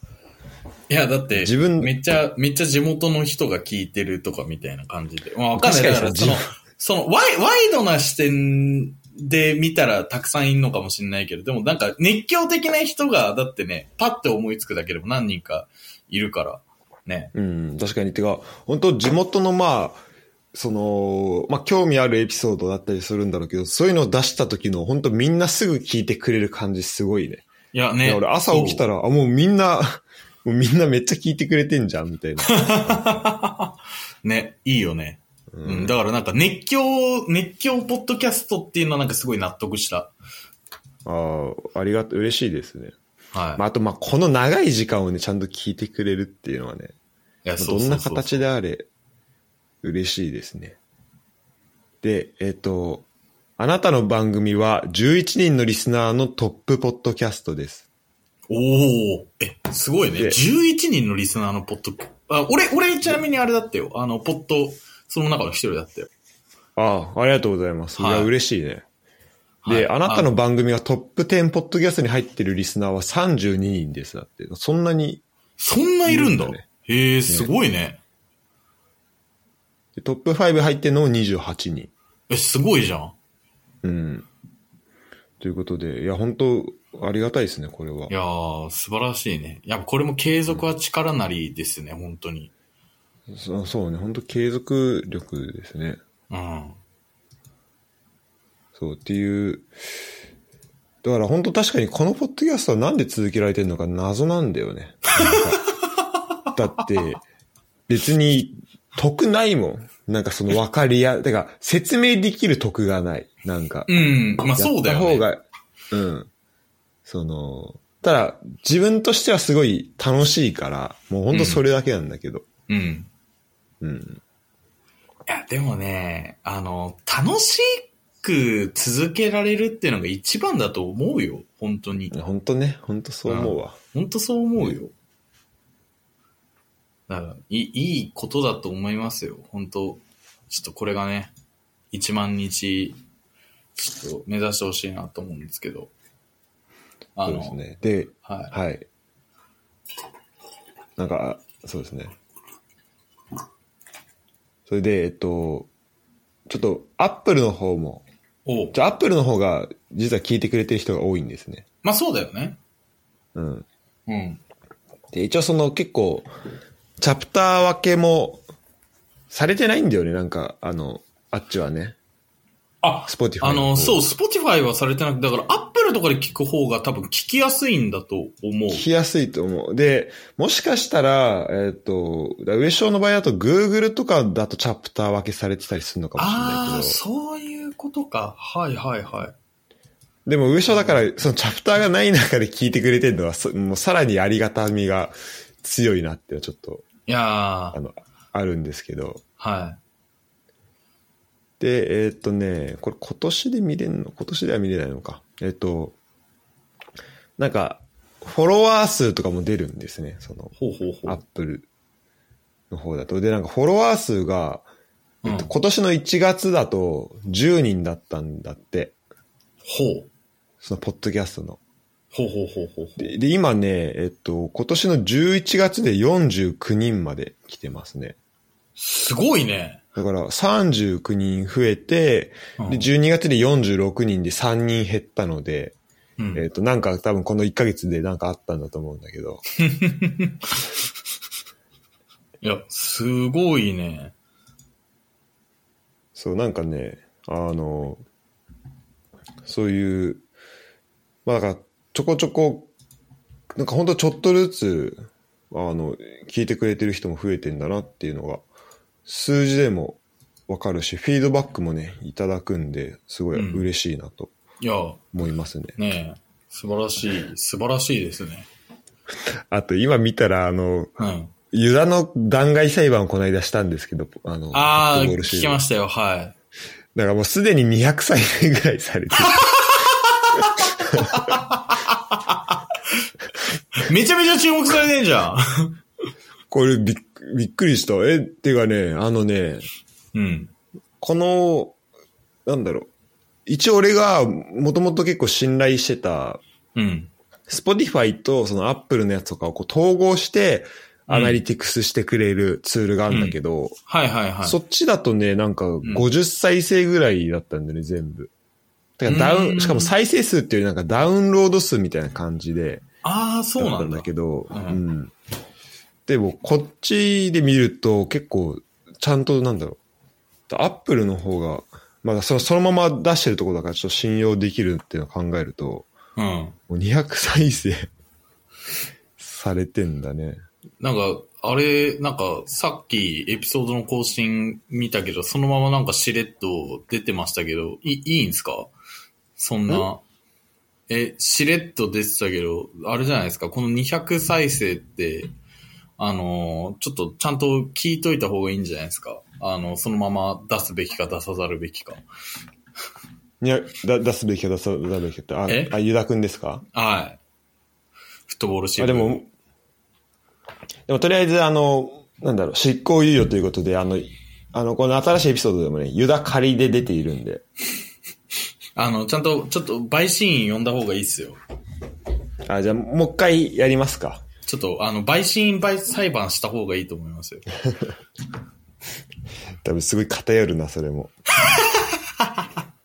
う。いや、だって、自分めっちゃ、めっちゃ地元の人が聞いてるとかみたいな感じで。まあ、わかんない。確だかかにら、そそうの、その、ワイ、ワイドな視点で見たらたくさんいるのかもしれないけど、でもなんか熱狂的な人が、だってね、パッて思いつくだけでも何人かいるから、ね。うん、確かに。てか、本当地元のまあ、その、まあ、興味あるエピソードだったりするんだろうけど、そういうのを出した時の、本当みんなすぐ聞いてくれる感じすごいね。いやいね。や俺朝起きたら、あ、もうみんな、 もうみんなめっちゃ聞いてくれてんじゃん、みたいな。ね、いいよね。うん、だからなんか熱狂、熱狂ポッドキャストっていうのはなんかすごい納得した。ああ、ありがとう、嬉しいですね。はい。まあ、あと、まあ、この長い時間をね、ちゃんと聞いてくれるっていうのはね、いまや、あそどうそんうそうな形であれ、嬉しいですね。で、えっ、と、あなたの番組は11人のリスナーのトップポッドキャストです。おおえ、すごいね。で11人のリスナーのポッド、あ、俺、俺ちなみにあれだったよ。あの、ポッド、その中の一人だったよ。ああ、ありがとうございます。はいいや、嬉しいね。はいで、あなたの番組がトップ10ポッドキャストに入ってるリスナーは32人です。だって、そんなにそんないるんだ。いるんだねへえ、すごいね。でトップ5入ってんのも28人。え、すごいじゃん。。うん。ということで、いや、本当ありがたいですね、これはいやー、素晴らしいね。やっぱこれも継続は力なりですね、本当に。そそうね、本当継続力ですね。うん。そうっていう。だから本当確かにこのポッドキャストはなんで続けられてるのか謎なんだよね。なんかだって、別に得ないもん。なんかその分かりや、てか説明できる得がない。なんか。うん。まあそうだよね。やった方が、うん。その、ただ自分としてはすごい楽しいから、もう本当それだけなんだけど。うん。うん。いや、でもね、あの、楽しく続けられるっていうのが一番だと思うよ。本当に。本当ね、本当そう思うわ。本当そう思うよ。だからい、いいことだと思いますよ。本当ちょっとこれがね、1万日、ちょっと目指してほしいなと思うんですけど。あそうの、ですね。で、はい。はい。なんか、そうですね。それで、えっと、ちょっと、アップルの方も、おうじゃあアップルの方が、実は聞いてくれてる人が多いんですね。まあそうだよね。うん。うん。で、一応その結構、チャプター分けもされてないんだよね、なんか、あの、あっちはね、あ、スポティファイあの、そう、う。 Spotify はされてなくて、だから Apple とかで聞く方が多分聞きやすいんだと思聞う。きやすいと思う。で、もしかしたら、えっ、と、だ上昇の場合だと Google とかだとチャプター分けされてたりするのかもしれあなあー、いけど、そういうことか。はいはいはい。でも上昇だから、そのチャプターがない中で聞いてくれてるのは、そもうさらにありがたみが強いなっていうのはちょっと、いやあー、の、あるんですけど。はで、えーっとね、これ今年で見れんの今年では見れないのか。えーっと、なんか、フォロワー数とかも出るんですね。そのい。、ほうほうほアうッ。プルの方だと。で、なんかフォロワー数が、うん、ほ今年の1月だと10人だったんだって。う。その、ポッドキャストの。ほうほうほうほうほう。で、で今ね、えーっと、今年の11月で49人まで来てますね。すごいね。だから39人増えて、うんで、12月で46人で3人減ったので、うんえっ、と、なんか多分この1ヶ月でなんかあったんだと思うんだけど。いや、すごいね。そう、なんかね、あの、そういう、まあだから、ちょこちょこ、なんかほんとちょっとずつ、あの、聞いてくれてる人も増えてんだなっていうのが、数字でもわかるし、フィードバックもね、いただくんで、すごいうん嬉しいなといや、思いますね。ねえ素晴らしい、素晴らしいですね。あと、今見たら、あの、うん。ユダの弾劾裁判をこの間したんですけど、あの、ああ、フットボールシー聞ズンきましたよ、はい。だからもうすでに200再生ぐらいされてる。めちゃめちゃ注目されてんじゃん。これびっびっくりした。え、っていうかね、あのね、うん。この、なんだろう。一応俺がもともと結構信頼してた、うん。 Spotify とその Apple のやつとかをこう統合して、うんアナリティクスしてくれるツールがあるんだけど、はいはいはい。そっちだとね、なんか50再生ぐらいだったんだよね、全部。だからダウうんン、しかも再生数っていうよりなんかダウンロード数みたいな感じで、ああ、そうだっなたんんだ。だけど、うんうんでも、こっちで見ると結構、ちゃんとなんだろう。アップルの方が、まだそのそのまま出してるとこだからちょっと信用できるっていうのを考えると、うん。もう200再生されてんだね。なんか、あれ、なんか、さっきエピソードの更新見たけど、そのままなんかしれっと出てましたけど、いいいんすかそんな。え、しれっと出てたけど、あれじゃないですか、この200再生って、あのーちょっとちゃんと聞いといた方がいいんじゃないですかあの、そのまま出すべきか出さざるべきか。にゃだ出すべきか出さざるべきかってえ、あ、あ、ユダくんですかはい。フットボールシーあ、ズでン。も、でもとりあえずあの、なんだろう、執行猶予ということで、あの、あの、この新しいエピソードでもね、ユダ仮で出ているんで、あの、ちゃんと、ちょっと、陪審員呼んだ方がいいっすよ。あ、じゃあ、もう一回やりますか。ちょっと、あの、陪審員陪裁判した方がいいと思いますよ。多分すごい偏るな、それも。 あ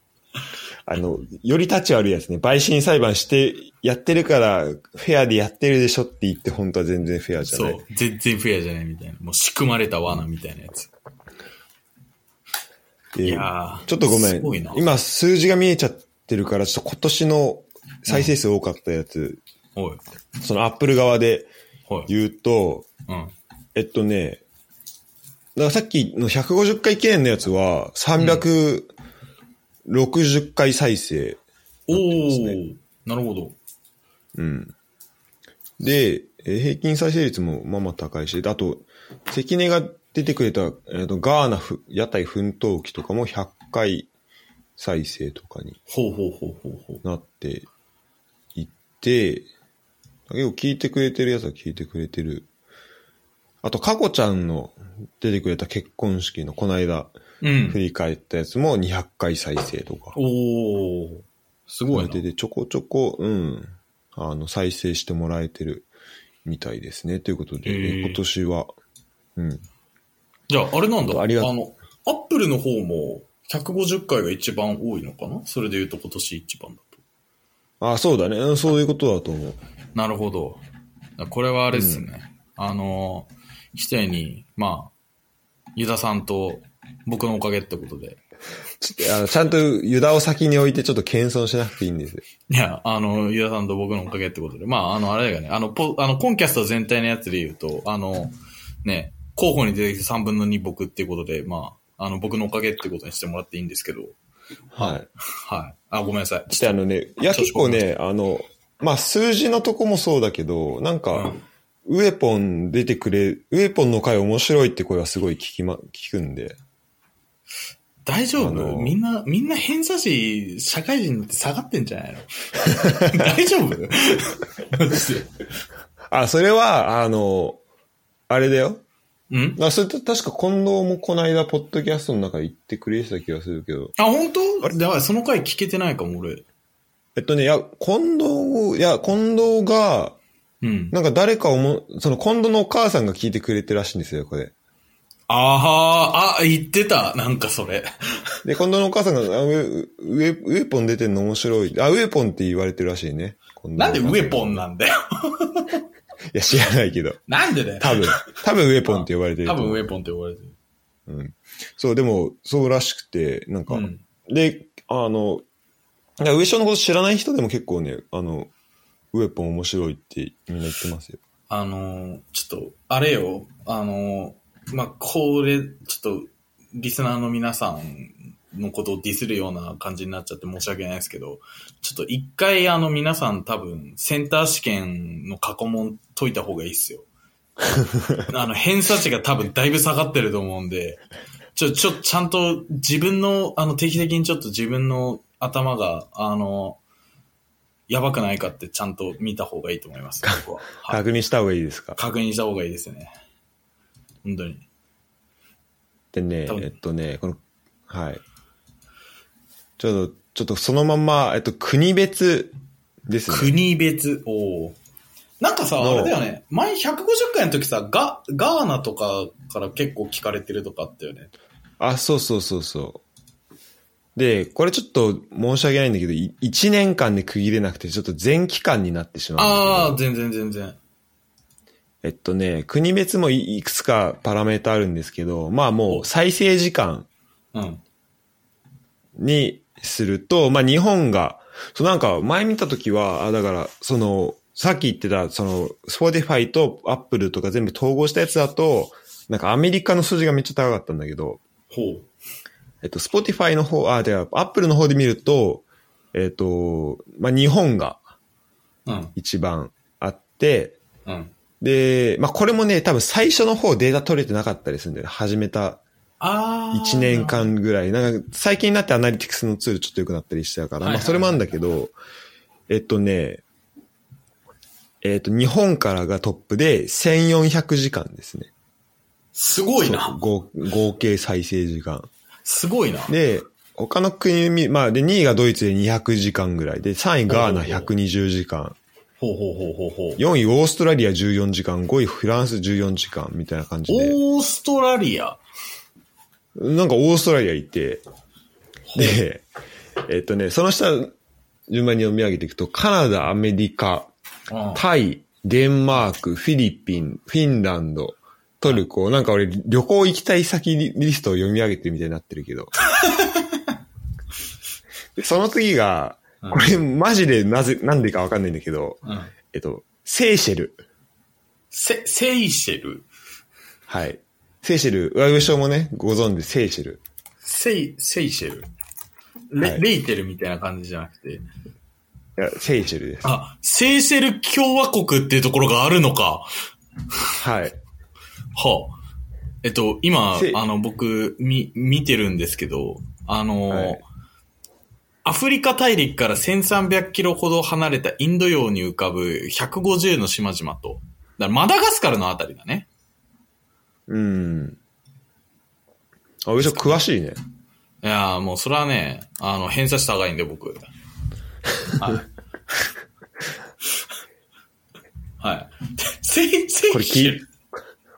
の、より立ち悪いやつね。陪審裁判して、やってるから、フェアでやってるでしょって言って、本当は全然フェアじゃそなうい。。全然フェアじゃないみたいな。もう仕組まれた罠みたいなやつ。でいやーちょっとごめすんごいな。今、数字が見えちゃってるから、ちょっと今年の再生数多かったやつ、おい。そのアップル側でおい。言うと、うん。えっとね、だからさっきの150回記念のやつは、360回再生。おますねー。なるほど。うん。で、えー平均再生率もまあまあ高いし、あと、関根が出てくれた、えーとガーナふ屋台奮闘記とかも100回再生とかにほうほうほうほうほう。なっていって、結構聞いてくれてるやつは聞いてくれてる。あと、かこちゃんの出てくれた結婚式のこの間う振ん。り返ったやつも200回再生とか。おー。すごいなで。でちょこちょこ、うん、あの、再生してもらえてるみたいですね。ということで、へー今年は、うん。じゃあ、あれなんだ。ありがとうの、アップルの方も150回が一番多いのかなそれで言うと今年一番だと。あ、そうだね。うんそういうことだと思う。なるほど。これはあれですね。あの、既定に、まあ、ユダさんと僕のおかげってことで。ちょっとあのちゃんとユダを先に置いてちょっと謙遜しなくていいんですよ。いや、あの、ゆださんと僕のおかげってことで。まあ、あの、あれだよね。あの、ポ、あの、コンキャスト全体のやつで言うと、あの、ね、候補に出てきて3分の2僕っていうことで、まあ、あの、僕のおかげってことにしてもらっていいんですけど。はい。はい。あ、ごめんなさい。してあのね、いやちょっ結と構ね、あの、まあ、数字のとこもそうだけど、なんか、ウエポン出てくれ、ウエポンの回面白いって声はすごい聞きま、聞くんで。大丈夫、あのみんな、みんな偏差値、社会人になって下がってんじゃない の大丈夫 マジであ、それは、あの、あれだよ。うんあ、それと確か近藤もこの間、ポッドキャストの中で言ってくれてた気がするけど。あ、本当だからその回聞けてないかも、俺。えっとね、いや、近藤、いや、近藤が、うん。なんか誰かをも、その近藤のお母さんが聞いてくれてるらしいんですよ、これ。あー、あ、言ってた。なんかそれ。で、近藤のお母さんが、あウェウェウェポン出てんの面白い。あ、ウェポンって言われてるらしいね。なんでウェポンいンなんだよ。や、知らないけど。なんでだよ。多分、多分ウェポンって呼ばれてると多思う。分ウェポンって呼ばれてる。そう、でも、そうらしくて、なんか、うん。で、あの、いや、上昇のこと知らない人でも結構ね、あの、ウェポン面白いってみんな言ってますよ。あのーちょっと、あれよ、あのーまあ、これ、ちょっと、リスナーの皆さんのことをディスるような感じになっちゃって申し訳ないですけど、ちょっと一回あの皆さん多分、センター試験の過去問解いた方がいいっすよ。あの、偏差値が多分だいぶ下がってると思うんで、ちょ、ちょ、ちゃんと自分の、あの、定期的にちょっと自分の頭が、あの、やばくないかってちゃんと見た方がいいと思います、僕は。はい確認した方がいいですか確認した方がいいですね。本当に。でね多、分えっとね、この、はい。ちょっと、ちょっとそのまま、えっと、国別ですね。国別。おーなんかさ、のあれだよね。前150回の時さ、ガ、ガーナとかから結構聞かれてるとかあったよね。あ、そうそうそうそう。で、これちょっと申し訳ないんだけど、1年間で区切れなくて、ちょっと全期間になってしまうんだけど。ああ、全然全然。えっとね、国別もいいくつかパラメータあるんですけど、まあもう再生時間うん。にすると、まあ日本が、そうなんか前見たときは、あだから、その、さっき言ってた、その、Spotify と Apple とか全部統合したやつだと、なんかアメリカの数字がめっちゃ高かったんだけど、ほえっと、Spotify の方、あ、では Apple の方で見ると、えっと、まあ日本がう。うん。一番あって、うん。で、まあこれもね、多分最初の方データ取れてなかったりするんだよね。始めたああ。一年。間ぐらい。なんか、最近になってアナリティクスのツールちょっと良くなったりしてたから、はいはいまあ、それもあるんだけど、えっとね、えっと、日本からがトップで1400時間ですね。すごいそうな。合合計再生時間。すごいな。で、他の国見、まあ、で、2位がドイツで200時間ぐらいで、3位ガーナ120時間、ほうほうほうほうほう。 4位オーストラリア14時間、5位フランス14時間みたいな感じで、オーストラリア。なんかオーストラリアいて、で、えっとね、その下、順番に読み上げていくと、カナダ、アメリカ、うん。タイ、デンマーク、フィリピン、フィンランド、トルコ、なんか俺、旅行行きたい先リリストを読み上げてるみたいになってるけ ど。でその次が、これマジでなぜ、なんでかわかんないんだけど、うん。えっと、セーシェル。セ、セイシェル。はい。セーシェル、上上もね、ご存知、セーシェル。セイ、セイシェル。レ、はいレイテルみたいな感じじゃなくて。いや、セーシェルです。あ、セーシェル共和国っていうところがあるのか。はい。はあ、えっと、今せ、あの、僕、み、見てるんですけど、あの、はいアフリカ大陸から1300キロほど離れたインド洋に浮かぶ150の島々と、だからマダガスカルのあたりだね。うん。あ、上さん詳しいね。いやーもうそれはね、あの、偏差値高いんで僕。 はい。はい。せい、せい、これ聞い、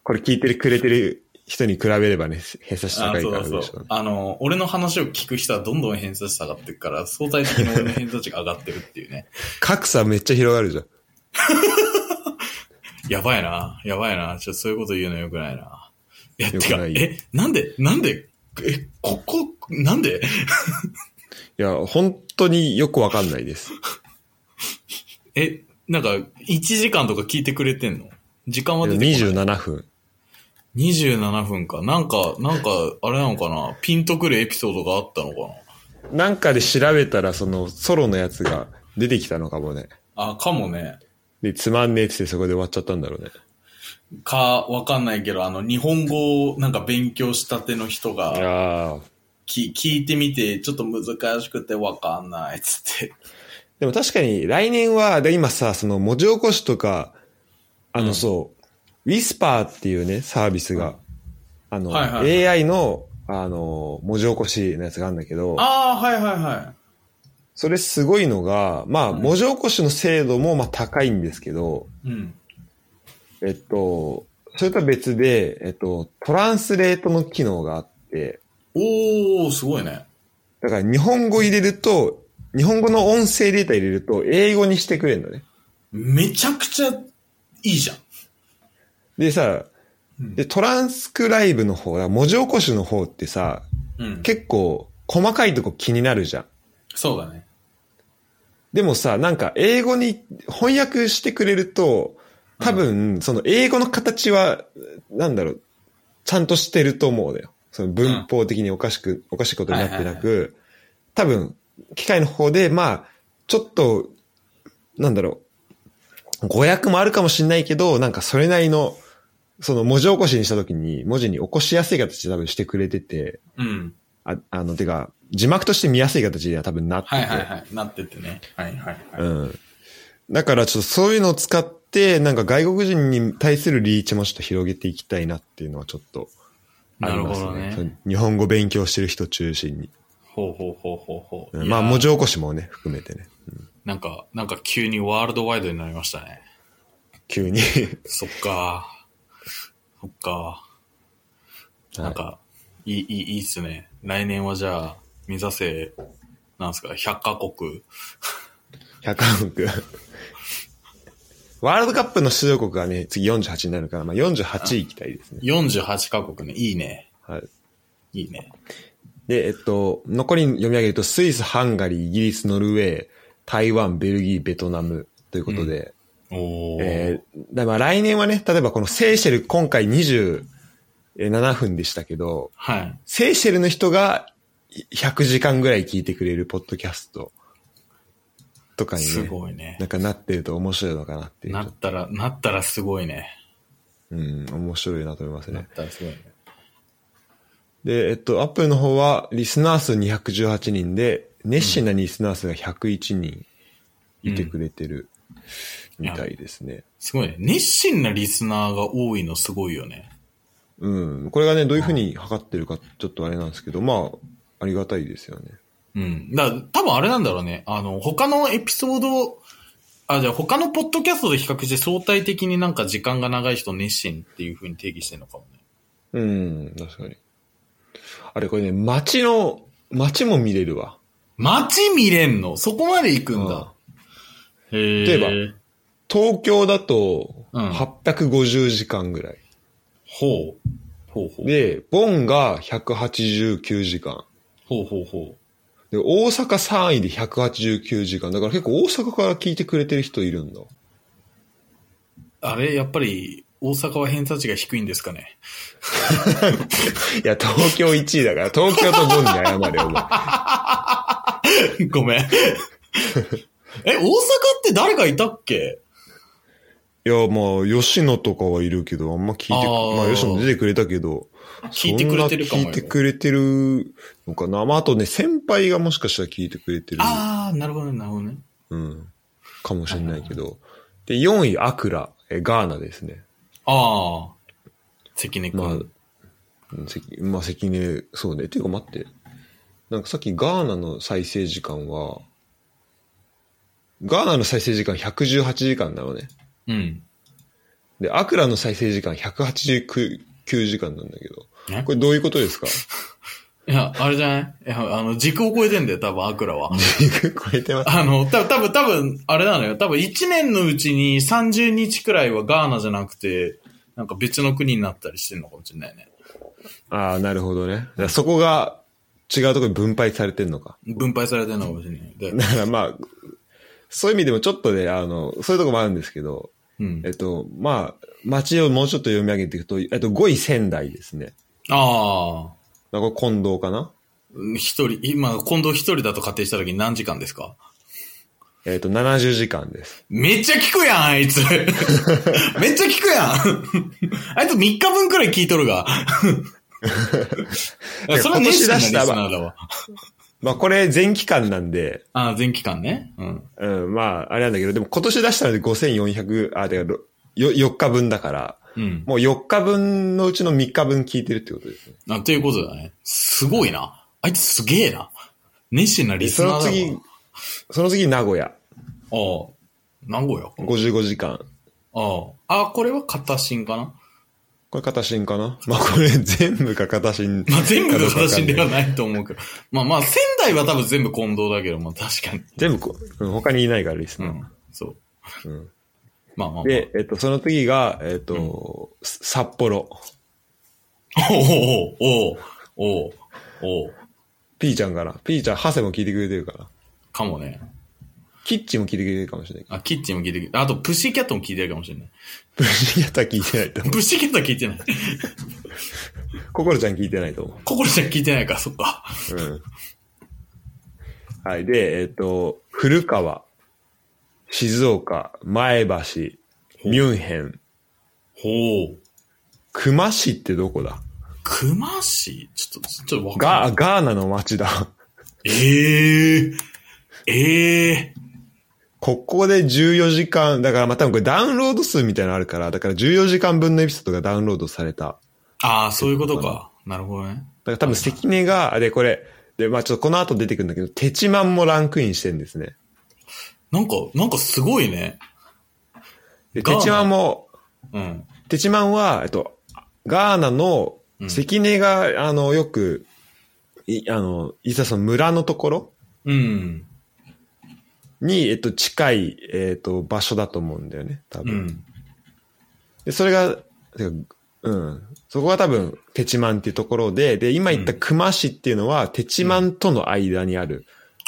これ聞いてくれてる人に比べればね、偏差値あ高いそからうだそ上さ。。うんあの、俺の話を聞く人はどんどん偏差値下がっていくから、相対的に俺の偏差値が上がってるっていうね。 格差めっちゃ広がるじゃん。やばいな、やばいな、ちょっとそういうこと言うのよくないな。いや、て良くか、ないよえ、なんで、なんで、え、ここ、なんでいや、本当によくわかんないです。え、なんか、1時間とか聞いてくれてんの時間は出てこない27分。 27分か。なんか、なんか、あれなのかなピンとくるエピソードがあったのかなんかで調べたら、その、ソロのやつが出てきたのかもね。なあ、かもね。で、つまんねえって言ってそこで終わっちゃったんだろうね。か、わかんないけど、あの、日本語をなんか勉強したての人が、ああ。き聞いてみて、ちょっと難しくてわかんないっつって。でも確かに来年は、で今さ、その文字起こしとか、あうのんそう、ウィスパーっていうね、サービスが、あの、はいはい AI の、あの、文字起こしのやつがあるんだけど、ああ、はいはいはい。それすごいのが、まあ、うん文字起こしの精度もまあ高いんですけど、うん。えっと、それとは別で、えっと、トランスレートの機能があって、おー、すごいね。だから日本語入れると、日本語の音声データ入れると、英語にしてくれるのね。めちゃくちゃいいじゃん。でさ、うんで、トランスクライブの方、文字起こしの方ってさ、うん。結構細かいとこ気になるじゃん。そうだね。でもさ、なんか英語に翻訳してくれると、多分、その英語の形は、なんだろう、ちゃんとしてると思うのよ。その文法的におかしく、おかしいことになってなく、多分、機械の方で、まあ、ちょっと、なんだろう、語訳もあるかもしれないけど、なんかそれなりの、その文字起こしにした時に、文字に起こしやすい形で多分してくれてて、うん。ああの、てか、字幕として見やすい形では多分なってて、はいはいはい。なっててね。はいはいはい。うん。だからちょっとそういうのを使って、なんか外国人に対するリーチもちょっと広げていきたいなっていうのはちょっとあなりるますほね。どねそ。の日本語勉強してる人中心に。ほうほうほうほうほう。うんいやまーあ文字起こしもね、含めてね。なんか、なんか急にワールドワイドになりましたね。急に。 そっか。そっか。なんか、いい、いい、いいっすね。来年はじゃあ、目指せ、なんすか、100カ国。 100億。ワールドカップの出場国がね、次48になるから、まあ48行きたいですね。 48カ国ね。いいね。はい。いいね。で、えっと、残り読み上げると、スイス、ハンガリー、イギリス、ノルウェー、台湾、ベルギー、ベトナムということで、おー。えー、だまあ来年はね、例えばこのセーシェル今回27分でしたけど、はい。セーシェルの人が100時間ぐらい聞いてくれるポッドキャストとかにすね、ごいねな。んかなってると面白いのかなっていう。なったら、なったらすごいね。うん、面白いなと思いますなっね。たらすごいね。で、えっと、アップルの方はリスナー数218人で、熱心なリスナー数が101人いてくれてるみたいですね。すごいね。熱心なリスナーが多いのすごいよね。うん。これがね、どういうふうに測ってるか、ちょっとあれなんですけど、まあ、ありがたいですよね。うん。だから多分あれなんだろうね。あの、他のエピソード、あ、じゃあ他のポッドキャストで比較して相対的になんか時間が長い人熱心っていう風に定義してるのかもね。うん、確かに。あれ、これね、街の、街も見れるわ。街見れんのそこまで行くんうんだ。へえ。例えば。東京だと、うん850時間ぐらい。ほう。ほうほう。で、ボンが189時間。ほうほうほで、大阪3位で189時間。だから結構大阪から聞いてくれてる人いるんだ。う。あれ、やっぱり大阪は偏差値が低いんですかね。 いや、東京1位だから、東京とボンに謝れ、お前。ごめん。 え、大阪って誰かいたっけいや、まあ、吉野とかはいるけど、あんま聞いてく、あーまあ、吉野出てくれたけど、聞いてくれてるかもそんなよ聞いてくれてるのかな。まあ、あとね、先輩がもしかしたら聞いてくれてる。ああ、なるほどね、なるほどね。うん。かもしれないけど。で、4位、アクラ、えガーナですね。ああ。関根くん。まあ、うん関まあ、関根、そうね。ていうか待って。なんかさっきガーナの再生時間は、ガーナの再生時間118時間なのね。うん。で、アクラの再生時間189時間なんだけどえ。これどういうこと ですかいや、あれじゃないいや、あの、軸を超えてんだよ、多分、アクラは。超えてます。あの、た多分多分あれなのよ。多分1年のうちに30日くらいはガーナじゃなくて、なんか別の国になったりしてるのかもしれないね。ああ、なるほどね。だからそこが違うところに分配されてんのか。分配されてるのかもしれない。でだからまあ、そういう意味でもちょっとね、あの、そういうとこもあるんですけど、うんえっ。と、まあ、街をもうちょっと読み上げていくと、えっと、5位仙台ですね。ああ。だからこれ近藤かなうん一人、今、近藤一人だと仮定した時に何時間ですかえっと、70時間です。めっちゃ聞くやん、あ いつ。めっちゃ聞くやん。あいつ3日分くらい聞いとる が。いやそれは熱心なリスナーだわ。まあ、これ全期間なんで、ああ、全期間ね。うん。うん、まあ、あれなんだけど、でも今年出したので5400、あ、てか、よ4日分だから、うん。もう4日分のうちの3日分聞いてるってことですね。あ、ということだね。すごいな。あいつすげえな。熱心なでリスそナのーだ次、その次名古屋、わ。ああ。名古屋か。 55時間。ああ。あ、これは片心かな。これ片新かなまあ、これ全部か片新。まあ、全部が片心ではないと思うけど。まあまあ、仙台は多分全部近藤だけど、まあ確かに。全部こ、うん他にいないからリスうナーん。そう。うんまあまあ、まあ。で、えっと、その次が、えっと、す札幌。おうおうおうおうおうピーちゃんから。ピーちゃん、ハセも聞いてくれてるから。かもね。キッチンも聞いてくれてるかもしれない。 あ、キッチンも聞いてる。あと、プッシーキャットも聞いてるかもしれない。 プシギャタ聞いてないと思プッシーキャットは聞いてない。う。ココロちゃん聞いてないと思ココロちゃん聞いてないか、そっか。う。うん。はい。で、えっと、古川、静岡、前橋、ミュンヘン、ほう。熊市ってどこだ熊市ちょっと、ちょっとわかんなガいー、ガーナの町だ。 ええええここで14時間、だからまあ多分これダウンロード数みたいなのあるから、だから14時間分のエピソードがダウンロードされた。ああ、そういうことか。なるほどね。だから多分関根が、あで、これ、で、まあちょっとこの後出てくるんだけど、テチマンもランクインしてんですね。なんか、なんかすごいね。で、ガーテナチマンも、うん。テチマンは、えっと、ガーナのう、ん関根が、あの、よく、い、あの、いざその村のところうん。に、えっと、近い、えっと、場所だと思うんだよね、多う分。ん。で、それが、てかうん。そこが多分、テチマンっていうところで、で、今言った熊市っていうのは、テチマンとの間にある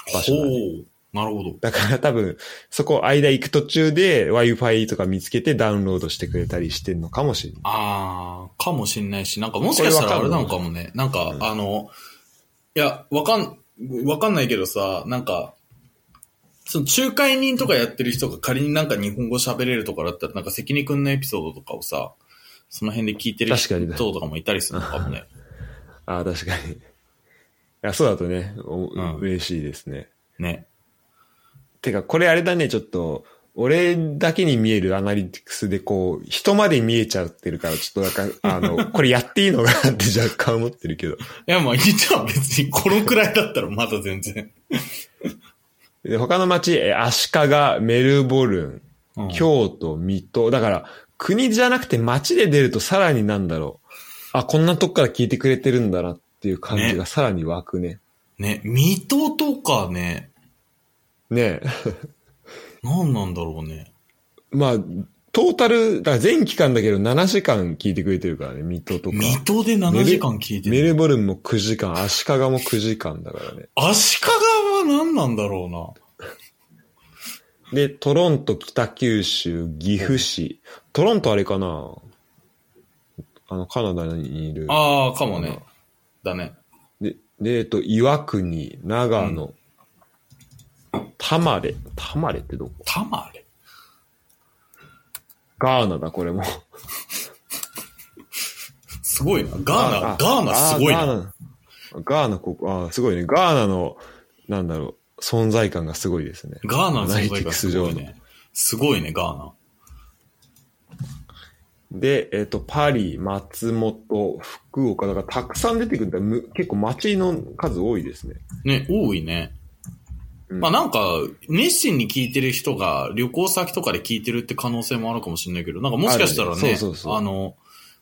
ほ場所だね。う。なるほど。だから多分、そこ間行く途中で Wi-Fi とか見つけてダウンロードしてくれたりしてんのかもしれない。ああ、かもしんないし、なんかもしかしたらあれなのかもね。なんか、うんあの、いや、わかん、わかんないけどさ、なんか、その仲介人とかやってる人が仮になんか日本語喋れるとかだったら、なんか関根くんのエピソードとかをさ、その辺で聞いてる確か人にねとかもいたりするのかもね。ああ、確かに。いや、そうだとね、おうん嬉しいですね。ね。てか、これあれだね、ちょっと、俺だけに見えるアナリティクスでこう、人まで見えちゃってるから、ちょっとなんか、あ の、これやっていいのかなって若干思ってるけど。いや、まあ、いいじゃん、別に。このくらいだったらまだ全然。で他の町、えアシカがメルボルン、うん京都、水戸。だから、国じゃなくて街で出るとさらになんだろう。あ、こんなとこから聞いてくれてるんだなっていう感じがさらに湧くね。ね、水戸とかね、ねえ。何なんだろうね。まあ、トータル、だから全期間だけど7時間聞いてくれてるからね、水戸とか。水戸で7時間聞いてメる。ルボルンも9時間、アシカガも9時間だからね。足利は何なんだろうな。で、トロント、北九州、岐阜市。トロントあれかなあの、カナダにいる。ああ、かもね。だね。で、で、えっと、岩国、長野、玉レ、玉レってどこたまれ。ガーナだ、これも。すごいな。ガーナ、ガーナすごいあな。ガーナガーナここ、ああ、すごいね。ガーナの、なんだろう、存在感がすごいですね。ガーナの存在アナリティがクすスご上いの。ね。すごいね、ガーナ。で、えっ、と、パリ、松本、福岡、だからたくさん出てくるんだ。む結構街の数多いですね。ね、多いね。うんまあなんか、熱心に聞いてる人が旅行先とかで聞いてるって可能性もあるかもしれないけど、なんかもしかしたらあるねね、そうそうそうあの、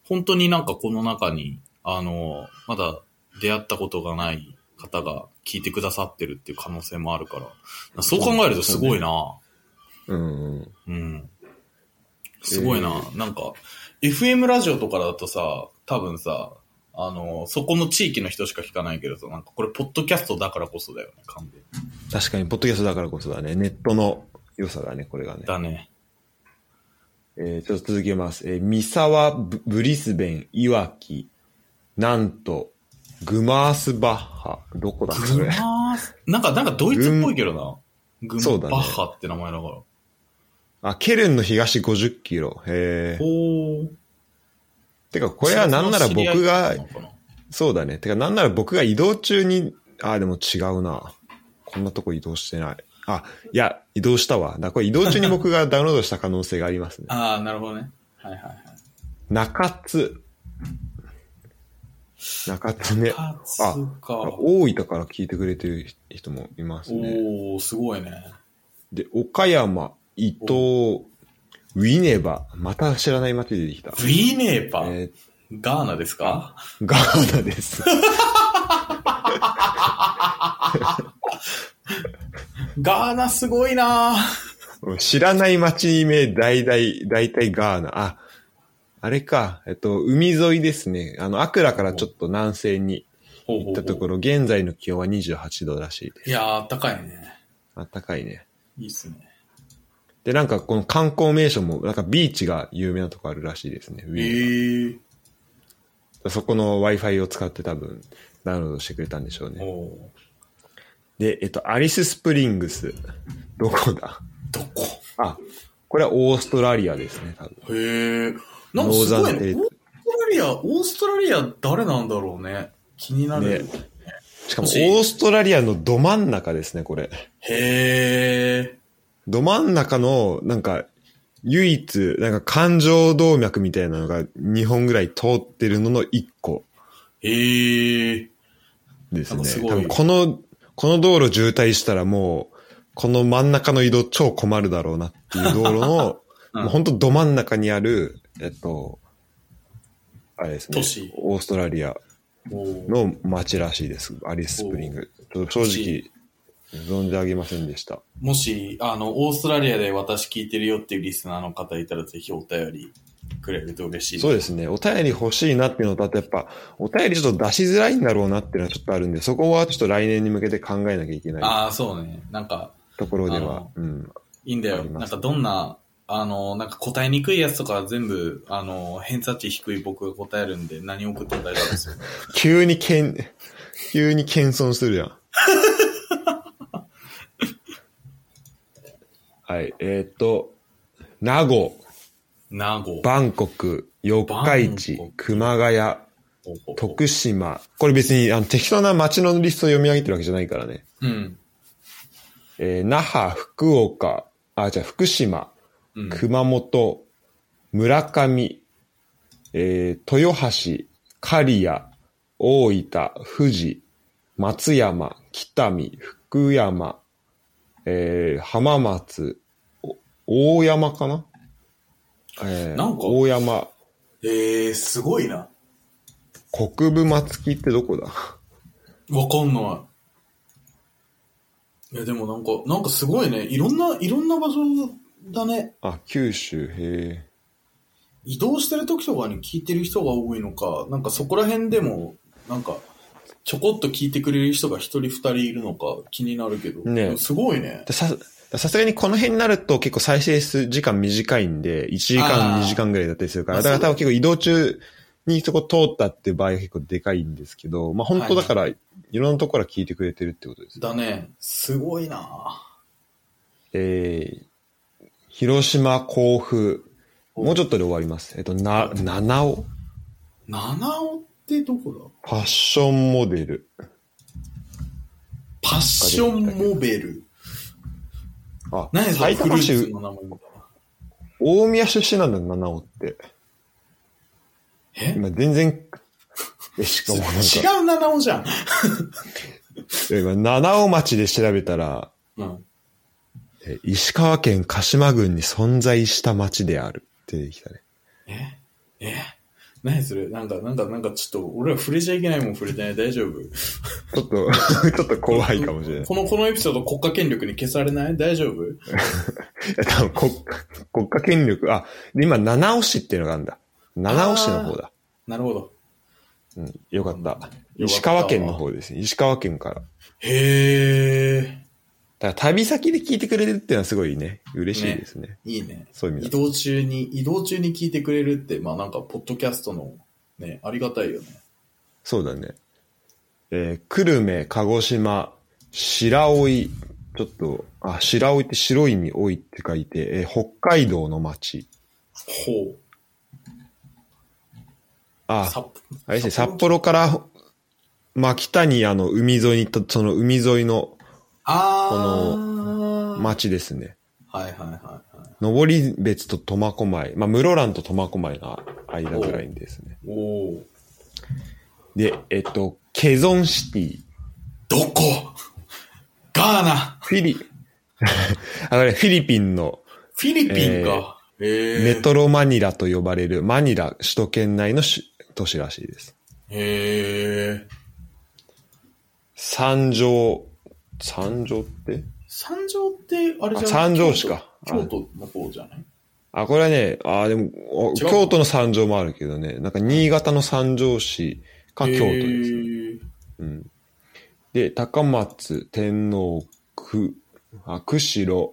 本当になんかこの中に、あの、まだ出会ったことがない方が聞いてくださってるっていう可能性もあるから、そう考えるとすごいな。うんうん。うん。すごいな。なんか、FM ラジオとかだとさ、多分さ、あの、そこの地域の人しか聞かないけどさ、なんかこれ、ポッドキャストだからこそだよね、完全に確かに、ポッドキャストだからこそだね。ネットの良さだね、これがね。だね。えーちょっと続けます。えー、三沢、ブブリスベン、いわき、なんと、グマースバッハ。どこだっけ、そグれ。マース、なんか、なんかドイツっぽいけどな。グそうマだねバッハって名前だから。あ、ケルンの東50キロ。へえ。おー。。てか、これはなんなら僕が、そうだね。てか、なんなら僕が移動中に、あ、でも違うな。こんなとこ移動してない。あ、いや、移動したわ。だこれ移動中 に僕がダウンロードした可能性がありますねああ、なるほどね。はいはいはい。中津。中津ね。パーツか。大分から聞いてくれてる人もいますね。おー、すごいね。で、岡山、伊東、ウィネバ。また知らない街出てきた。ヴィーネーパー。えガーナですかーガーナです。ガーナすごいな知らない町名、大体、大体ガーナ。あ、あれか、えっと、海沿いですね。あの、アクラからちょっと南西にほうほ行うっほたうところ、現在の気温は28度らしいです。いやー、あったかいね。あったかいね。いいっすね。で、なんかこの観光名所も、なんかビーチが有名なとこあるらしいですね。ウえィーー。そこの Wi-Fi を使って多分、ダウンロードしてくれたんでしょうね。おーで、えっと、アリススプリングス。どこだどこあ、これはオーストラリアですね、多分。へえ。なんかすノーごザいンテね。リオーストラリア、オーストラリア誰なんだろうね。気になる。ねしかも、オーストラリアのど真ん中ですね、これ。へえ。ど真ん中の、なんか、唯一、なんか環状動脈みたいなのが2本ぐらい通ってるのの1個へえ。ですなね。んかすごい多分この、この道路渋滞したらもう、この真ん中の移動超困るだろうなっていう道路 の、うんもう本当ど真ん中にある、えっと、あれですね都市。オーストラリアおーの街らしいです。アリス・スプリング。ちょっと正直、存じ上げませんでした。もし、あの、オーストラリアで私聞いてるよっていうリスナーの方いたら、ぜひお便りくれると嬉しい。そうですね。お便り欲しいなっていうのと、あとやっぱ、お便りちょっと出しづらいんだろうなっていうのはちょっとあるんで、そこはちょっと来年に向けて考えなきゃいけないああ、そうね。なんか、ところではあの。うん。いいんだあよ。りますなんかどんな、あの、なんか答えにくいやつとかは全部、あの、偏差値低い僕が答えるんで、何送っても大丈夫で すよ。急にけん、 急に謙遜するや ん。はい。えっ、と、名護、名護。バンコク、四日市バンコ、ク熊谷、徳島。これ別にあの適当な街のリストを読み上げてるわけじゃないからね。うん。えー那覇、福岡、あ、じゃあ福島、うん。熊本、村上、えー豊橋、刈谷、大分、富士、松山、北見、福山、えー浜松、お大山かなえーなんか大山、えー、すごいな。国分松木ってどこだ わかんない。いや、でもなんか、なんかすごいね。いろんな、いろんな場所だね。あ、九州、へ移動してる時とかに聞いてる人が多いのか、なんかそこら辺でも、なんか、ちょこっと聞いてくれる人が一人二人いるのか気になるけど。ねでもすごいねえ。。さ、さすがにこの辺になると結構再生数時間短いんで、1時間あー2時間ぐらいだったりするかまら、あだからそうだ多分結構移動中にそこ通ったっていう場合が結構でかいんですけど、まあ本当だから、いろんなところから聞いてくれてるってことです。だね。すごいなえー、広島、甲府、もうちょっとで終わります。えっと、な、七尾七尾ってどこだファッションモデル。パッションモベル。あ、何やそれ埼玉フルーツ市、の名前だ大宮出身なんだ、七尾って。え今全然、え、しかもなんか、違う七尾じゃん。今七尾町で調べたら、うん。え石川県鹿島郡に存在した町であるって出てきたね。ええ何それなんか、なんか、なんかちょっと、俺ら触れちゃいけないもん触れてない。大丈夫ちょっ と、ちょっと怖いかもしれない。この、このエピソード国家権力に消されない大丈夫いや多分国国家権力、あ、で今、七尾市っていうのがあるんだ。七尾市の方だ。なるほど。うん、よかった。た石川県の方ですね。石川県から。だかへえ。ら旅先で聞いてくれるっていうのはすごいね、嬉しいですね。いいね。そういう意味だ移と。動中に、移動中に聞いてくれるって、まあなんか、ポッドキャストの、ね、ありがたいよね。そうだね。えー、久留米、鹿児島、白老、ちょっと、あ、白老って白いに老いって書いて、えー北海道の町。ほう。あ、札あれですね、札幌から、まあ、北にあの、海沿いにと、その海沿いのあこー。町ですね。はいはいはいはい。登別と苫小牧。まあ、室蘭と苫小牧の間ぐらいにですね。おお。で、えっと、ケゾンシティ。どこガーナフィリ、 あのね、フィリピンのフィリピンか。えー、メトロマニラと呼ばれるマニラ首都圏内のし都市らしいです。へえ。三条、三条って三条って、あれじゃあ三ん条市か京都京都の方じゃないあ、これはね、あーでも、お違うの京都の三条もあるけどね、なんか新潟の三条市か京都へです。ーうん、で、高松、天皇、く、あ、釧路、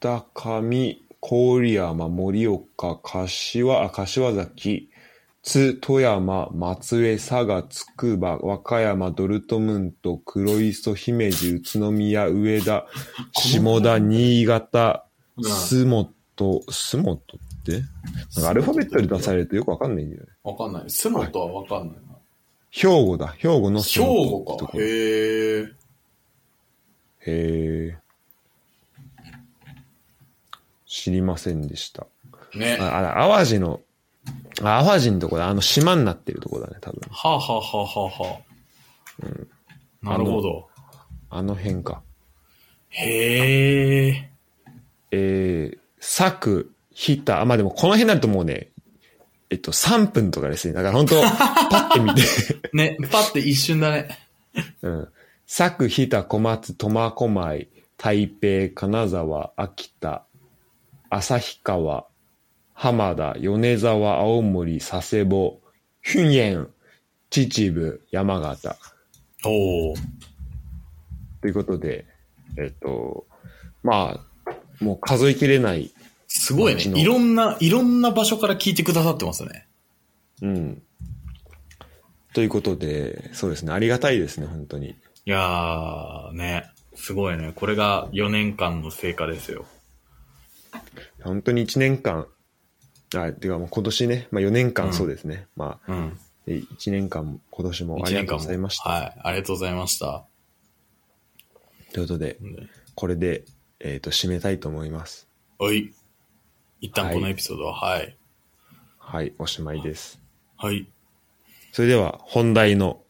北上、郡山、盛岡、柏、あ、柏崎、津、富山、松江、佐賀、つくば、和歌山、ドルトムント、黒磯、姫路、宇都宮、上田、下田、新潟、うん洲本、洲本ってなんかアルファベットで出されるとよくわかんないんだよね。わかんない。スモとはわかんないな。兵庫だ。兵庫の兵洲本庫ってとか。こへえ。へえ。知りませんでした。ね。あ、はあ淡路の、あ淡路のとこだ。あの島になってるとこだね、多分。あ、はあはあはあはあ。なるほど。あの辺か。へえ。えー、佐久、日田。あまあでもこの辺になるともうね、えっと、3分とかですね。だから本当パッて見て。ね、パって一瞬だね。うん。佐久、日田、小松、苫小牧、台北、金沢、秋田、旭川、浜田、米沢、青森、佐世保、ヒュンエン、秩父、山形。おお。ということで、えっと、まあ、もう数えきれない、すごいね街。のいろんな、いろんな場所から聞いてくださってますね。うん。ということで、そうですね、ありがたいですね、本当に。いやー、ね。すごいね。これが4年間の成果ですよ。本当に1年間、あ、てかもう今年ね、まあ4年うん間そうですね、まあ、うん。 1年間、今年もあ一りがと年間うもございました。はい。ありがとうございました。ということで、これで、えっ、と、締めたいと思います。おい。一旦このエピソードは、はい。はい、おしまいです。はい。それでは、本題の、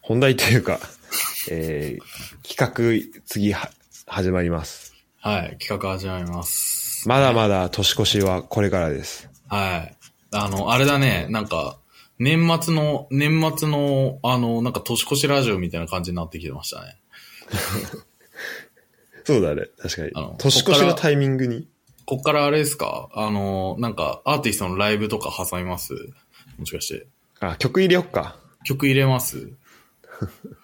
本題というか、 えー、企画、次は、始まります。はい。企画始まります。まだまだ年越しはこれからです。はい。あの、あれだね。なんか、年末の、年末の、あの、なんか年越しラジオみたいな感じになってきてましたね。そうだね、確あかのに。年越しのタイミングに。こっからあれですかあの、なんか、アーティストのライブとか挟みますもしかして。あ、曲入れよっか。曲入れます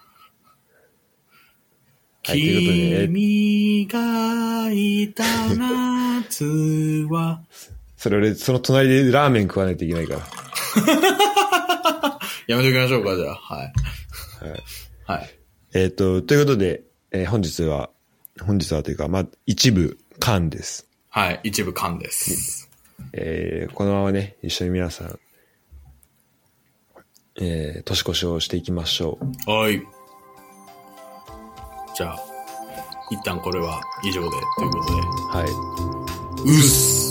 はいということで君がいた夏は、それ俺、その隣でラーメン食わないといけないから。 やめておきましょうか、じゃあ。はい。はい。えっ、と、ということで、えー本日は、本日はというか、まあ、一部、間です。はい。一部勘です。えーこのままね、一緒に皆さん、えー年越しをしていきましょう。はい。じゃあ、一旦これは以上で、ということで。はい。うっす